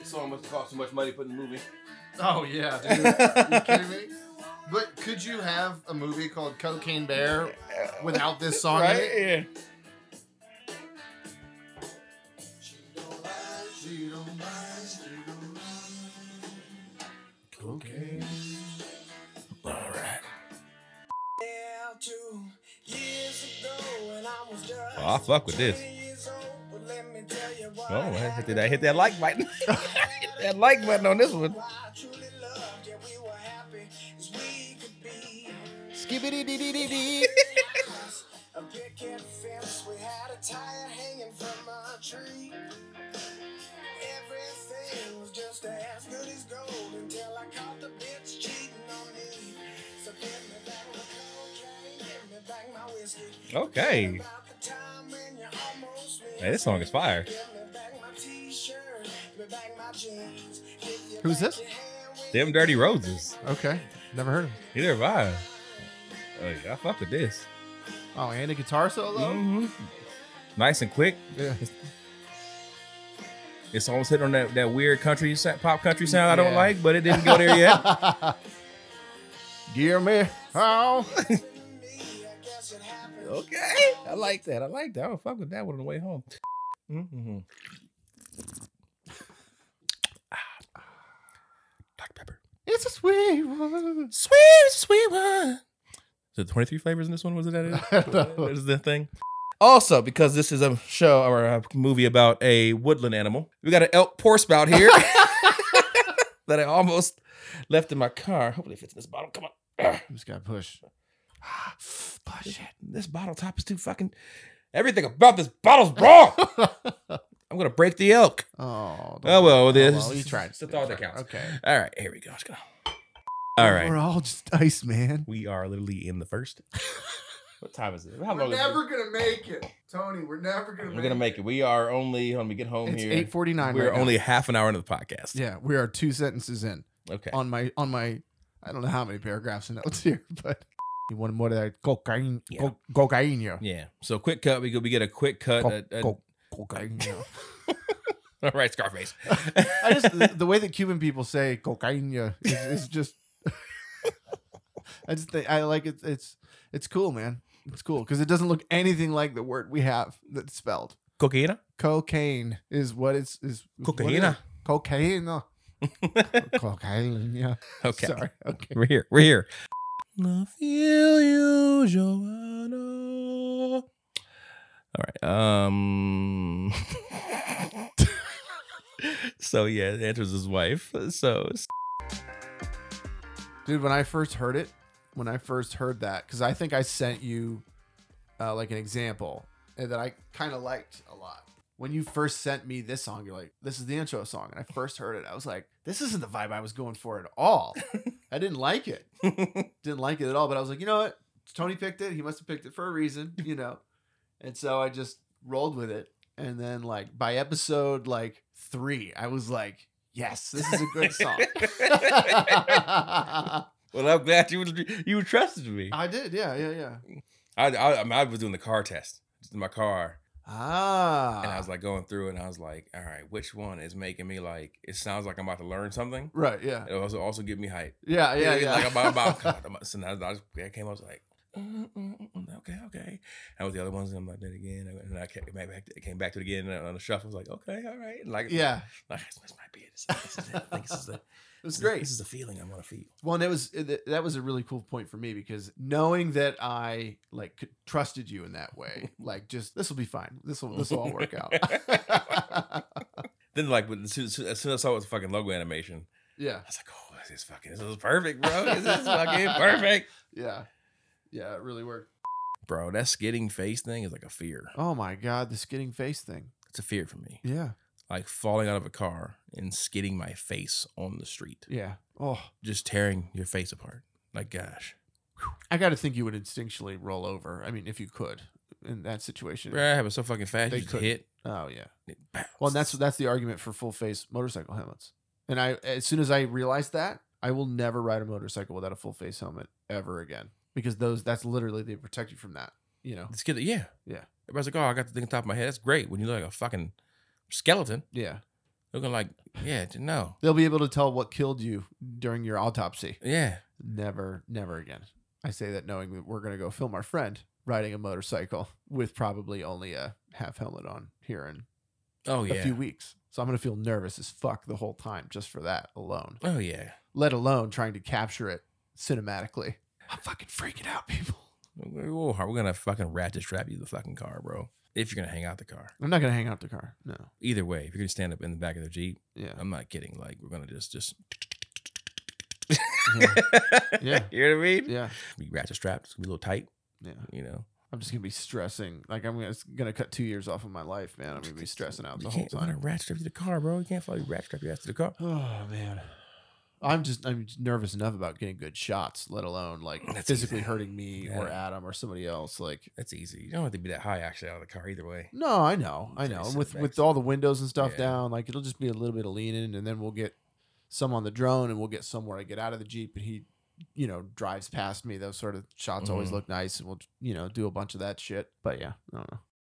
Speaker 1: This song must have cost so much money putting the movie.
Speaker 2: Oh yeah. Dude. you kidding me? But could you have a movie called Cocaine Bear without this song
Speaker 1: Yeah.
Speaker 2: She don't mind.
Speaker 1: Cocaine. All right. Oh, I fuck with this. Oh, I hit that, I hit that like button. hit that like button on this one.
Speaker 2: Skibbity dee dee dee dee.
Speaker 1: Okay. Hey, this song is fire.
Speaker 2: Who's this?
Speaker 1: Them Dirty Roses.
Speaker 2: Okay, never heard of. Him.
Speaker 1: Neither have I. Oh, yeah, I fuck with this.
Speaker 2: Oh, and a guitar solo.
Speaker 1: Mhm. Nice and quick.
Speaker 2: Yeah.
Speaker 1: It's almost hitting on that, that weird country sa- pop country sound I don't
Speaker 2: Yeah.
Speaker 1: like, but it didn't go there yet.
Speaker 2: Give me how.
Speaker 1: okay, I like that. I like that. I will fuck with that one on the way home. Mm-hmm. Ah, Dr Pepper,
Speaker 2: It's a sweet one.
Speaker 1: sweet sweet one. Is it twenty three flavors in this one? Was it that? it?
Speaker 2: I don't know.
Speaker 1: That is the thing. Also, because this is a show or a movie about a woodland animal, we got an elk pour spout here that I almost left in my car. Hopefully, it fits in this bottle. Come on.
Speaker 2: Just gotta push.
Speaker 1: Push it. This bottle top is too fucking. Everything about this bottle's wrong. I'm gonna break the elk.
Speaker 2: Oh,
Speaker 1: Oh well, this.
Speaker 2: well, you tried.
Speaker 1: It's the thought that
Speaker 2: You tried.
Speaker 1: counts.
Speaker 2: Okay.
Speaker 1: All right, here we go. Let's go. All right,
Speaker 2: We're all just ice, man.
Speaker 1: we are literally in the first. what time is it? How long? is it?
Speaker 2: gonna make it, Tony. We're never gonna.
Speaker 1: We're gonna make it. We are only when we get home
Speaker 2: It's
Speaker 1: here.
Speaker 2: eight forty nine.
Speaker 1: We're
Speaker 2: right now.
Speaker 1: only half an hour into the podcast.
Speaker 2: Yeah, we are two sentences in
Speaker 1: Okay.
Speaker 2: on my on my. I don't know how many paragraphs in notes here, but you wanted more of that cocaine,
Speaker 1: Yeah.
Speaker 2: co- cocaine, yeah.
Speaker 1: Yeah. So quick cut. We go. We get a quick cut.
Speaker 2: Co-
Speaker 1: a- a-
Speaker 2: co- cocaine. yeah.
Speaker 1: all right, Scarface.
Speaker 2: I just the, the way that Cuban people say cocaine yeah, is, is just. I just think I like it. It's it's cool, man. It's cool because it doesn't look anything like the word we have that's spelled.
Speaker 1: Cocaina.
Speaker 2: Cocaine is what it's is what it is.
Speaker 1: Cocaina.
Speaker 2: Cocaine. cocaine. Yeah.
Speaker 1: Okay.
Speaker 2: Sorry. Okay.
Speaker 1: We're here. We're here. I feel you, Joanna. All right. Um. so yeah, it enters his wife. So
Speaker 2: Dude, when I first heard it, when I first heard that, because I think I sent you uh, like an example that I kind of liked a lot. When you first sent me this song, you're like, this is the intro song. And I first heard it, I was like, this isn't the vibe I was going for at all. I didn't like it. didn't like it at all. But I was like, you know what? Tony picked it. He must have picked it for a reason, you know? And so I just rolled with it. And then, like, by episode like three, I was like, yes, this is a good song. I
Speaker 1: well, I'm glad you you trusted me. I
Speaker 2: did, yeah, yeah, yeah.
Speaker 1: I, I, mean, I was doing the car test in my car.
Speaker 2: Ah.
Speaker 1: and I was like going through, and I was like, "All right, which one is making me like? It sounds like I'm about to learn something.
Speaker 2: right, yeah.
Speaker 1: It also also give me hype.
Speaker 2: Yeah, yeah,
Speaker 1: It's
Speaker 2: yeah.
Speaker 1: Like about about. God, I'm, so now I, just, I came, I was like, "Mm, mm, mm, okay, okay. And with the other ones, I'm like that again, and then I came back, I came back to it again and on the shuffle. I was like, okay, all right, And like
Speaker 2: yeah.
Speaker 1: like, this might be it. This, this is it. I think this is the,
Speaker 2: It was great.
Speaker 1: This is the feeling I want to feel.
Speaker 2: Well, and it was it- that was a really cool point for me because knowing that I like could- trusted you in that way, like just this will be fine. This will this will all work out.
Speaker 1: Then like, when- as soon as as soon as I saw it was fucking logo animation,
Speaker 2: yeah,
Speaker 1: I was like, oh, this is fucking, this is perfect, bro. This is fucking perfect.
Speaker 2: yeah, yeah. It really worked.
Speaker 1: Bro, that skidding face thing is like a fear.
Speaker 2: Oh my god, the skidding face thing.
Speaker 1: It's a fear for me.
Speaker 2: Yeah,
Speaker 1: Like falling out of a car and skidding my face on the street,
Speaker 2: yeah. Oh,
Speaker 1: just tearing your face apart. Like, gosh,
Speaker 2: I got to think you would instinctually roll over. I mean, if you could in that situation.
Speaker 1: bro, I have it so fucking fast.
Speaker 2: They
Speaker 1: you just
Speaker 2: couldn't.
Speaker 1: hit.
Speaker 2: Oh yeah.
Speaker 1: and it bounce.
Speaker 2: Well, and that's that's the argument for full face motorcycle helmets. And I, as soon as I realized that, I will never ride a motorcycle without a full face helmet ever again because those that's literally they protect you from that. You know.
Speaker 1: the skid. Yeah,
Speaker 2: Yeah.
Speaker 1: Everybody's like, oh, I got the thing on top of my head. That's great. When you look like a fucking skeleton,
Speaker 2: Yeah.
Speaker 1: looking like, yeah, no,
Speaker 2: They'll be able to tell what killed you during your autopsy.
Speaker 1: yeah,
Speaker 2: Never, never again. I say that knowing that we're gonna go film our friend riding a motorcycle with probably only a half helmet on here in
Speaker 1: oh yeah.
Speaker 2: a few weeks. So I'm going to feel nervous as fuck the whole time just for that alone,
Speaker 1: Oh yeah.
Speaker 2: let alone trying to capture it cinematically. I'm fucking freaking out, people.
Speaker 1: We're we're gonna fucking ratchet strap you to the fucking car, bro. If you're gonna hang out the car.
Speaker 2: I'm not going to hang out the car. No.
Speaker 1: Either way, if you're gonna stand up in the back of the Jeep,
Speaker 2: Yeah.
Speaker 1: I'm not kidding. Like we're gonna just just
Speaker 2: Yeah. Yeah.
Speaker 1: you know what I mean?
Speaker 2: yeah.
Speaker 1: Be ratchet strapped, it's gonna be a little tight,
Speaker 2: Yeah.
Speaker 1: you know.
Speaker 2: I'm just going to be stressing. Like, I'm going to cut two years off of my life, man. I'm going to be stressing out
Speaker 1: You
Speaker 2: the whole
Speaker 1: can't want to
Speaker 2: time.
Speaker 1: ratchet strap you to the car, bro. You can't fly ratchet strap your ass to the car.
Speaker 2: Oh, man. I'm just I'm just nervous enough about getting good shots, let alone like
Speaker 1: That's
Speaker 2: physically
Speaker 1: easy.
Speaker 2: hurting me or
Speaker 1: Yeah.
Speaker 2: Adam or somebody else. Like
Speaker 1: That's easy. You don't have to be that high actually out of the car either way.
Speaker 2: No, I know, I
Speaker 1: It's
Speaker 2: know.
Speaker 1: nice
Speaker 2: And with
Speaker 1: setbacks.
Speaker 2: with all the windows and stuff
Speaker 1: Yeah.
Speaker 2: down, like it'll just be a little bit of leaning, and then we'll get some on the drone, and we'll get somewhere. I get out of the jeep, and he, you know, drives past me. Those sort of shots always
Speaker 1: Mhm.
Speaker 2: look nice, and we'll you know do a bunch of that shit. But yeah, I don't know.